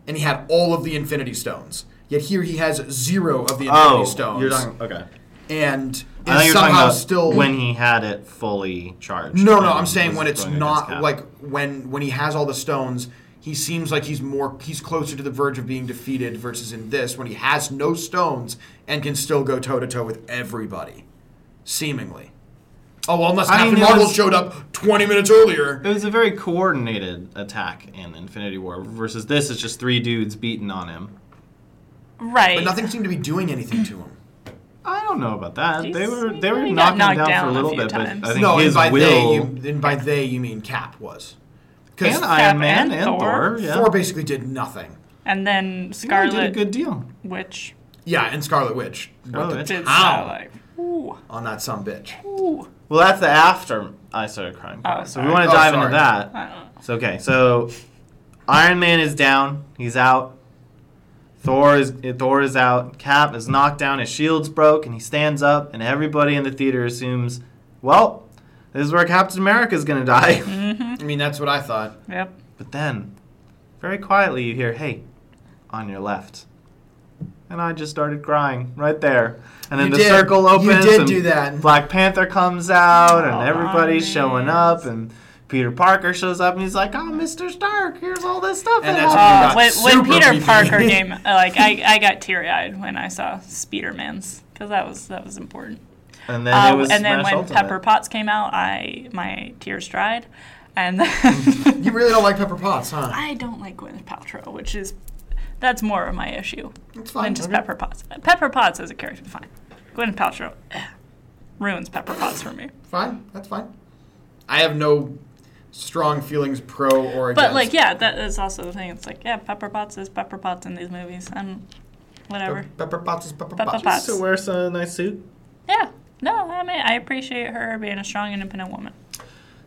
[SPEAKER 2] and he had all of the Infinity Stones. Yet here he has zero of the Infinity
[SPEAKER 1] Oh,
[SPEAKER 2] Stones.
[SPEAKER 1] you're talking. Okay.
[SPEAKER 2] and is
[SPEAKER 1] I thought you were talking
[SPEAKER 2] somehow
[SPEAKER 1] about
[SPEAKER 2] still
[SPEAKER 1] when he had it fully charged.
[SPEAKER 2] No,
[SPEAKER 1] and
[SPEAKER 2] no, I'm saying
[SPEAKER 1] was
[SPEAKER 2] when it's
[SPEAKER 1] going against
[SPEAKER 2] not
[SPEAKER 1] Cap.
[SPEAKER 2] like when when he has all the stones, he seems like he's more he's closer to the verge of being defeated versus in this when he has no stones and can still go toe to toe with everybody, seemingly. Oh, well, unless
[SPEAKER 1] I mean,
[SPEAKER 2] Captain
[SPEAKER 1] it
[SPEAKER 2] Marvel
[SPEAKER 1] was-
[SPEAKER 2] showed up 20 minutes earlier.
[SPEAKER 1] It was a very coordinated attack in Infinity War versus this is just three dudes beating on him.
[SPEAKER 3] Right.
[SPEAKER 2] But nothing seemed to be doing anything to him.
[SPEAKER 1] I don't know about that.
[SPEAKER 3] He's-
[SPEAKER 1] they were
[SPEAKER 3] he
[SPEAKER 1] they were
[SPEAKER 3] really got
[SPEAKER 1] knocking him down, for
[SPEAKER 3] knocked down
[SPEAKER 1] a
[SPEAKER 3] a
[SPEAKER 1] little
[SPEAKER 3] few
[SPEAKER 1] bit,
[SPEAKER 3] times.
[SPEAKER 1] but I think
[SPEAKER 2] No, and
[SPEAKER 1] his
[SPEAKER 2] by
[SPEAKER 1] will
[SPEAKER 2] they, you, and by they you mean Cap was. Because
[SPEAKER 1] and Iron
[SPEAKER 3] Cap
[SPEAKER 1] Man
[SPEAKER 3] and
[SPEAKER 1] and Thor,
[SPEAKER 3] Thor.
[SPEAKER 1] yeah,
[SPEAKER 2] Thor basically did nothing.
[SPEAKER 3] and then
[SPEAKER 1] Scarlet did a
[SPEAKER 3] Scarlet
[SPEAKER 1] good deal.
[SPEAKER 3] Witch
[SPEAKER 2] Yeah, and Scarlet Witch.
[SPEAKER 1] Scarlet
[SPEAKER 2] What the
[SPEAKER 1] Witch.
[SPEAKER 3] did
[SPEAKER 2] Ow.
[SPEAKER 3] so like, ooh,
[SPEAKER 2] on that some bitch.
[SPEAKER 3] ooh.
[SPEAKER 1] Well, that's the after I started crying. part. so we
[SPEAKER 3] sorry.
[SPEAKER 1] want to
[SPEAKER 2] Oh,
[SPEAKER 1] dive
[SPEAKER 2] sorry.
[SPEAKER 1] into that.
[SPEAKER 3] I don't know.
[SPEAKER 1] So okay, so Iron Man is down. He's out. Thor is Thor is out. Cap is knocked down. His shield's broke, and he stands up. And everybody in the theater assumes, well, this is where Captain America is gonna die.
[SPEAKER 2] I mean, that's what I thought.
[SPEAKER 3] Yep.
[SPEAKER 1] But then, very quietly, you hear, "Hey, on your left," and I just started crying right there. And then
[SPEAKER 2] You
[SPEAKER 1] the
[SPEAKER 2] did.
[SPEAKER 1] circle
[SPEAKER 2] You
[SPEAKER 1] opens.
[SPEAKER 2] did
[SPEAKER 1] and
[SPEAKER 2] do that.
[SPEAKER 1] Black Panther comes out, and
[SPEAKER 3] Oh,
[SPEAKER 1] everybody's
[SPEAKER 3] nice.
[SPEAKER 1] showing up, and Peter Parker shows up, and he's like, "Oh, Mr. Stark, here's all this stuff."
[SPEAKER 2] And
[SPEAKER 1] that
[SPEAKER 2] that's
[SPEAKER 1] happened."
[SPEAKER 3] Uh,
[SPEAKER 2] got
[SPEAKER 3] when, when
[SPEAKER 2] super
[SPEAKER 3] Peter
[SPEAKER 2] creepy.
[SPEAKER 3] Parker came, uh, like I, I got teary eyed when I saw Speederman's because that was that was important.
[SPEAKER 1] and then
[SPEAKER 3] Um,
[SPEAKER 1] it was
[SPEAKER 3] and then
[SPEAKER 1] Smash
[SPEAKER 3] when
[SPEAKER 1] Ultimate.
[SPEAKER 3] Pepper Potts came out, I my tears dried, and then
[SPEAKER 2] You really don't like Pepper Potts, huh?
[SPEAKER 3] I don't like Gwyneth Paltrow, which is that's more of my issue
[SPEAKER 2] It's
[SPEAKER 3] than
[SPEAKER 2] fine.
[SPEAKER 3] just Pepper Potts. Pepper Potts as a character, fine. Gwyneth Paltrow eh, ruins Pepper Potts for me.
[SPEAKER 2] Fine. That's fine. I have no strong feelings pro or against.
[SPEAKER 3] But like, yeah, that is also the thing. It's like, yeah, Pepper Potts is Pepper Potts in these movies, and whatever.
[SPEAKER 2] Pe- Pepper Potts is Pepper,
[SPEAKER 3] Pepper
[SPEAKER 2] Potts.
[SPEAKER 3] Potts.
[SPEAKER 1] So wears a nice suit.
[SPEAKER 3] Yeah. No, I mean, I appreciate her being a strong, independent woman.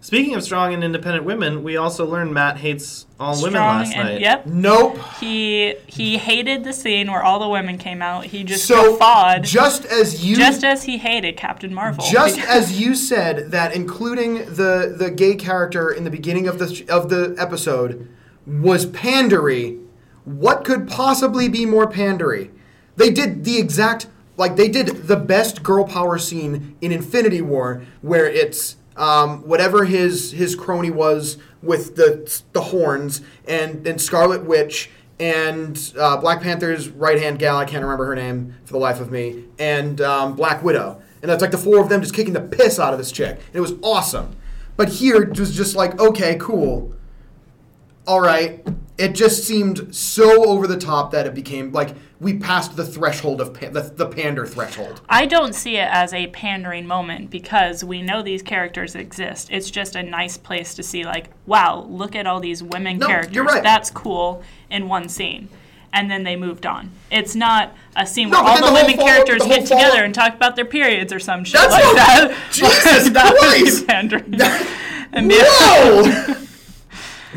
[SPEAKER 1] Speaking of strong and independent women, we also learned Matt hates all women
[SPEAKER 3] Strong
[SPEAKER 1] last
[SPEAKER 3] and,
[SPEAKER 1] night.
[SPEAKER 3] Yep.
[SPEAKER 2] Nope.
[SPEAKER 3] He he hated the scene where all the women came out. He just
[SPEAKER 2] so
[SPEAKER 3] guffawed, just,
[SPEAKER 2] just as you just,
[SPEAKER 3] as he hated Captain Marvel.
[SPEAKER 2] as you said that including the the gay character in the beginning of the sh- of the episode was pandery, what could possibly be more pandery? They did the exact like they did the best girl power scene in Infinity War where it's um, whatever his his crony was with the the horns and and Scarlet Witch and uh, Black Panther's right hand gal I can't remember her name for the life of me and um, Black Widow and that's like the four of them just kicking the piss out of this chick and it was awesome but here it was just like okay cool all right it just seemed so over the top that it became like we passed the threshold of pa- the, the pander threshold
[SPEAKER 3] I don't see it as a pandering moment because we know these characters exist. It's just a nice place to see, like, wow, look at all these women
[SPEAKER 2] No, you're
[SPEAKER 3] characters.
[SPEAKER 2] right.
[SPEAKER 3] That's cool in one scene. And then they moved on. It's not a scene
[SPEAKER 2] No,
[SPEAKER 3] where
[SPEAKER 2] but
[SPEAKER 3] all
[SPEAKER 2] then
[SPEAKER 3] the,
[SPEAKER 2] the whole
[SPEAKER 3] women
[SPEAKER 2] follow-
[SPEAKER 3] characters
[SPEAKER 2] the whole
[SPEAKER 3] get together
[SPEAKER 2] follow-
[SPEAKER 3] and talk about their periods or some shit
[SPEAKER 2] That's
[SPEAKER 3] like
[SPEAKER 2] what-
[SPEAKER 3] that.
[SPEAKER 2] Jesus
[SPEAKER 3] that would be
[SPEAKER 2] Christ!
[SPEAKER 3] pandering. and
[SPEAKER 2] Whoa!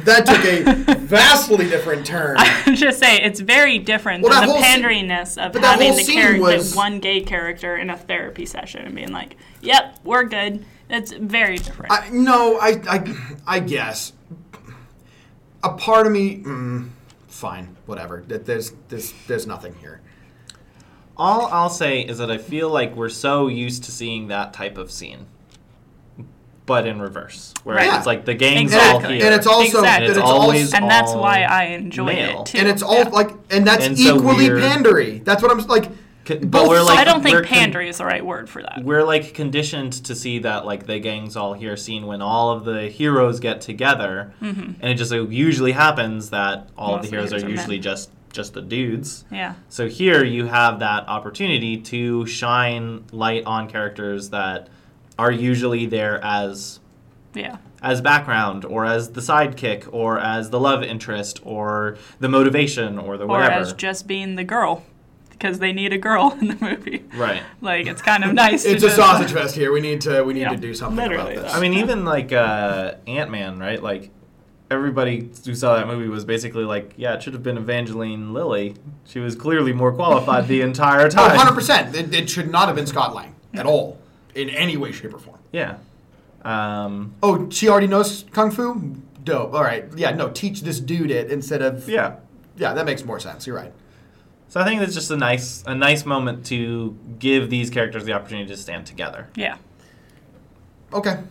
[SPEAKER 2] that took a vastly different turn
[SPEAKER 3] I'm just saying, it's very different
[SPEAKER 2] Well,
[SPEAKER 3] than
[SPEAKER 2] that
[SPEAKER 3] the
[SPEAKER 2] whole scene-
[SPEAKER 3] panderingness of
[SPEAKER 2] but that
[SPEAKER 3] having
[SPEAKER 2] whole
[SPEAKER 3] the
[SPEAKER 2] scene
[SPEAKER 3] character,
[SPEAKER 2] was-
[SPEAKER 3] one gay character in a therapy session and being like, "Yep, we're good." That's very different.
[SPEAKER 2] I, no, I, I, I guess. A part of me, mm, fine, whatever. Th- There's, there's, there's nothing here.
[SPEAKER 1] All I'll say is that I feel like we're so used to seeing that type of scene, but in reverse, where
[SPEAKER 3] Right.
[SPEAKER 1] it's like the gang's all
[SPEAKER 3] Exactly.
[SPEAKER 1] here,
[SPEAKER 2] And it's also that
[SPEAKER 3] Exactly.
[SPEAKER 2] it's,
[SPEAKER 1] It's
[SPEAKER 2] always,
[SPEAKER 1] always-
[SPEAKER 3] and that's
[SPEAKER 1] all
[SPEAKER 3] why I enjoy
[SPEAKER 1] male.
[SPEAKER 3] it too.
[SPEAKER 2] and it's all
[SPEAKER 3] Yeah.
[SPEAKER 2] like, and that's
[SPEAKER 1] And so
[SPEAKER 2] equally
[SPEAKER 1] weird.
[SPEAKER 2] pandery. That's what I'm s- like.
[SPEAKER 1] C- but
[SPEAKER 2] both
[SPEAKER 1] we're like
[SPEAKER 3] I don't
[SPEAKER 1] we're
[SPEAKER 3] think
[SPEAKER 1] con-
[SPEAKER 3] pandering is the right word for that.
[SPEAKER 1] We're like conditioned to see that like the gangs all here scene when all of the heroes get together,
[SPEAKER 3] Mm-hmm.
[SPEAKER 1] and it just like, usually happens that all of the heroes
[SPEAKER 3] Mostly heroes
[SPEAKER 1] are
[SPEAKER 3] are men.
[SPEAKER 1] usually just just the dudes.
[SPEAKER 3] Yeah.
[SPEAKER 1] So here you have that opportunity to shine light on characters that are usually there as
[SPEAKER 3] Yeah.
[SPEAKER 1] as background or as the sidekick or as the love interest or the motivation or the
[SPEAKER 3] Or
[SPEAKER 1] whatever.
[SPEAKER 3] as just being the girl because they need a girl in the movie.
[SPEAKER 1] right.
[SPEAKER 3] Like it's kind of nice.
[SPEAKER 2] It's
[SPEAKER 3] to
[SPEAKER 2] a
[SPEAKER 3] just,
[SPEAKER 2] sausage fest here. We need to, we need
[SPEAKER 3] Yeah,
[SPEAKER 2] to do something
[SPEAKER 3] literally,
[SPEAKER 2] about this.
[SPEAKER 3] though.
[SPEAKER 1] I mean, even like uh, Ant Man, right? Like everybody who saw that movie was basically like, yeah, it should have been Evangeline Lilly. She was clearly more qualified the entire
[SPEAKER 2] Oh,
[SPEAKER 1] time.
[SPEAKER 2] 100%. It, it should not have been Scott Lang at all, in any way, shape, or form.
[SPEAKER 1] Yeah. Um,
[SPEAKER 2] Oh, she already knows kung fu. Dope. All right. Yeah. No, teach this dude it instead of
[SPEAKER 1] yeah.
[SPEAKER 2] yeah, that makes more sense. You're right.
[SPEAKER 1] So I think it's just a nice a nice moment to give these characters the opportunity to stand together.
[SPEAKER 3] Yeah.
[SPEAKER 2] Okay.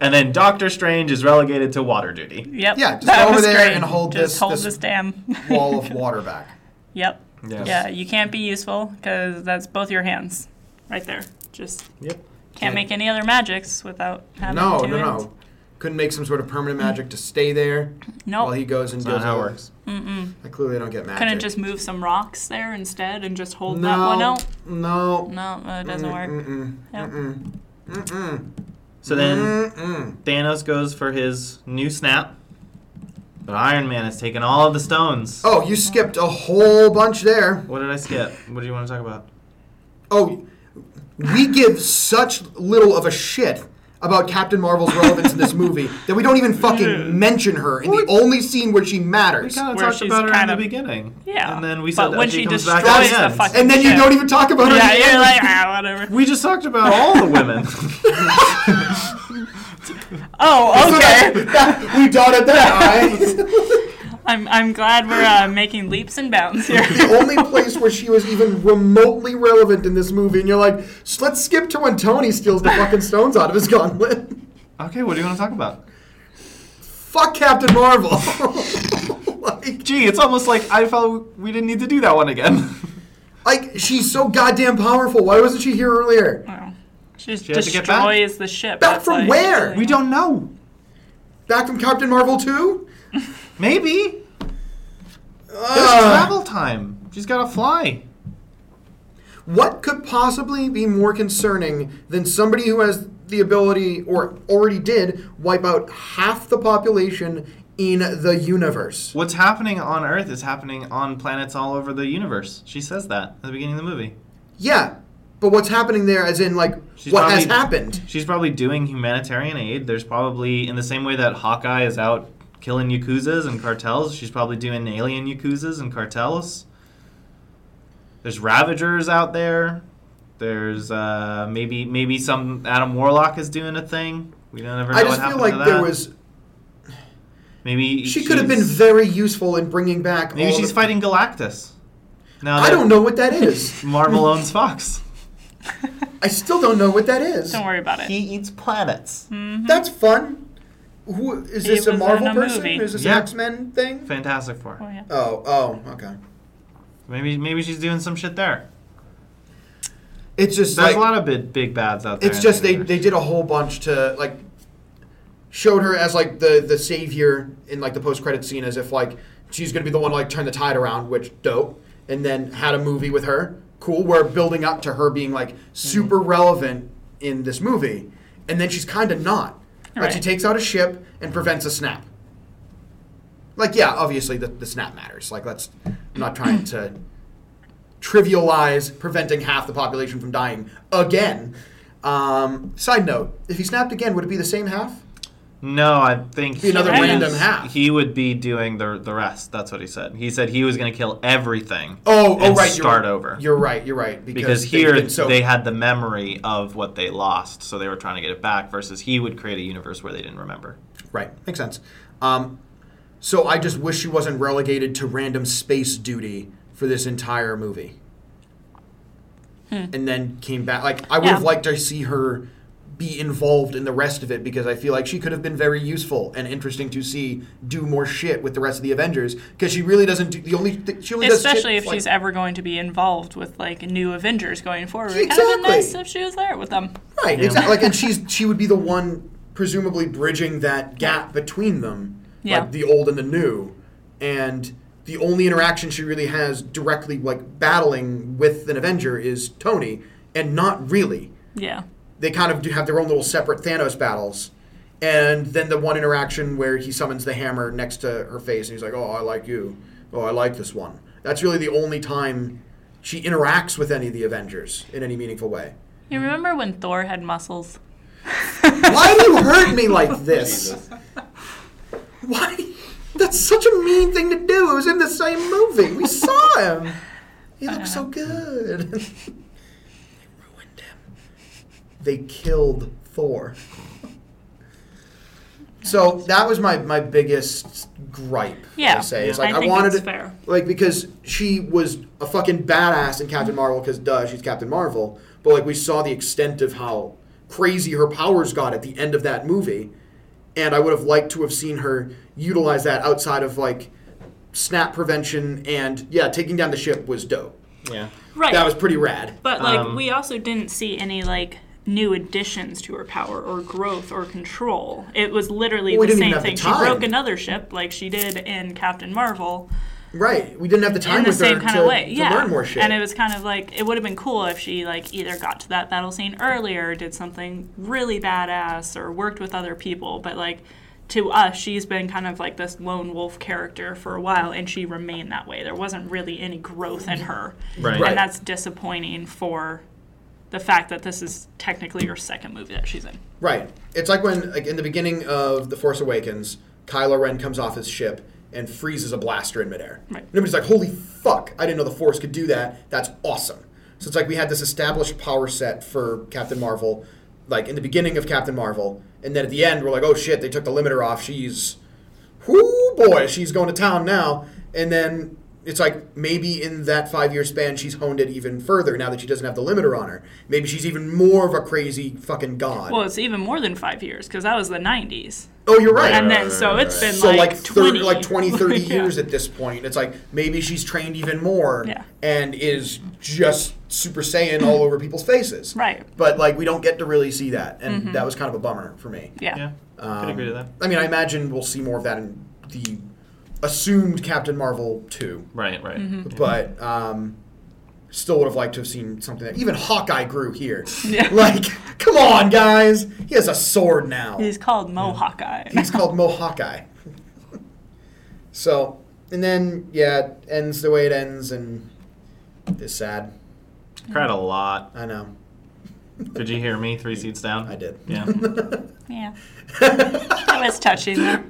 [SPEAKER 1] And then Doctor Strange is relegated to water duty.
[SPEAKER 3] Yep.
[SPEAKER 2] Yeah, just
[SPEAKER 3] that
[SPEAKER 2] go over
[SPEAKER 3] was
[SPEAKER 2] there
[SPEAKER 3] great.
[SPEAKER 2] and hold
[SPEAKER 3] just
[SPEAKER 2] this-
[SPEAKER 3] hold
[SPEAKER 2] this-
[SPEAKER 3] this dam.
[SPEAKER 2] Wall of water back.
[SPEAKER 3] Yep.
[SPEAKER 1] Yes.
[SPEAKER 3] Yeah, you can't be useful because that's both your hands, right there. Just
[SPEAKER 1] Yep.
[SPEAKER 3] can't make any other magics without having
[SPEAKER 2] No,
[SPEAKER 3] two
[SPEAKER 2] no,
[SPEAKER 3] hands.
[SPEAKER 2] no. Couldn't make some sort of permanent magic to stay there
[SPEAKER 3] Nope.
[SPEAKER 2] while he goes and
[SPEAKER 1] That's not
[SPEAKER 2] does
[SPEAKER 1] how it
[SPEAKER 2] other-
[SPEAKER 1] works.
[SPEAKER 2] I clearly don't get magic.
[SPEAKER 3] Couldn't just move some rocks there instead and just hold
[SPEAKER 2] no,
[SPEAKER 3] that one out.
[SPEAKER 2] No.
[SPEAKER 3] No, that doesn't work.
[SPEAKER 2] Mm-mm.
[SPEAKER 3] Nope.
[SPEAKER 2] Mm-mm. Mm-mm.
[SPEAKER 1] So then
[SPEAKER 2] Mm-mm.
[SPEAKER 1] Thanos goes for his new snap, but Iron Man has taken all of the stones.
[SPEAKER 2] Oh, you skipped a whole bunch there.
[SPEAKER 1] What did I skip? What do you want to talk about?
[SPEAKER 2] Oh, we give such little of a shit about Captain Marvel's relevance in this movie that we don't even fucking mention her in the only scene where she matters.
[SPEAKER 1] kinda
[SPEAKER 3] Where she's kind of-
[SPEAKER 1] beginning.
[SPEAKER 3] Yeah.
[SPEAKER 1] And then we said
[SPEAKER 3] but
[SPEAKER 1] that
[SPEAKER 3] when
[SPEAKER 1] she,
[SPEAKER 3] she
[SPEAKER 1] comes
[SPEAKER 3] destroys
[SPEAKER 1] back at the
[SPEAKER 3] the
[SPEAKER 1] end.
[SPEAKER 3] fucking
[SPEAKER 2] And then you
[SPEAKER 3] ship.
[SPEAKER 2] don't even talk about her.
[SPEAKER 3] Yeah,
[SPEAKER 2] again.
[SPEAKER 3] you're like ah, whatever.
[SPEAKER 1] We just talked about all the women.
[SPEAKER 3] Oh, okay.
[SPEAKER 2] we dotted that I.
[SPEAKER 3] I'm I'm glad we're uh, making leaps and bounds here.
[SPEAKER 2] the only place where she was even remotely relevant in this movie, and you're like, "S- let's skip to when Tony steals the fucking stones out of his gauntlet.
[SPEAKER 1] okay, what do you want to talk about?
[SPEAKER 2] Fuck Captain Marvel. like,
[SPEAKER 1] Gee, it's almost like I felt we didn't need to do that one again.
[SPEAKER 2] like, she's so goddamn powerful. Why wasn't she here earlier?
[SPEAKER 3] Wow. She just
[SPEAKER 1] She had to get back.
[SPEAKER 3] destroys the ship.
[SPEAKER 2] Back
[SPEAKER 3] That's
[SPEAKER 2] from
[SPEAKER 3] like-
[SPEAKER 2] where?
[SPEAKER 1] we don't know.
[SPEAKER 2] Back from Captain Marvel 2?
[SPEAKER 1] Maybe. There's
[SPEAKER 2] Uh.
[SPEAKER 1] travel time. She's got to fly.
[SPEAKER 2] What could possibly be more concerning than somebody who has the ability, or already did, wipe out half the population in the universe?
[SPEAKER 1] What's happening on Earth is happening on planets all over the universe. She says that at the beginning of the movie.
[SPEAKER 2] Yeah, but what's happening there, as in, like,
[SPEAKER 1] She's
[SPEAKER 2] what has
[SPEAKER 1] probably-
[SPEAKER 2] happened?
[SPEAKER 1] She's probably doing humanitarian aid. There's probably, in the same way that Hawkeye is out killing Yakuzas and cartels, she's probably doing alien Yakuzas and cartels. There's Ravagers out there. There's uh, maybe maybe some Adam Warlock is doing a thing. We don't ever know
[SPEAKER 2] I
[SPEAKER 1] what
[SPEAKER 2] just feel
[SPEAKER 1] happened
[SPEAKER 2] like
[SPEAKER 1] to that.
[SPEAKER 2] there was.
[SPEAKER 1] maybe
[SPEAKER 2] She could have been
[SPEAKER 1] she's-
[SPEAKER 2] very useful in bringing back.
[SPEAKER 1] Maybe
[SPEAKER 2] all
[SPEAKER 1] she's
[SPEAKER 2] the-
[SPEAKER 1] fighting Galactus. Now
[SPEAKER 2] I
[SPEAKER 1] that
[SPEAKER 2] don't know what that is.
[SPEAKER 1] Marvel owns Fox.
[SPEAKER 2] I still don't know what that is.
[SPEAKER 3] Don't worry about it.
[SPEAKER 1] eats planets.
[SPEAKER 2] That's fun. Who is
[SPEAKER 3] He
[SPEAKER 2] this a
[SPEAKER 3] was
[SPEAKER 2] Marvel
[SPEAKER 3] in a
[SPEAKER 2] person?
[SPEAKER 3] movie.
[SPEAKER 2] Is this
[SPEAKER 1] Yeah.
[SPEAKER 2] an X Men thing?
[SPEAKER 1] Fantastic Four.
[SPEAKER 3] Oh yeah.
[SPEAKER 2] Oh, oh, okay.
[SPEAKER 1] Maybe maybe she's doing some shit there.
[SPEAKER 2] It's just
[SPEAKER 1] There's
[SPEAKER 2] like,
[SPEAKER 1] a lot of big big bads out there.
[SPEAKER 2] it's
[SPEAKER 1] in
[SPEAKER 2] just
[SPEAKER 1] the
[SPEAKER 2] they,
[SPEAKER 1] universe.
[SPEAKER 2] they did a whole bunch to like showed her as like the the savior in like the post credit scene as if like she's gonna be the one to like turn the tide around, which dope. And then had a movie with her, cool. We're building up to her being like super relevant in this movie, and then she's kind of not. Like she
[SPEAKER 3] Right.
[SPEAKER 2] takes out a ship and prevents a snap. Like yeah, obviously the, the snap matters. Like let's I'm not trying to trivialize preventing half the population from dying again. Um, side note: If he snapped again, would it be the same half?
[SPEAKER 1] No, I think
[SPEAKER 2] Be another
[SPEAKER 1] he
[SPEAKER 3] random
[SPEAKER 2] half.
[SPEAKER 1] He would be doing the the rest. That's what he said. He said he was going to kill everything.
[SPEAKER 2] Oh, oh,
[SPEAKER 1] and
[SPEAKER 2] right.
[SPEAKER 1] Start
[SPEAKER 2] you're,
[SPEAKER 1] over.
[SPEAKER 2] You're right. You're right.
[SPEAKER 1] because
[SPEAKER 2] Because, they've
[SPEAKER 1] here
[SPEAKER 2] been
[SPEAKER 1] they,
[SPEAKER 2] so,
[SPEAKER 1] had the memory of what they lost, so they were trying to get it back. Versus he would create a universe where they didn't remember.
[SPEAKER 2] right makes sense. Um, so I just wish she wasn't relegated to random space duty for this entire movie, and then came back. Like I would have
[SPEAKER 3] Hmm. Yeah.
[SPEAKER 2] liked to see her be involved in the rest of it because I feel like she could have been very useful and interesting to see do more shit with the rest of the Avengers because she really doesn't do the only th- she only does shit,
[SPEAKER 3] Especially if
[SPEAKER 2] like-
[SPEAKER 3] she's ever going to be involved with like new Avengers going forward. Kind of
[SPEAKER 2] Exactly.
[SPEAKER 3] nice if she was there with them.
[SPEAKER 2] Right. Exactly. Like, and she's she would be the one presumably bridging that gap between them,
[SPEAKER 3] Yeah.
[SPEAKER 2] like the old and the new, and the only interaction she really has directly like battling with an Avenger is Tony, and not really.
[SPEAKER 3] Yeah.
[SPEAKER 2] They kind of do have their own little separate Thanos battles. And then the one interaction where he summons the hammer next to her face and he's like, "Oh, I like you. Oh, I like this one." That's really the only time she interacts with any of the Avengers in any meaningful way.
[SPEAKER 3] You remember when Thor had muscles?
[SPEAKER 2] Why do you hurt me like this? Why? That's such a mean thing to do. It was in the same movie. We saw him. He looked so good. they ruined him. They killed Thor. So that was my, my biggest gripe.
[SPEAKER 3] Yeah.
[SPEAKER 2] I say is
[SPEAKER 3] Yeah.
[SPEAKER 2] like
[SPEAKER 3] I
[SPEAKER 2] I,
[SPEAKER 3] think
[SPEAKER 2] wanted
[SPEAKER 3] that's
[SPEAKER 2] it-
[SPEAKER 3] fair.
[SPEAKER 2] like because she was a fucking badass in Captain Marvel because duh she's Captain Marvel, but like we saw the extent of how crazy her powers got at the end of that movie, and I would have liked to have seen her utilize that outside of like snap prevention and yeah taking down the ship was dope.
[SPEAKER 1] Yeah.
[SPEAKER 3] Right.
[SPEAKER 2] That was pretty rad.
[SPEAKER 3] But like
[SPEAKER 1] Um,
[SPEAKER 3] we also didn't see any like new additions to her power or growth or control. It was literally
[SPEAKER 2] Well, we
[SPEAKER 3] the
[SPEAKER 2] didn't even
[SPEAKER 3] same
[SPEAKER 2] have the
[SPEAKER 3] thing. she
[SPEAKER 2] time.
[SPEAKER 3] broke another ship like she did in Captain Marvel
[SPEAKER 2] Right. We didn't have the time
[SPEAKER 3] in the
[SPEAKER 2] with
[SPEAKER 3] same
[SPEAKER 2] her
[SPEAKER 3] kind
[SPEAKER 2] to,
[SPEAKER 3] of way.
[SPEAKER 2] to
[SPEAKER 3] yeah.
[SPEAKER 2] learn more shit.
[SPEAKER 3] And it was kind of like it would have been cool if she like either got to that battle scene earlier or did something really badass or worked with other people, but like to us, she's been kind of like this lone wolf character for a while, and she remained that way. There wasn't really any growth in her.
[SPEAKER 1] Right.
[SPEAKER 2] Right.
[SPEAKER 3] and that's disappointing for the fact that this is technically your second movie that she's in.
[SPEAKER 2] Right. It's like when, like in the beginning of The Force Awakens, Kylo Ren comes off his ship and freezes a blaster in midair.
[SPEAKER 3] Right.
[SPEAKER 2] And everybody's like, "Holy fuck! I didn't know the Force could do that. That's awesome." So it's like we had this established power set for Captain Marvel, like in the beginning of Captain Marvel, and then at the end we're like, "Oh shit! They took the limiter off. She's, whoo boy, she's going to town now." And then it's like maybe in that five-year span she's honed it even further now that she doesn't have the limiter on her. Maybe she's even more of a crazy fucking god.
[SPEAKER 3] Well, it's even more than five years because that was the '90s,
[SPEAKER 2] Oh, you're right.
[SPEAKER 3] and then so it's been
[SPEAKER 2] so like
[SPEAKER 3] like,
[SPEAKER 2] 30,
[SPEAKER 3] 20,
[SPEAKER 2] like 20, 30
[SPEAKER 3] Yeah.
[SPEAKER 2] years at this point. It's like maybe she's trained even more
[SPEAKER 3] Yeah.
[SPEAKER 2] and is just Super Saiyan all over people's faces.
[SPEAKER 3] Right. Mm-hmm.
[SPEAKER 2] But like we don't get to really see that, and that was kind of a bummer for me.
[SPEAKER 3] Yeah.
[SPEAKER 1] Yeah. Could agree to that.
[SPEAKER 2] I mean, I imagine we'll see more of that in the assumed Captain Marvel two,
[SPEAKER 1] Right. Right.
[SPEAKER 3] Mm-hmm.
[SPEAKER 2] but um, still would have liked to have seen something that even Hawkeye grew here.
[SPEAKER 3] Yeah.
[SPEAKER 2] Like, come on, guys, he has a sword now.
[SPEAKER 3] He's called Mohawk Eye.
[SPEAKER 2] It's called Mohawkeye. so, and then yeah, it ends the way it ends, and it's sad.
[SPEAKER 1] Cried a lot.
[SPEAKER 2] I know,
[SPEAKER 1] Did you hear me? Three seats down.
[SPEAKER 2] I did.
[SPEAKER 1] Yeah.
[SPEAKER 3] yeah, that was touching. Though.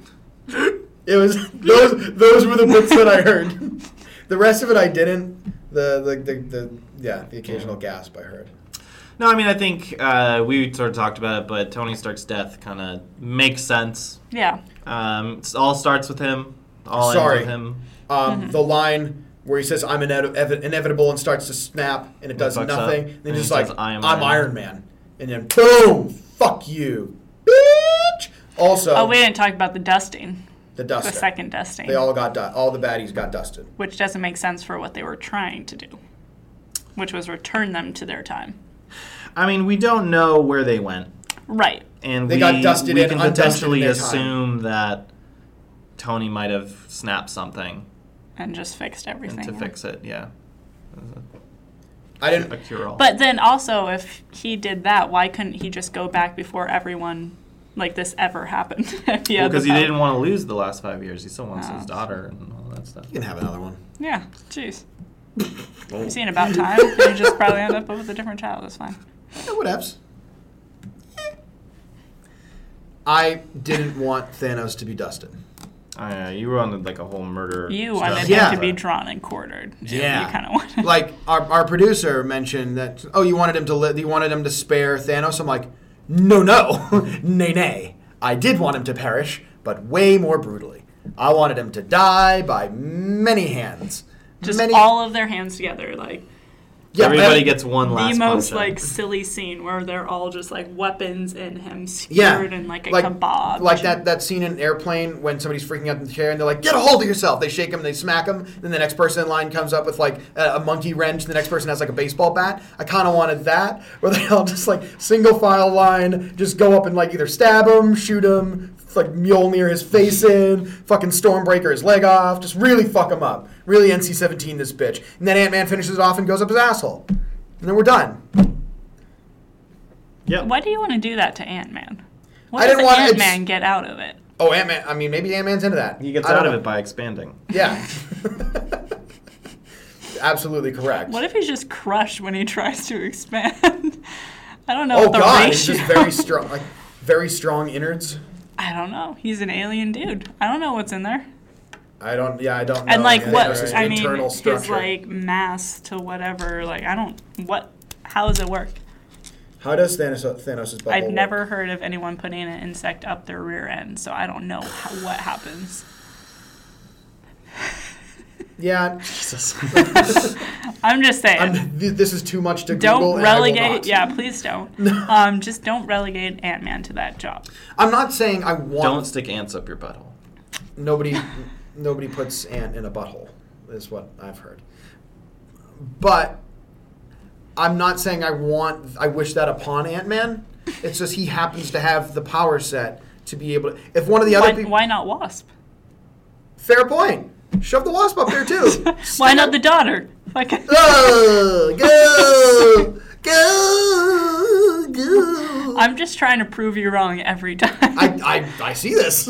[SPEAKER 2] It was those those were the bits that I heard. The rest of it I didn't. The the the, the yeah, the occasional gasp I heard.
[SPEAKER 1] No, I mean I think uh, we sort of talked about it, but Tony Stark's death kind of makes sense.
[SPEAKER 3] Yeah,
[SPEAKER 1] Um, it all starts with him. All
[SPEAKER 2] Sorry.
[SPEAKER 1] ends with him.
[SPEAKER 2] Um,
[SPEAKER 3] Mm-hmm.
[SPEAKER 2] The line where he says "I'm inev- ev- inevitable" and starts to snap, and it does
[SPEAKER 1] fucks
[SPEAKER 2] nothing.
[SPEAKER 1] up.
[SPEAKER 2] And then
[SPEAKER 1] And
[SPEAKER 2] just
[SPEAKER 1] he
[SPEAKER 2] like
[SPEAKER 1] says, "I am
[SPEAKER 2] "I'm Iron
[SPEAKER 1] Iron
[SPEAKER 2] Man," and then boom, fuck you, bitch. Also,
[SPEAKER 3] but Oh, we didn't talk about the dusting,
[SPEAKER 2] the
[SPEAKER 3] the
[SPEAKER 2] duster.
[SPEAKER 3] second dusting,
[SPEAKER 2] They all got du- all the baddies got dusted.
[SPEAKER 3] which doesn't make sense for what they were trying to do, which was return them to their time.
[SPEAKER 1] I mean, we don't know where they went,
[SPEAKER 3] Right.
[SPEAKER 1] and
[SPEAKER 2] They
[SPEAKER 1] we,
[SPEAKER 2] got dusted
[SPEAKER 1] we
[SPEAKER 2] and
[SPEAKER 1] can
[SPEAKER 2] undusted in
[SPEAKER 1] potentially
[SPEAKER 2] their time.
[SPEAKER 1] assume that Tony might have snapped something
[SPEAKER 3] And just fixed
[SPEAKER 1] and
[SPEAKER 3] everything.
[SPEAKER 1] to fix it. Yeah,
[SPEAKER 2] I
[SPEAKER 1] a
[SPEAKER 2] didn't.
[SPEAKER 1] cure all.
[SPEAKER 3] But then also, if he did that, why couldn't he just go back before everyone, like this ever happened? if he had the
[SPEAKER 1] because he
[SPEAKER 3] power?
[SPEAKER 1] didn't want to lose the last five years. He still wants
[SPEAKER 3] Oh.
[SPEAKER 1] his daughter and all that stuff.
[SPEAKER 7] You can have another one.
[SPEAKER 3] Yeah, jeez. you seen about time, and you just probably end up with a different child. That's fine.
[SPEAKER 2] Yeah, whatevs. Eh. I didn't want Thanos to be dusted.
[SPEAKER 1] Oh, yeah, you wanted like a whole murder.
[SPEAKER 3] You
[SPEAKER 1] stuff.
[SPEAKER 3] wanted
[SPEAKER 2] Yeah.
[SPEAKER 3] him to be drawn and quartered.
[SPEAKER 2] Yeah.
[SPEAKER 3] You kind of wanted.
[SPEAKER 2] Like our, our producer mentioned that. Oh, you wanted him to li- you wanted him to spare Thanos. I'm like, no, no, nay, nay. I did want him to perish, but way more brutally. I wanted him to die by many hands.
[SPEAKER 3] just
[SPEAKER 2] many,
[SPEAKER 3] all of their hands together, like
[SPEAKER 2] Yeah,
[SPEAKER 1] Everybody
[SPEAKER 2] but-
[SPEAKER 1] gets one last
[SPEAKER 3] the most
[SPEAKER 1] punch-up.
[SPEAKER 3] like silly scene where they're all just like weapons in him
[SPEAKER 2] Yeah,
[SPEAKER 3] secured in like a kebab.
[SPEAKER 2] Like that, that scene in Airplane when somebody's freaking out in the chair and they're like, "Get a hold of yourself!" They shake him, they smack him. Then the next person in line comes up with like a, a monkey wrench. The next person has like a baseball bat. I kind of wanted that, where they all just like single file line, just go up and like either stab him, shoot him, f- like Mjolnir his face in, fucking Stormbreaker his leg off, just really fuck him up, really NC-17 this bitch. And then Ant Man finishes it off and goes up his asshole, and then we're done.
[SPEAKER 1] Yep.
[SPEAKER 3] Why do you want to do that to Ant Man? What
[SPEAKER 2] I
[SPEAKER 3] does
[SPEAKER 2] didn't wanna-
[SPEAKER 3] Ant Man get out of it?
[SPEAKER 2] Oh, Ant Man. I mean, maybe Ant Man's into that.
[SPEAKER 1] He gets
[SPEAKER 2] I don't
[SPEAKER 1] out of
[SPEAKER 2] know.
[SPEAKER 1] it by expanding.
[SPEAKER 2] Yeah. Absolutely correct.
[SPEAKER 3] What if he's just crushed when he tries to expand? I don't know
[SPEAKER 2] oh
[SPEAKER 3] what the
[SPEAKER 2] god, he's
[SPEAKER 3] ratio.
[SPEAKER 2] just very strong, like very strong innards.
[SPEAKER 3] I don't know. He's an alien dude. I don't know what's in there.
[SPEAKER 2] I don't. Yeah, I don't.
[SPEAKER 3] and
[SPEAKER 2] know.
[SPEAKER 3] like
[SPEAKER 2] I
[SPEAKER 3] what
[SPEAKER 2] think it's just
[SPEAKER 3] I mean,
[SPEAKER 2] internal
[SPEAKER 3] his
[SPEAKER 2] structure.
[SPEAKER 3] like mass to whatever. Like I don't what. How does it work?
[SPEAKER 2] How does Thanos, Thanos' bubble
[SPEAKER 3] I've
[SPEAKER 2] work?
[SPEAKER 3] never heard of anyone putting an insect up their rear end, so I don't know how, what happens.
[SPEAKER 2] Yeah,
[SPEAKER 3] I'm just saying.
[SPEAKER 2] I'm, th- this is too much to Google.
[SPEAKER 3] don't
[SPEAKER 2] and I will
[SPEAKER 3] relegate.
[SPEAKER 2] not.
[SPEAKER 3] Yeah, please don't. um, just don't relegate Ant Man to that job.
[SPEAKER 7] I'm not saying I want
[SPEAKER 1] Don't stick ants up your butthole.
[SPEAKER 2] Nobody, nobody puts ant in a butthole, is what I've heard. But I'm not saying I want. I wish that upon Ant Man. It's just he happens to have the power set to be able to. If one of the
[SPEAKER 3] Why,
[SPEAKER 2] other people,
[SPEAKER 3] why not Wasp?
[SPEAKER 2] fair point. Shove the wasp up there too.
[SPEAKER 3] Why not the daughter? Like,
[SPEAKER 2] Go, go, go, go.
[SPEAKER 3] I'm just trying to prove you wrong every time.
[SPEAKER 2] I, I, I see this.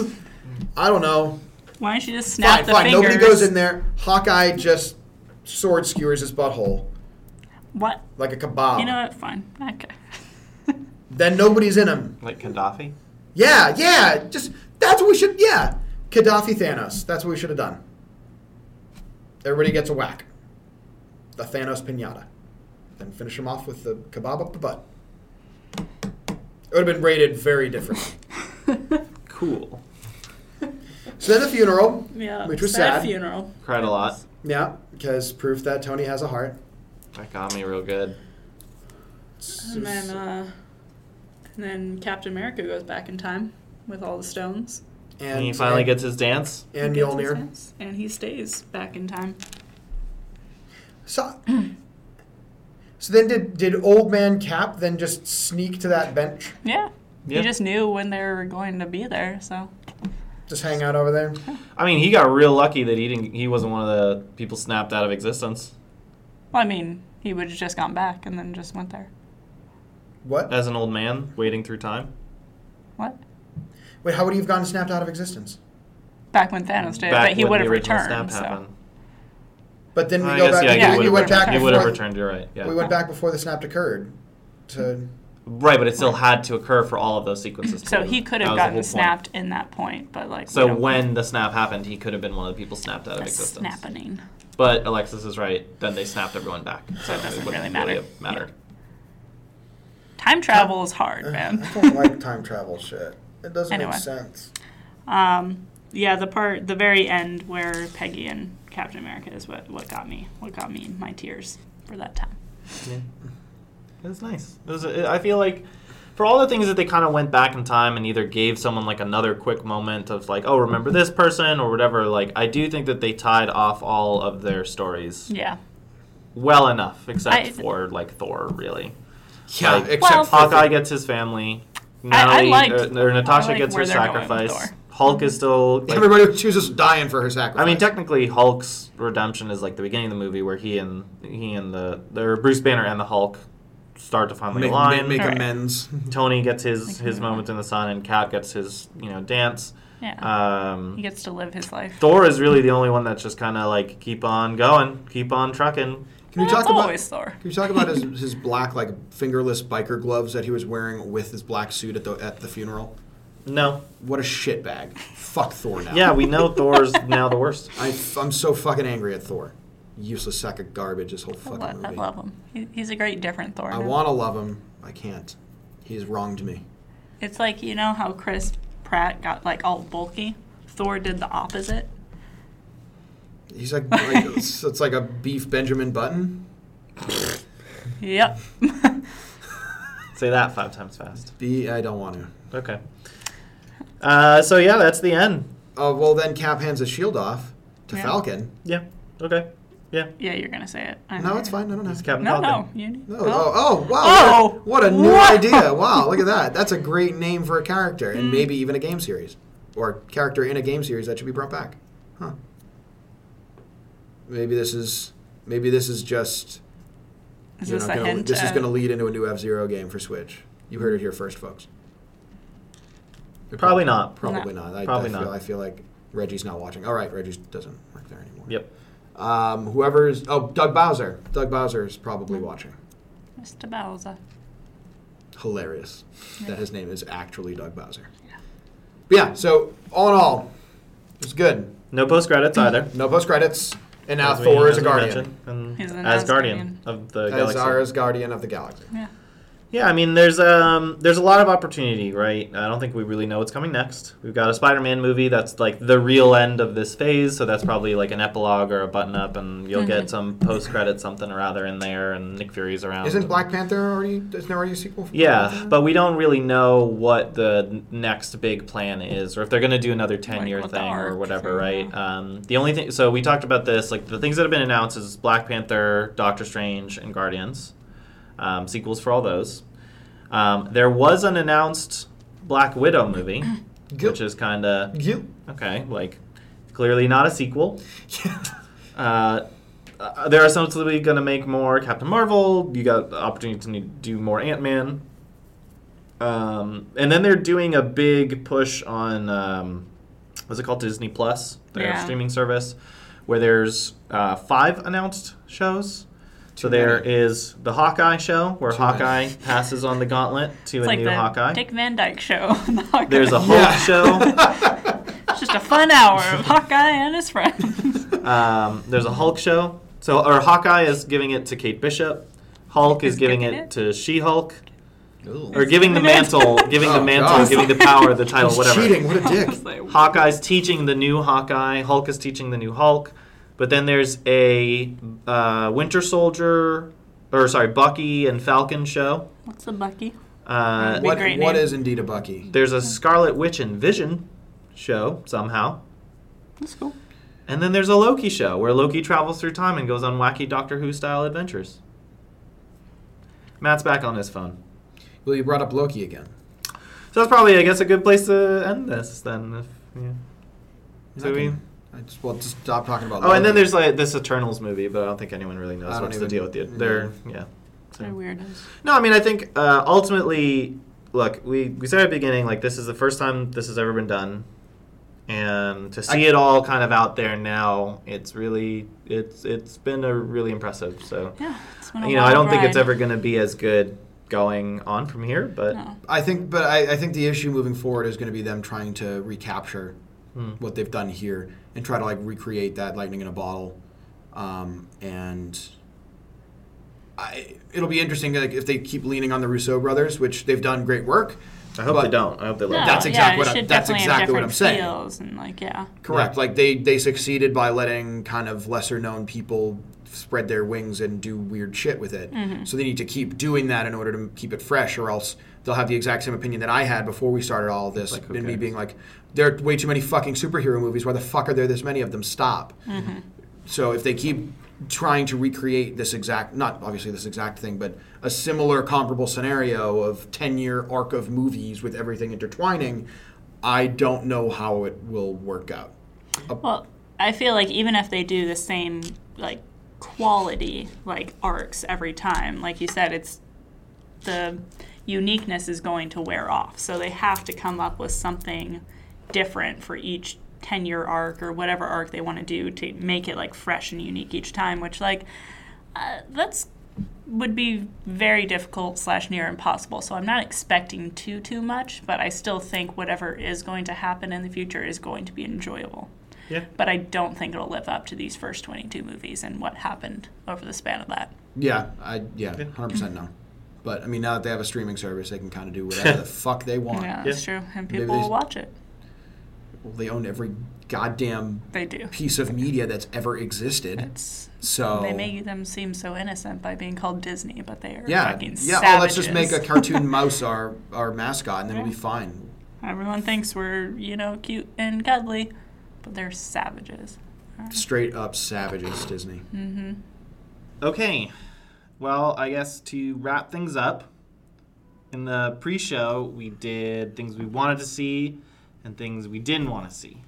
[SPEAKER 2] I don't know.
[SPEAKER 3] why don't you just snap
[SPEAKER 2] Fine,
[SPEAKER 3] the
[SPEAKER 2] fine.
[SPEAKER 3] fingers?
[SPEAKER 2] Nobody goes in there. Hawkeye just sword skewers his butthole
[SPEAKER 3] What?
[SPEAKER 2] like a kebab.
[SPEAKER 3] You know what? Fine. Okay.
[SPEAKER 2] then nobody's in him.
[SPEAKER 1] Like Gaddafi?
[SPEAKER 2] Yeah, yeah. Just that's what we should. Yeah, Gaddafi Thanos. That's what we should have done. Everybody gets a whack. The Thanos pinata. Then finish him off with the kebab up the butt. It would have been rated very differently.
[SPEAKER 1] Cool.
[SPEAKER 2] so then the funeral,
[SPEAKER 3] Yeah.
[SPEAKER 2] which was
[SPEAKER 3] sad
[SPEAKER 2] sad.
[SPEAKER 3] funeral.
[SPEAKER 1] Cried a lot.
[SPEAKER 2] Yeah, because proof that Tony has a heart.
[SPEAKER 1] That got me real good.
[SPEAKER 3] And then, uh, and then Captain America goes back in time with all the stones.
[SPEAKER 1] And, he
[SPEAKER 2] uh,
[SPEAKER 1] finally gets his dance.
[SPEAKER 2] and
[SPEAKER 3] He gets his
[SPEAKER 2] Mjolnir.
[SPEAKER 3] hands, And he stays back in time.
[SPEAKER 2] So, so then did did old man Cap then just sneak to that bench,
[SPEAKER 3] Yeah.
[SPEAKER 1] Yeah.
[SPEAKER 3] He just knew when they were going to be there, so.
[SPEAKER 2] just hang out over there?
[SPEAKER 1] I mean, he got real lucky that he didn't. He wasn't one of the people snapped out of existence
[SPEAKER 3] Well, I mean, he would have just gone back and then just went there.
[SPEAKER 2] What?
[SPEAKER 1] as an old man waiting through time.
[SPEAKER 3] What?
[SPEAKER 2] Wait, how would he have gotten snapped out of existence?
[SPEAKER 3] Back when Thanos did,
[SPEAKER 1] Back
[SPEAKER 3] but he
[SPEAKER 1] when
[SPEAKER 3] would
[SPEAKER 1] the
[SPEAKER 3] have
[SPEAKER 1] original
[SPEAKER 3] returned.
[SPEAKER 1] snap
[SPEAKER 3] So.
[SPEAKER 1] happened.
[SPEAKER 2] But then we
[SPEAKER 1] I
[SPEAKER 2] go
[SPEAKER 1] guess,
[SPEAKER 2] back.
[SPEAKER 1] yeah,
[SPEAKER 2] we-
[SPEAKER 3] he
[SPEAKER 2] we,
[SPEAKER 3] would've
[SPEAKER 2] went back.
[SPEAKER 3] returned.
[SPEAKER 1] He
[SPEAKER 2] before,
[SPEAKER 1] would have returned. You're right. Yeah.
[SPEAKER 2] We went back before the snap occurred. To
[SPEAKER 1] Right, but it still had to occur for all of those sequences.
[SPEAKER 3] So
[SPEAKER 1] to-
[SPEAKER 3] he could
[SPEAKER 1] that was
[SPEAKER 3] have
[SPEAKER 1] the whole
[SPEAKER 3] gotten
[SPEAKER 1] point.
[SPEAKER 3] snapped in that point, but like.
[SPEAKER 1] So
[SPEAKER 3] we don't-
[SPEAKER 1] when the snap happened, he could have been one of the people snapped out of
[SPEAKER 3] the
[SPEAKER 1] existence.
[SPEAKER 3] snapping.
[SPEAKER 1] But Alexis is right. Then they snapped everyone back. So,
[SPEAKER 3] doesn't
[SPEAKER 1] wouldn't
[SPEAKER 3] really matter.
[SPEAKER 1] have mattered.
[SPEAKER 3] Time travel is hard, man.
[SPEAKER 2] Uh, I don't like time travel shit. It doesn't
[SPEAKER 3] Anyway.
[SPEAKER 2] make sense.
[SPEAKER 3] Um, yeah, the part, the very end where Peggy and Captain America is what, what got me, what got me my tears for that time.
[SPEAKER 1] It was nice. It was, I feel like for all the things that they kind of went back in time and either gave someone like another quick moment of like, oh, remember this person or whatever, like I do think that they tied off all of their stories
[SPEAKER 3] Yeah.
[SPEAKER 1] well enough, except
[SPEAKER 3] I-
[SPEAKER 1] for like Thor, really.
[SPEAKER 7] yeah,
[SPEAKER 1] Like,
[SPEAKER 7] except
[SPEAKER 3] Well-
[SPEAKER 7] for
[SPEAKER 1] Hawkeye gets his family.
[SPEAKER 3] I- I
[SPEAKER 1] Natalie,
[SPEAKER 3] liked-
[SPEAKER 1] or, or Natasha
[SPEAKER 3] I liked
[SPEAKER 1] gets her
[SPEAKER 3] where they're going with
[SPEAKER 1] sacrifice.
[SPEAKER 3] Thor. Mm-hmm.
[SPEAKER 1] Hulk is still. like,
[SPEAKER 7] everybody chooses dying for her sacrifice.
[SPEAKER 1] I mean, technically, Hulk's redemption is like the beginning of the movie where he and he and the or Bruce Banner and the Hulk start to finally
[SPEAKER 7] make,
[SPEAKER 1] align.
[SPEAKER 7] make
[SPEAKER 3] Right.
[SPEAKER 7] amends.
[SPEAKER 1] Tony gets his
[SPEAKER 3] Like,
[SPEAKER 1] his
[SPEAKER 3] move on.
[SPEAKER 1] moment in the sun, and Cap gets his you know dance.
[SPEAKER 3] Yeah. he
[SPEAKER 1] Um,
[SPEAKER 3] gets to live his life.
[SPEAKER 1] Thor is really the only one that's just kind of like keep on going, keep on trucking.
[SPEAKER 7] Can we
[SPEAKER 3] That's
[SPEAKER 7] talk about?
[SPEAKER 3] always Thor.
[SPEAKER 7] Can you talk about his, his black like fingerless biker gloves that he was wearing with his black suit at the at the funeral?
[SPEAKER 1] No,
[SPEAKER 7] What a shitbag! Fuck Thor now.
[SPEAKER 1] yeah, we know Thor's now the worst.
[SPEAKER 7] I, am so fucking angry at Thor. Useless sack of garbage. This whole
[SPEAKER 3] I
[SPEAKER 7] fucking
[SPEAKER 3] love, I
[SPEAKER 7] movie.
[SPEAKER 3] love him. He, he's a great different Thor.
[SPEAKER 7] I
[SPEAKER 3] now.
[SPEAKER 7] want to love him. I can't. He's wronged me.
[SPEAKER 3] It's like you know how Chris Pratt got like all bulky. Thor did the opposite.
[SPEAKER 7] He's like, like it's, it's like a beef Benjamin Button.
[SPEAKER 3] Yep.
[SPEAKER 1] Say that five times fast.
[SPEAKER 7] Be I don't want to.
[SPEAKER 1] Okay. Uh, so yeah, that's the end.
[SPEAKER 7] Oh well, then Cap hands his shield off to
[SPEAKER 3] Yeah.
[SPEAKER 7] Falcon.
[SPEAKER 1] Yeah. Okay. Yeah.
[SPEAKER 3] yeah, you're gonna say it. I
[SPEAKER 7] No,
[SPEAKER 3] know.
[SPEAKER 7] it's fine. I don't
[SPEAKER 1] It's
[SPEAKER 7] have.
[SPEAKER 1] Captain
[SPEAKER 3] No,
[SPEAKER 1] Falcon.
[SPEAKER 3] no. You,
[SPEAKER 7] No, oh, oh, wow!
[SPEAKER 3] Oh.
[SPEAKER 7] what a what a new
[SPEAKER 3] Wow.
[SPEAKER 7] idea! Wow, look at that. That's a great name for a character,
[SPEAKER 3] Hmm.
[SPEAKER 7] and maybe even a game series, or character in a game series that should be brought back. Huh? Maybe this is maybe this is just
[SPEAKER 3] Is
[SPEAKER 7] you
[SPEAKER 3] this
[SPEAKER 7] know,
[SPEAKER 3] a
[SPEAKER 7] gonna-
[SPEAKER 3] hint?
[SPEAKER 7] this is
[SPEAKER 3] of-
[SPEAKER 7] going to lead into a new F Zero game for Switch. You heard it here first, folks.
[SPEAKER 1] Probably not.
[SPEAKER 7] Probably not. I,
[SPEAKER 1] Probably
[SPEAKER 7] I feel,
[SPEAKER 1] not.
[SPEAKER 7] I feel like Reggie's not watching. All right, Reggie doesn't work there anymore.
[SPEAKER 1] Yep.
[SPEAKER 7] Um, whoever's oh Doug Bowser. Doug Bowser is probably
[SPEAKER 3] Hmm.
[SPEAKER 7] watching.
[SPEAKER 3] Mr. Bowser.
[SPEAKER 7] hilarious that his name is actually Doug Bowser. Yeah. But yeah, so all in all, it was good.
[SPEAKER 1] No post credits either.
[SPEAKER 7] No post credits, and now
[SPEAKER 1] As we-
[SPEAKER 7] Thor
[SPEAKER 1] as
[SPEAKER 7] is a
[SPEAKER 1] we
[SPEAKER 7] guardian.
[SPEAKER 1] mentioned, and
[SPEAKER 3] He's an
[SPEAKER 1] as
[SPEAKER 3] Asgardian.
[SPEAKER 1] guardian of the
[SPEAKER 7] As
[SPEAKER 1] galaxy.
[SPEAKER 7] Zara's guardian of the galaxy.
[SPEAKER 3] Yeah.
[SPEAKER 1] Yeah, I mean, there's um, there's a lot of opportunity, right? I don't think we really know what's coming next. We've got a Spider-Man movie that's like the real end of this phase, so that's probably like an epilogue or a button-up, and
[SPEAKER 3] Hmm.
[SPEAKER 1] you'll get some post-credit something or other in there, and Nick Fury's around.
[SPEAKER 2] Isn't
[SPEAKER 1] and-
[SPEAKER 2] Black Panther already? Isn't there already a sequel? For Black
[SPEAKER 1] Yeah,
[SPEAKER 3] Mm-hmm.
[SPEAKER 2] Panther?
[SPEAKER 1] but we don't really know what the n- next big plan is, or if they're going to do another ten-year
[SPEAKER 3] what the
[SPEAKER 1] thing or
[SPEAKER 3] arc
[SPEAKER 1] whatever,
[SPEAKER 3] is,
[SPEAKER 1] right? Um, the only thing, so we talked about this, like the things that have been announced is Black Panther, Doctor Strange, and Guardians, um, sequels for all those. Um, there was an announced Black Widow movie,
[SPEAKER 2] Gil-
[SPEAKER 1] which is kind of
[SPEAKER 2] Gil-
[SPEAKER 1] okay, like clearly not a sequel.
[SPEAKER 2] yeah.
[SPEAKER 1] Uh, uh, there are some that's going to make more Captain Marvel. You got the opportunity to need- do more Ant Man. Um, and then they're doing a big push on um, what's it called Disney Plus, their
[SPEAKER 3] Yeah.
[SPEAKER 1] streaming service, where there's uh, five announced shows. so
[SPEAKER 2] Too many.
[SPEAKER 1] there is the Hawkeye show, where
[SPEAKER 2] Too many.
[SPEAKER 1] Hawkeye passes on the gauntlet to
[SPEAKER 3] It's
[SPEAKER 1] a
[SPEAKER 3] like
[SPEAKER 1] new
[SPEAKER 3] the
[SPEAKER 1] Hawkeye.
[SPEAKER 3] Dick Van Dyke show. on the Hawkeye.
[SPEAKER 1] There's a Hulk
[SPEAKER 2] Yeah.
[SPEAKER 1] show.
[SPEAKER 3] It's just a fun hour of Hawkeye and his friends.
[SPEAKER 1] Um, there's a Hulk show. So, or Hawkeye is giving it to Kate Bishop. Hulk is
[SPEAKER 3] Is
[SPEAKER 1] giving
[SPEAKER 3] giving
[SPEAKER 1] it,
[SPEAKER 3] it?
[SPEAKER 1] to She-Hulk,
[SPEAKER 2] Ooh.
[SPEAKER 1] or giving the
[SPEAKER 3] giving it.
[SPEAKER 1] mantle, giving the
[SPEAKER 2] Oh,
[SPEAKER 1] mantle,
[SPEAKER 2] God.
[SPEAKER 1] giving the power, the title,
[SPEAKER 2] He's
[SPEAKER 1] whatever.
[SPEAKER 2] cheating. What a dick.
[SPEAKER 3] It's like,
[SPEAKER 1] Hawkeye's teaching the new Hawkeye. Hulk is teaching the new Hulk. But then there's a uh, Winter Soldier, or sorry, Bucky and Falcon show.
[SPEAKER 3] what's a Bucky?
[SPEAKER 1] Uh,
[SPEAKER 3] That'd be
[SPEAKER 2] what,
[SPEAKER 3] great
[SPEAKER 2] what
[SPEAKER 3] name.
[SPEAKER 2] is indeed a Bucky?
[SPEAKER 1] there's a Scarlet Witch and Vision show somehow.
[SPEAKER 3] That's cool.
[SPEAKER 1] And then there's a Loki show where Loki travels through time and goes on wacky Doctor Who style adventures. Matt's back on his phone.
[SPEAKER 2] Well, you brought up Loki again.
[SPEAKER 1] So that's probably, I guess, a good place to end this then. If, yeah. So
[SPEAKER 2] I
[SPEAKER 1] we-
[SPEAKER 2] can- I just, well, just stop talking about.
[SPEAKER 1] Oh, and then
[SPEAKER 2] Loki.
[SPEAKER 1] there's like this Eternals movie, but I don't think anyone really knows
[SPEAKER 2] I don't
[SPEAKER 1] what's the
[SPEAKER 2] even-
[SPEAKER 1] deal with it. They're yeah.
[SPEAKER 3] They're weirdos.
[SPEAKER 1] No, I mean, I think uh, ultimately, look, we, we said at the beginning, like, this is the first time this has ever been done. And to see it all kind of out there now, it's really it's it's been a really impressive. So
[SPEAKER 3] Yeah, it's been a
[SPEAKER 1] you know, I don't
[SPEAKER 3] wild
[SPEAKER 1] think it's
[SPEAKER 3] ride.
[SPEAKER 1] ever going to be as good going on from here, but
[SPEAKER 3] No.
[SPEAKER 2] I think, but I, I think the issue moving forward is going to be them trying to recapture what they've done here and try to like recreate that lightning in a bottle. Um, and I, it'll be interesting like, if they keep leaning on the Russo brothers, which they've done great work.
[SPEAKER 1] I hope
[SPEAKER 2] But-
[SPEAKER 1] they don't. I hope they
[SPEAKER 3] No,
[SPEAKER 1] let
[SPEAKER 2] That's
[SPEAKER 3] yeah,
[SPEAKER 2] exactly
[SPEAKER 3] it
[SPEAKER 2] what I-
[SPEAKER 3] should
[SPEAKER 2] that's
[SPEAKER 3] definitely
[SPEAKER 2] exactly what
[SPEAKER 3] have different
[SPEAKER 2] I'm saying.
[SPEAKER 3] feels and like, yeah.
[SPEAKER 2] Correct. Like they they succeeded by letting kind of lesser known people spread their wings and do weird shit with it.
[SPEAKER 1] Mm-hmm.
[SPEAKER 2] So they need to keep doing that in order to keep it fresh, or else they'll have the exact same opinion that I had before we started all of this.
[SPEAKER 1] Like, who
[SPEAKER 2] and me
[SPEAKER 1] cares?
[SPEAKER 2] being like, there are way too many fucking superhero movies. Why the fuck are there this many of them? Stop.
[SPEAKER 1] Mm-hmm.
[SPEAKER 2] So if they keep trying to recreate this exact, not obviously this exact thing, but a similar comparable scenario of 10 year arc of movies with everything intertwining, I don't know how it will work out.
[SPEAKER 3] Well, I feel like even if they do the same like quality like arcs every time, like you said, it's the uniqueness is going to wear off. So they have to come up with something different for each 10 year arc or whatever arc they want to do to make it like fresh and unique each time, which like uh, that's would be very difficult slash near impossible. So I'm not expecting too too much, but I still think whatever is going to happen in the future is going to be enjoyable
[SPEAKER 1] Yeah.
[SPEAKER 3] but I don't think it'll live up to these first 22 movies and what happened over the span of that.
[SPEAKER 2] Yeah, I yeah, hundred percent no. But I mean, now that they have a streaming service, they can kind of do whatever the fuck they want.
[SPEAKER 3] Yeah, that's true. And people
[SPEAKER 2] they-
[SPEAKER 3] will watch it.
[SPEAKER 2] Well, they own every goddamn
[SPEAKER 3] They do.
[SPEAKER 2] piece of media that's ever existed.
[SPEAKER 3] It's,
[SPEAKER 2] So
[SPEAKER 3] They make them seem so innocent by being called Disney, but they are
[SPEAKER 2] yeah,
[SPEAKER 3] fucking
[SPEAKER 2] yeah.
[SPEAKER 3] savages.
[SPEAKER 2] Oh, let's just make a cartoon mouse our our mascot, and then we'll be fine.
[SPEAKER 3] Everyone thinks we're, you know, cute and cuddly, but they're savages. Mm-hmm.
[SPEAKER 2] Straight up savages, Disney.
[SPEAKER 1] Okay. Well, I guess to wrap things up, in the pre show, we did things we wanted to see and things we didn't want to see.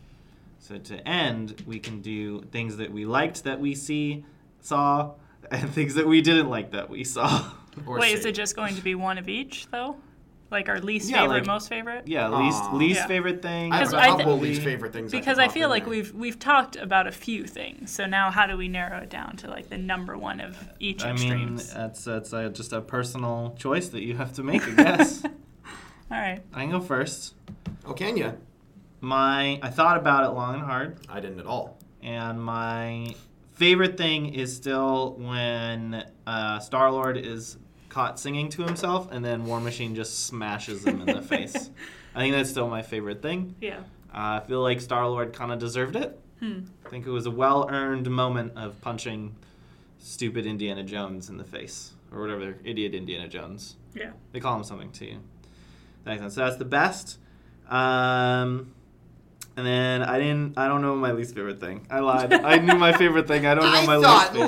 [SPEAKER 1] So to end, we can do things that we liked that we see, saw, and things that we didn't like that we saw.
[SPEAKER 2] Or
[SPEAKER 3] Wait, is
[SPEAKER 2] say-
[SPEAKER 3] it just going to be one of each, though? Like our least
[SPEAKER 1] Yeah,
[SPEAKER 3] favorite,
[SPEAKER 1] like-
[SPEAKER 3] most favorite?
[SPEAKER 1] Yeah, least least
[SPEAKER 3] Yeah.
[SPEAKER 1] favorite thing.
[SPEAKER 2] I have
[SPEAKER 3] 'Cause
[SPEAKER 2] a
[SPEAKER 3] I thi-
[SPEAKER 2] couple least favorite things. that
[SPEAKER 3] because
[SPEAKER 2] can
[SPEAKER 3] I
[SPEAKER 2] pop
[SPEAKER 3] feel
[SPEAKER 2] in
[SPEAKER 3] like
[SPEAKER 2] there.
[SPEAKER 3] we've we've talked about a few things. So now, how do we narrow it down to like the number one of each
[SPEAKER 1] I mean,
[SPEAKER 3] extremes?
[SPEAKER 1] that's that's uh, just a personal choice that you have to make, I guess.
[SPEAKER 3] All right.
[SPEAKER 1] I can go first.
[SPEAKER 2] Oh, can you?
[SPEAKER 1] My I thought about it long and hard.
[SPEAKER 2] I didn't at all.
[SPEAKER 1] And my favorite thing is still when uh, Star Lord is caught singing to himself, and then War Machine just smashes him in the face. I think that's still my favorite thing.
[SPEAKER 3] Yeah.
[SPEAKER 1] Uh, I feel like Star Lord kind of deserved it.
[SPEAKER 3] Hmm.
[SPEAKER 1] I think it was a well earned moment of punching stupid Indiana Jones in the face, or whatever, idiot Indiana Jones.
[SPEAKER 3] Yeah.
[SPEAKER 1] They call him something too. That makes sense. So that's the best. Um, and then I didn't. I don't know my least favorite thing. I lied. I knew my favorite thing. I don't know my least favorite.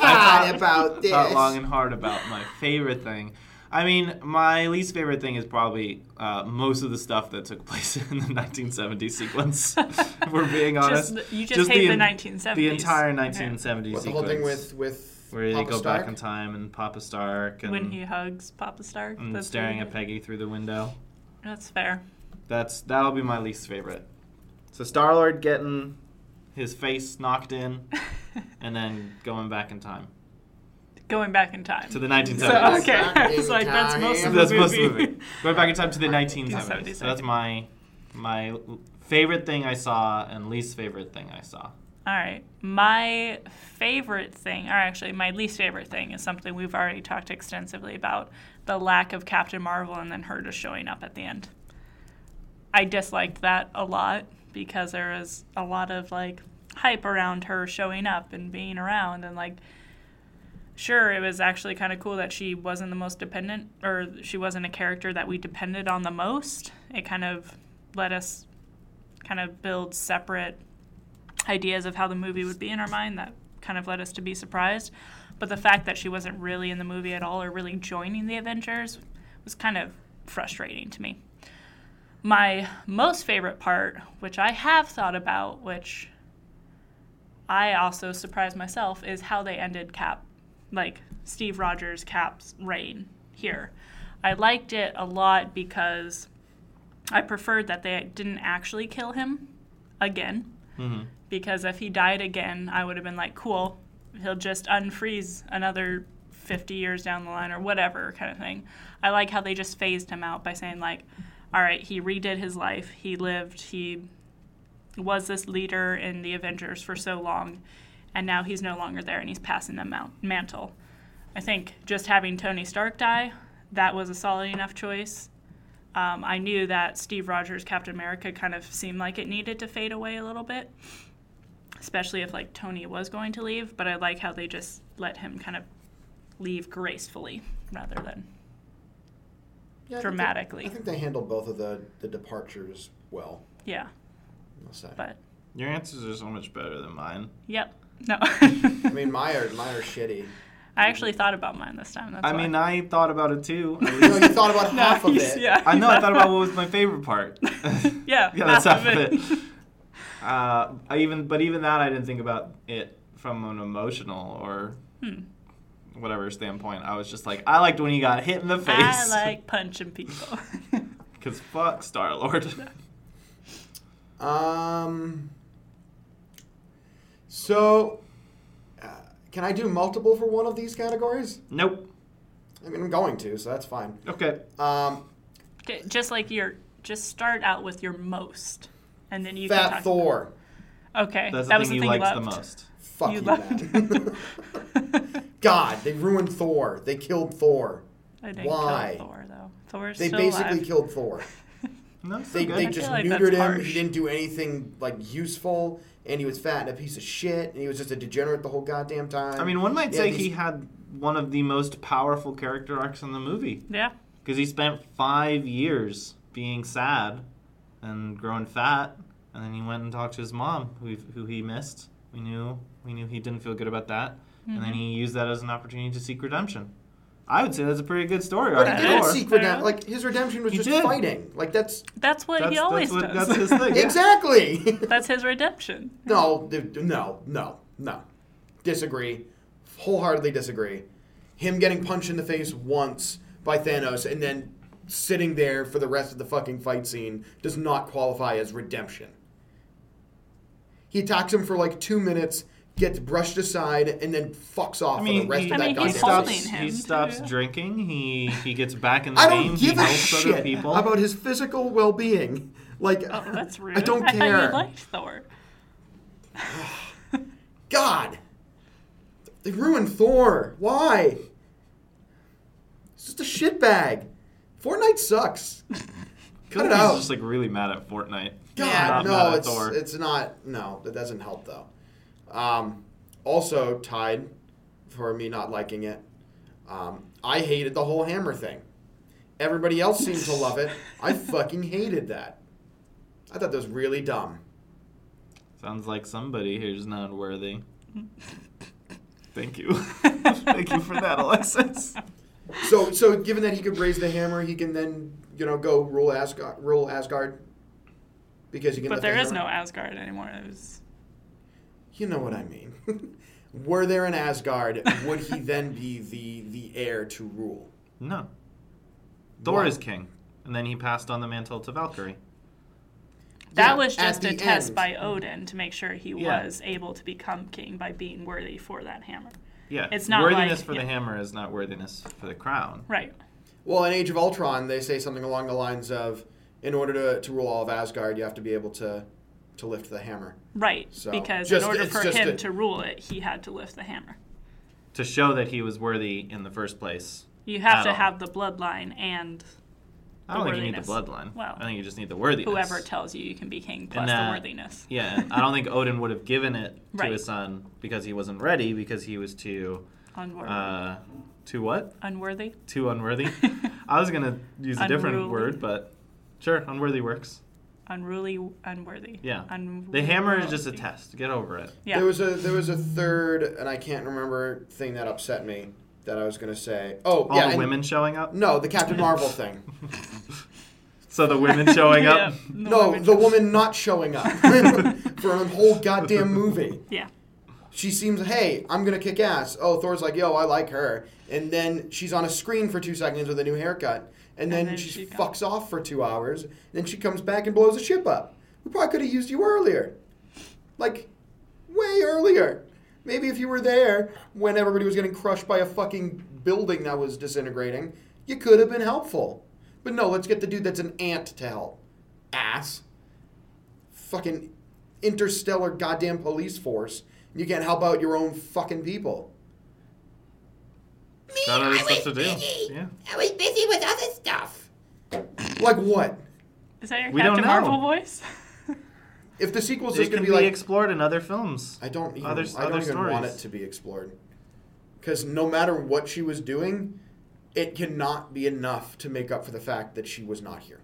[SPEAKER 1] thought-
[SPEAKER 2] about
[SPEAKER 1] Thought long and hard about my favorite thing. I mean, my least favorite thing is probably uh, most of the stuff that took place in the 1970 sequence. if we're being honest.
[SPEAKER 3] Just, the- you just, hate the,
[SPEAKER 1] en-
[SPEAKER 3] 1970s.
[SPEAKER 1] The entire
[SPEAKER 3] Okay.
[SPEAKER 1] 1970s
[SPEAKER 2] What, the
[SPEAKER 1] sequence.
[SPEAKER 2] whole thing with with
[SPEAKER 1] where they
[SPEAKER 2] Papa
[SPEAKER 1] go
[SPEAKER 2] Stark?
[SPEAKER 1] back in time and Papa Stark and,
[SPEAKER 3] When he hugs Papa Stark.
[SPEAKER 1] and
[SPEAKER 3] that's
[SPEAKER 1] Mm, staring
[SPEAKER 3] really-
[SPEAKER 1] at Peggy through the window.
[SPEAKER 3] That's fair.
[SPEAKER 1] That's that'll be my least favorite. So Star Lord getting his face knocked in, and then going back in time
[SPEAKER 3] Going back in time.
[SPEAKER 1] to the 1970s.
[SPEAKER 3] so, okay.
[SPEAKER 2] Back
[SPEAKER 3] I was
[SPEAKER 2] in
[SPEAKER 3] like, that's most of
[SPEAKER 2] time.
[SPEAKER 3] the
[SPEAKER 1] That's
[SPEAKER 3] movie.
[SPEAKER 1] most of the movie. Going back in time to the 1970s.
[SPEAKER 3] 1970s,
[SPEAKER 1] So that's
[SPEAKER 3] okay.
[SPEAKER 1] my my l- favorite thing I saw and least favorite thing I saw.
[SPEAKER 3] All right. My favorite thing, or actually, my least favorite thing, is something we've already talked extensively about the lack of Captain Marvel and then her just showing up at the end. I disliked that a lot because there was a lot of like hype around her showing up and being around and like sure it was actually kind of cool that she wasn't the most dependent or she wasn't a character that we depended on the most it kind of let us kind of build separate ideas of how the movie would be in our mind that kind of led us to be surprised. But the fact that she wasn't really in the movie at all or really joining the Avengers was kind of frustrating to me. My most favorite part, which I have thought about, which I also surprised myself, is how they ended Cap, like Steve Rogers' Cap's reign here. I liked it a lot because I preferred that they didn't actually kill him again
[SPEAKER 1] Mm-hmm.
[SPEAKER 3] because if he died again, I would have been like, cool, he'll just unfreeze another 50 years down the line or whatever kind of thing. I like how they just phased him out by saying, like, all right, he redid his life, he lived, he was this leader in the Avengers for so long, and now he's no longer there and he's passing the mount- mantle. I think just having Tony Stark die, that was a solid enough choice. Um, I knew that Steve Rogers' Captain America kind of seemed like it needed to fade away a little bit especially if like Tony was going to leave, but I like how they just let him kind of leave gracefully rather than
[SPEAKER 2] Yeah, I think they-
[SPEAKER 3] dramatically.
[SPEAKER 2] I think they handled both of the the departures well.
[SPEAKER 3] yeah,
[SPEAKER 2] I'll say.
[SPEAKER 3] but
[SPEAKER 1] Your answers are so much better than mine.
[SPEAKER 3] yep. No.
[SPEAKER 2] I mean, mine are mine are shitty.
[SPEAKER 3] I actually thought about mine this time. That's
[SPEAKER 1] I mean,
[SPEAKER 3] why.
[SPEAKER 1] I thought about it too. At
[SPEAKER 2] No,
[SPEAKER 1] least-
[SPEAKER 2] you thought about half of
[SPEAKER 3] He's-
[SPEAKER 2] it.
[SPEAKER 3] yeah.
[SPEAKER 1] I know I thought about what was my favorite part.
[SPEAKER 3] Yeah,
[SPEAKER 1] yeah, that's
[SPEAKER 3] half
[SPEAKER 1] half
[SPEAKER 3] of
[SPEAKER 1] of it. Uh, I even, but even that, I didn't think about it from an emotional or whatever standpoint. I was just like, I liked when he got hit in the
[SPEAKER 3] I
[SPEAKER 1] face.
[SPEAKER 3] like punching people.
[SPEAKER 1] Cause fuck Star Lord.
[SPEAKER 2] Um. So, uh, can I do multiple for one of these categories?
[SPEAKER 1] nope.
[SPEAKER 2] I mean, I'm going to, so that's fine.
[SPEAKER 1] Okay.
[SPEAKER 2] Um,
[SPEAKER 3] Okay, just like your, just start out with your most, and then you can
[SPEAKER 2] Fat
[SPEAKER 3] talk.
[SPEAKER 2] Thor.
[SPEAKER 3] Okay,
[SPEAKER 1] That's
[SPEAKER 3] that
[SPEAKER 1] the
[SPEAKER 3] was
[SPEAKER 1] thing
[SPEAKER 3] the
[SPEAKER 1] you
[SPEAKER 3] thing
[SPEAKER 1] liked the
[SPEAKER 3] loved.
[SPEAKER 1] most.
[SPEAKER 2] Fuck
[SPEAKER 3] You
[SPEAKER 2] you,
[SPEAKER 3] loved-
[SPEAKER 2] Matt. God, they ruined Thor. They killed Thor.
[SPEAKER 3] I didn't
[SPEAKER 2] Why?
[SPEAKER 3] kill Thor though. Thor's
[SPEAKER 2] They
[SPEAKER 3] still
[SPEAKER 2] basically
[SPEAKER 3] alive.
[SPEAKER 2] killed Thor.
[SPEAKER 1] No, it's
[SPEAKER 2] They,
[SPEAKER 1] okay.
[SPEAKER 2] they
[SPEAKER 3] I
[SPEAKER 2] just
[SPEAKER 3] feel like that's
[SPEAKER 2] neutered him.
[SPEAKER 3] harsh.
[SPEAKER 2] He didn't do anything like useful, and he was fat and a piece of shit, and he was just a degenerate the whole goddamn time.
[SPEAKER 1] I mean, one might
[SPEAKER 2] Yeah,
[SPEAKER 1] say
[SPEAKER 2] these-
[SPEAKER 1] he had one of the most powerful character arcs in the movie
[SPEAKER 3] Yeah,
[SPEAKER 1] because he spent five years being sad and growing fat, and then he went and talked to his mom, who he, who he missed. We knew we knew he didn't feel good about that, and
[SPEAKER 3] Mm-hmm.
[SPEAKER 1] then he used that as an opportunity to seek redemption. I would say that's a pretty good story arc.
[SPEAKER 2] But he
[SPEAKER 1] for
[SPEAKER 2] did
[SPEAKER 1] Thor.
[SPEAKER 2] seek
[SPEAKER 3] Fair
[SPEAKER 2] redemption.
[SPEAKER 3] enough.
[SPEAKER 2] Like his redemption was
[SPEAKER 1] He
[SPEAKER 2] just
[SPEAKER 1] did.
[SPEAKER 2] fighting. Like that's
[SPEAKER 3] that's what
[SPEAKER 1] That's,
[SPEAKER 3] he always
[SPEAKER 1] that's what,
[SPEAKER 3] does.
[SPEAKER 1] That's his thing. yeah.
[SPEAKER 2] exactly.
[SPEAKER 3] That's his redemption.
[SPEAKER 2] no, dude, no, no, no. Disagree. Wholeheartedly disagree. Him getting punched in the face once by Thanos and then sitting there for the rest of the fucking fight scene does not qualify as redemption. He attacks him for like two minutes, gets brushed aside, and then fucks off
[SPEAKER 1] I mean,
[SPEAKER 2] for the rest
[SPEAKER 1] he,
[SPEAKER 2] of that
[SPEAKER 3] I mean,
[SPEAKER 2] goddamn
[SPEAKER 3] he's
[SPEAKER 1] he
[SPEAKER 2] scene.
[SPEAKER 3] holding
[SPEAKER 1] stops,
[SPEAKER 3] him
[SPEAKER 1] he
[SPEAKER 3] to
[SPEAKER 1] stops
[SPEAKER 3] do it.
[SPEAKER 1] drinking. He he gets back in the
[SPEAKER 2] I
[SPEAKER 1] game.
[SPEAKER 2] don't
[SPEAKER 1] he
[SPEAKER 2] give a
[SPEAKER 1] helps other
[SPEAKER 2] shit
[SPEAKER 1] people.
[SPEAKER 2] about his physical well-being. Like,
[SPEAKER 3] Oh, that's rude.
[SPEAKER 2] I don't
[SPEAKER 3] thought
[SPEAKER 2] care.
[SPEAKER 3] you liked Thor.
[SPEAKER 2] God, they ruined Thor. Why? It's just a shit bag. Fortnite sucks.
[SPEAKER 1] I feel
[SPEAKER 2] Cut it
[SPEAKER 1] like he's
[SPEAKER 2] out.
[SPEAKER 1] just like really mad at Fortnite.
[SPEAKER 2] God,
[SPEAKER 1] Not mad
[SPEAKER 2] no,
[SPEAKER 1] at
[SPEAKER 2] it's
[SPEAKER 1] Thor.
[SPEAKER 2] it's not. No, that doesn't help though. Um, also tied for me not liking it. Um, I hated the whole hammer thing. Everybody else seemed to love it. I fucking hated that. I thought that was really dumb.
[SPEAKER 1] Sounds like somebody here's not worthy. Thank you. Thank you for that, Alexis.
[SPEAKER 2] So, so given that he could raise the hammer, he can then you know go rule Asgard, rule Asgard, because he can.
[SPEAKER 3] But
[SPEAKER 2] lift the
[SPEAKER 3] there is no
[SPEAKER 2] hammer.
[SPEAKER 3] Asgard anymore. It was
[SPEAKER 2] You know what I mean. Were there an Asgard, would he then be the the heir to rule?
[SPEAKER 1] No. Thor
[SPEAKER 2] Why?
[SPEAKER 1] is king. And then he passed on the mantle to Valkyrie.
[SPEAKER 3] that
[SPEAKER 2] Yeah,
[SPEAKER 3] was
[SPEAKER 2] at
[SPEAKER 3] just a
[SPEAKER 2] the
[SPEAKER 3] test
[SPEAKER 2] end.
[SPEAKER 3] by Odin to make sure he
[SPEAKER 1] Yeah.
[SPEAKER 3] was able to become king by being worthy for that hammer.
[SPEAKER 1] Yeah.
[SPEAKER 3] It's not
[SPEAKER 1] worthiness
[SPEAKER 3] like-
[SPEAKER 1] for the
[SPEAKER 3] yeah.
[SPEAKER 1] hammer is not worthiness for the crown.
[SPEAKER 3] Right.
[SPEAKER 2] Well, in Age of Ultron, they say something along the lines of, in order to, to rule all of Asgard, you have to be able to to lift the hammer.
[SPEAKER 3] Right.
[SPEAKER 2] So,
[SPEAKER 3] because
[SPEAKER 2] just-
[SPEAKER 3] in order
[SPEAKER 2] it's
[SPEAKER 3] for
[SPEAKER 2] just
[SPEAKER 3] him
[SPEAKER 2] a-
[SPEAKER 3] to rule it, he had to lift the hammer.
[SPEAKER 1] To show that he was worthy in the first place.
[SPEAKER 3] You have
[SPEAKER 1] At
[SPEAKER 3] to
[SPEAKER 1] all.
[SPEAKER 3] have the bloodline and
[SPEAKER 1] I don't
[SPEAKER 3] The
[SPEAKER 1] think you need the
[SPEAKER 3] worthiness.
[SPEAKER 1] bloodline.
[SPEAKER 3] Well,
[SPEAKER 1] I think you just need the worthiness.
[SPEAKER 3] whoever tells you you can be king plus
[SPEAKER 1] that-
[SPEAKER 3] the worthiness.
[SPEAKER 1] uh, Yeah, and I don't think Odin would have given it to
[SPEAKER 3] Right.
[SPEAKER 1] his son because he wasn't ready because he was too
[SPEAKER 3] Unworthy.
[SPEAKER 1] uh, too what?
[SPEAKER 3] Unworthy.
[SPEAKER 1] Too unworthy. I was gonna use a different
[SPEAKER 3] Unruly.
[SPEAKER 1] word, but sure, unworthy works.
[SPEAKER 3] Unruly. Unworthy.
[SPEAKER 1] Yeah.
[SPEAKER 3] Unruly.
[SPEAKER 1] The hammer is just a test. Get over it.
[SPEAKER 3] Yeah.
[SPEAKER 2] There was a there was a third, and I can't remember thing that upset me that I was gonna say. Oh,
[SPEAKER 1] All
[SPEAKER 2] yeah,
[SPEAKER 1] the
[SPEAKER 2] and- Mm.
[SPEAKER 1] women showing up.
[SPEAKER 2] No, the Captain Marvel thing.
[SPEAKER 1] So the women showing
[SPEAKER 3] yeah.
[SPEAKER 1] up.
[SPEAKER 3] the
[SPEAKER 2] No,
[SPEAKER 3] woman-
[SPEAKER 2] the woman not showing up for a whole goddamn movie.
[SPEAKER 3] Yeah.
[SPEAKER 2] She seems, hey, I'm gonna kick ass. Oh, Thor's like, yo, I like her, and then she's on a screen for two seconds with a new haircut, and then,
[SPEAKER 3] then
[SPEAKER 2] she,
[SPEAKER 3] she got-
[SPEAKER 2] fucks off for two hours. Then she comes back and blows the ship up. We probably could have used you earlier, like, way earlier. Maybe if you were there when everybody was getting crushed by a fucking building that was disintegrating, you could have been helpful. But no, let's get the dude that's an ant to help. Ass fucking interstellar goddamn police force. and You can't help out your own fucking people.
[SPEAKER 1] Not other stuff to do. Yeah.
[SPEAKER 2] Like what?
[SPEAKER 3] Is that your
[SPEAKER 1] We don't
[SPEAKER 3] Captain
[SPEAKER 1] know.
[SPEAKER 3] Marvel voice?
[SPEAKER 2] If the sequel's
[SPEAKER 1] It
[SPEAKER 2] just
[SPEAKER 1] can
[SPEAKER 2] gonna
[SPEAKER 1] be
[SPEAKER 2] be like,
[SPEAKER 1] explored in other films.
[SPEAKER 2] I don't even,
[SPEAKER 1] other-
[SPEAKER 2] I don't
[SPEAKER 1] other
[SPEAKER 2] even want
[SPEAKER 1] stories.
[SPEAKER 2] it to be explored. Because no matter what she was doing, it cannot be enough to make up for the fact that she was not here.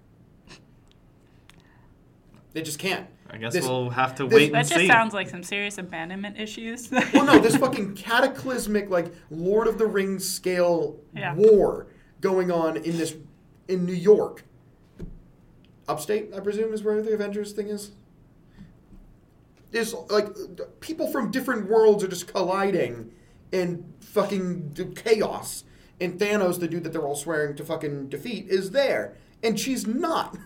[SPEAKER 2] They just can't.
[SPEAKER 1] I guess
[SPEAKER 2] This-
[SPEAKER 1] we'll have to
[SPEAKER 2] this-
[SPEAKER 1] wait
[SPEAKER 3] That
[SPEAKER 1] and
[SPEAKER 3] just
[SPEAKER 1] see.
[SPEAKER 3] sounds like some serious abandonment issues.
[SPEAKER 2] well, no, this fucking cataclysmic, like Lord of the Rings scale
[SPEAKER 3] Yeah.
[SPEAKER 2] war going on in this in New York, upstate, I presume, is where the Avengers thing is. Is like people from different worlds are just colliding in fucking d- chaos, and Thanos, the dude that they're all swearing to fucking defeat, is there, and she's not.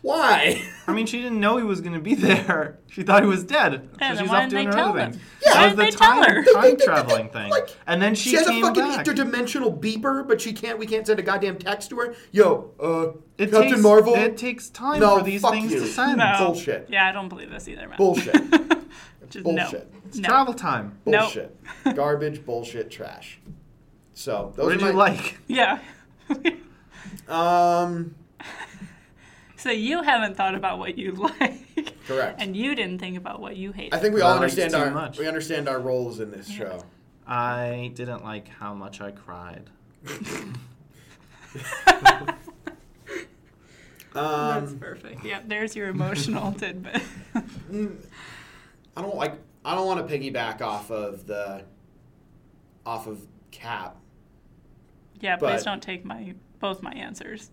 [SPEAKER 2] Why?
[SPEAKER 1] I mean, she didn't know he was going to be there. She thought he was dead.
[SPEAKER 3] Yeah,
[SPEAKER 1] so
[SPEAKER 3] then
[SPEAKER 1] she's
[SPEAKER 3] why
[SPEAKER 1] off
[SPEAKER 3] didn't they
[SPEAKER 1] doing her
[SPEAKER 3] tell
[SPEAKER 1] other
[SPEAKER 3] them?
[SPEAKER 1] thing.
[SPEAKER 3] Yeah,
[SPEAKER 1] that
[SPEAKER 3] why
[SPEAKER 1] was the
[SPEAKER 3] didn't they tell
[SPEAKER 1] time,
[SPEAKER 3] her?
[SPEAKER 1] time traveling thing.
[SPEAKER 2] Like,
[SPEAKER 1] and then she,
[SPEAKER 2] she has a
[SPEAKER 1] came
[SPEAKER 2] fucking
[SPEAKER 1] back.
[SPEAKER 2] interdimensional beeper, but she can't. We can't send a goddamn text to her. Yo, uh,
[SPEAKER 1] It
[SPEAKER 2] Captain
[SPEAKER 1] takes,
[SPEAKER 2] Marvel.
[SPEAKER 1] It takes time
[SPEAKER 2] No,
[SPEAKER 1] for these
[SPEAKER 2] fuck
[SPEAKER 1] things
[SPEAKER 2] you.
[SPEAKER 1] to send.
[SPEAKER 3] No.
[SPEAKER 2] Bullshit.
[SPEAKER 3] Yeah, I don't believe this either, man.
[SPEAKER 2] Bullshit. Bullshit.
[SPEAKER 3] Just No.
[SPEAKER 1] It's
[SPEAKER 3] No.
[SPEAKER 1] travel time.
[SPEAKER 3] No.
[SPEAKER 2] Bullshit. Garbage. Bullshit. Trash. So those
[SPEAKER 1] What did
[SPEAKER 2] are
[SPEAKER 1] you
[SPEAKER 2] my,
[SPEAKER 1] like?
[SPEAKER 3] Yeah.
[SPEAKER 2] Um,
[SPEAKER 3] so you haven't thought about what you like.
[SPEAKER 2] Correct.
[SPEAKER 3] And you didn't think about what you hate.
[SPEAKER 2] I think we
[SPEAKER 1] Well,
[SPEAKER 2] all
[SPEAKER 1] I liked
[SPEAKER 2] understand
[SPEAKER 1] too
[SPEAKER 2] our
[SPEAKER 1] much.
[SPEAKER 2] we understand our roles in this show.
[SPEAKER 1] I didn't like how much I cried.
[SPEAKER 3] That's
[SPEAKER 2] Um,
[SPEAKER 3] perfect. Yeah, there's your emotional tidbit.
[SPEAKER 2] I don't like. I don't want to piggyback off of the off of Cap.
[SPEAKER 3] yeah,
[SPEAKER 2] But-
[SPEAKER 3] please don't take my both my answers.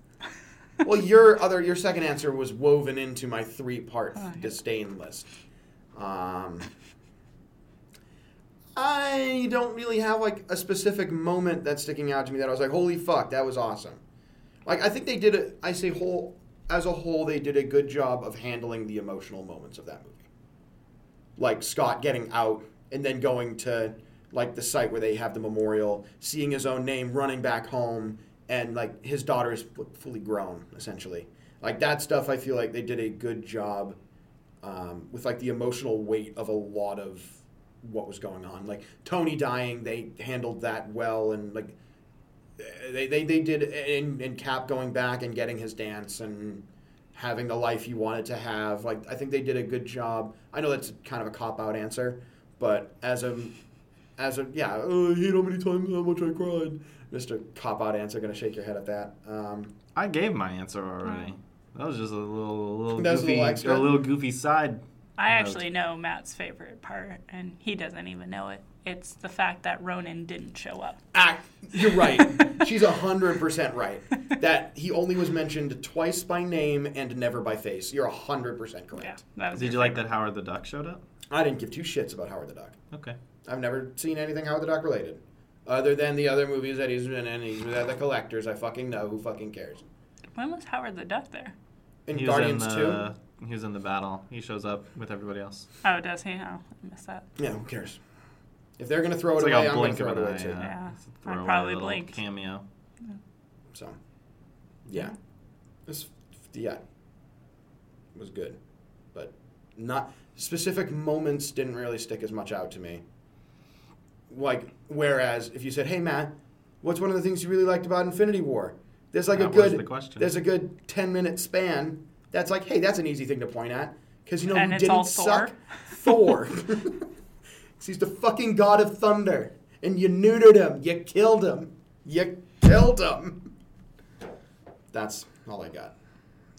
[SPEAKER 2] well, your other your second answer was woven into my three part disdain list. Um, I don't really have like a specific moment that's sticking out to me that I was like, holy fuck, that was awesome. Like I think they did a I say whole as a whole they did a good job of handling the emotional moments of that movie. Like Scott getting out and then going to like the site where they have the memorial, seeing his own name, running back home, and like his daughter is fu- fully grown essentially. Like that stuff, I feel like they did a good job um, with like the emotional weight of a lot of what was going on. Like Tony dying, they handled that well, and like they, they, they did in, in Cap going back and getting his dance and having the life he wanted to have. Like I think they did a good job. I know that's kind of a cop out answer, but as a as a yeah, oh, I hate how many times how much I cried. Mister cop out answer, gonna shake your head at that. Um,
[SPEAKER 1] I gave my answer already. That was just a little, a little
[SPEAKER 2] That was a
[SPEAKER 1] goofy,
[SPEAKER 2] little
[SPEAKER 1] a
[SPEAKER 2] extra.
[SPEAKER 1] little goofy side.
[SPEAKER 3] I
[SPEAKER 1] note.
[SPEAKER 3] actually know Matt's favorite part, and he doesn't even know it. It's the fact that Ronan didn't show up.
[SPEAKER 2] act. ah, You're right. She's hundred percent right. That he only was mentioned twice by name and never by face. You're hundred percent
[SPEAKER 3] Yeah,
[SPEAKER 2] correct.
[SPEAKER 3] that was
[SPEAKER 1] Did
[SPEAKER 3] your
[SPEAKER 1] you like
[SPEAKER 3] favorite.
[SPEAKER 1] that Howard the Duck showed up?
[SPEAKER 2] I didn't give two shits about Howard the Duck.
[SPEAKER 1] Okay.
[SPEAKER 2] I've never seen anything Howard the Duck related, other than the other movies that he's been in. He's been at the collectors. I fucking know who fucking cares.
[SPEAKER 3] When was Howard the Duck there?
[SPEAKER 2] In
[SPEAKER 1] he
[SPEAKER 2] Guardians
[SPEAKER 1] was in the,
[SPEAKER 2] Two,
[SPEAKER 1] He was in the battle. He shows up with everybody else.
[SPEAKER 3] Oh, does he? Oh, I missed that.
[SPEAKER 2] yeah, who cares? If they're gonna throw it
[SPEAKER 1] It's like
[SPEAKER 2] away,
[SPEAKER 1] a
[SPEAKER 2] I'm gonna
[SPEAKER 1] blink of
[SPEAKER 2] throw it
[SPEAKER 1] an
[SPEAKER 2] away
[SPEAKER 1] eye.
[SPEAKER 2] too.
[SPEAKER 3] Yeah,
[SPEAKER 1] It's a
[SPEAKER 3] I
[SPEAKER 1] throwaway
[SPEAKER 3] probably
[SPEAKER 1] little
[SPEAKER 3] blinked.
[SPEAKER 1] Cameo.
[SPEAKER 2] So, yeah, this yeah was good, but not specific moments didn't really stick as much out to me. Like whereas if you said, "Hey Matt, what's one of the things you really liked about Infinity War?" There's like a
[SPEAKER 1] That was
[SPEAKER 2] good
[SPEAKER 1] the question.
[SPEAKER 2] there's a good ten minute span that's like, "Hey, that's an easy thing to point at," because you know
[SPEAKER 3] And
[SPEAKER 2] who
[SPEAKER 3] it's
[SPEAKER 2] didn't
[SPEAKER 3] all
[SPEAKER 2] suck Thor. 'Cause He's the fucking god of thunder, and you neutered him. You killed him. You killed him. That's all I got.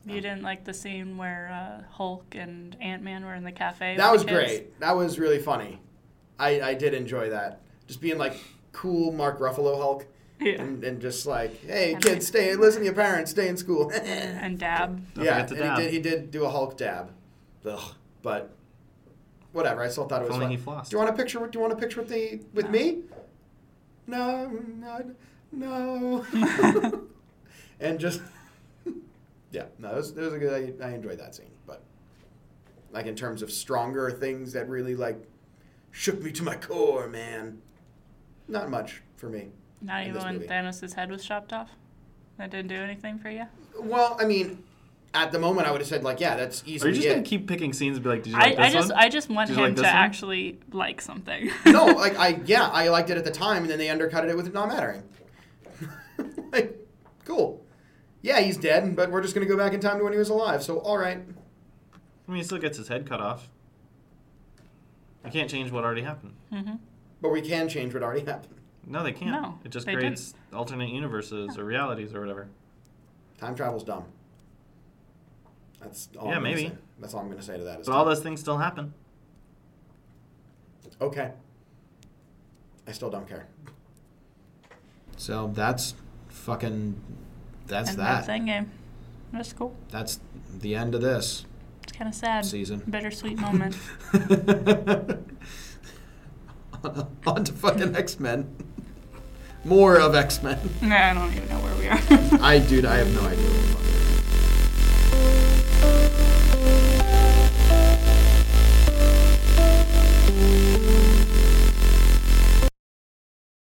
[SPEAKER 2] Oh.
[SPEAKER 3] You didn't like the scene where uh, Hulk and Ant Man were in the cafe.
[SPEAKER 2] That was
[SPEAKER 3] with the kids?
[SPEAKER 2] great. That was really funny. I, I did enjoy that. Just being like cool Mark Ruffalo Hulk.
[SPEAKER 3] Yeah.
[SPEAKER 2] And, and just like, hey,
[SPEAKER 3] And like-
[SPEAKER 2] kids, stay, listen to your parents, stay in school.
[SPEAKER 3] And Dab.
[SPEAKER 1] Don't
[SPEAKER 2] yeah,
[SPEAKER 1] forget to
[SPEAKER 2] and
[SPEAKER 1] dab.
[SPEAKER 2] He, did, he did do a Hulk dab. Ugh, but whatever. I still thought it
[SPEAKER 1] If
[SPEAKER 2] was
[SPEAKER 1] only
[SPEAKER 2] fun.
[SPEAKER 1] he flossed.
[SPEAKER 2] Do you want a picture? with- Do you want a picture with the with me? No, no, no. and just yeah, no, it was, it was a good. I, I enjoyed that scene, but like in terms of stronger things that really like shook me to my core, man. Not much for me.
[SPEAKER 3] Not
[SPEAKER 2] in
[SPEAKER 3] even
[SPEAKER 2] this
[SPEAKER 3] when
[SPEAKER 2] movie.
[SPEAKER 3] Thanos' head was chopped off. That didn't do anything for you.
[SPEAKER 2] Well, I mean, at the moment, I would have said like, yeah, that's
[SPEAKER 1] Are
[SPEAKER 2] easily
[SPEAKER 1] you just
[SPEAKER 2] it.
[SPEAKER 1] gonna keep picking scenes and be like, "Did you
[SPEAKER 3] I,
[SPEAKER 1] like
[SPEAKER 3] I
[SPEAKER 1] this
[SPEAKER 3] just
[SPEAKER 1] one?"
[SPEAKER 3] I just want
[SPEAKER 1] Did
[SPEAKER 3] him
[SPEAKER 1] you like
[SPEAKER 3] to
[SPEAKER 1] this one?
[SPEAKER 3] actually like something.
[SPEAKER 2] no, like I yeah, I liked it at the time, and then they undercut it with it not mattering. like, cool. Yeah, he's dead, but we're just gonna go back in time to when he was alive. So all right.
[SPEAKER 1] I mean, he still gets his head cut off. You can't change what already happened.
[SPEAKER 3] Mm-hmm.
[SPEAKER 2] But we can change what already happened.
[SPEAKER 1] No, they can't.
[SPEAKER 3] No,
[SPEAKER 1] it just
[SPEAKER 3] they
[SPEAKER 1] creates alternate universes or realities or whatever.
[SPEAKER 2] Time travel's dumb. That's all.
[SPEAKER 1] Yeah,
[SPEAKER 2] I'm gonna
[SPEAKER 1] maybe.
[SPEAKER 2] say. That's all I'm gonna say to that. Is
[SPEAKER 1] But all those things still happen.
[SPEAKER 2] okay. I still don't care. So that's fucking. That's
[SPEAKER 3] and that's Endgame. That's cool.
[SPEAKER 2] That's the end of this
[SPEAKER 3] It's kind of sad.
[SPEAKER 2] season.
[SPEAKER 3] Bittersweet moment.
[SPEAKER 2] On to fucking X Men. More of X Men.
[SPEAKER 3] nah, I don't even know where we are.
[SPEAKER 2] I, dude, I have no idea.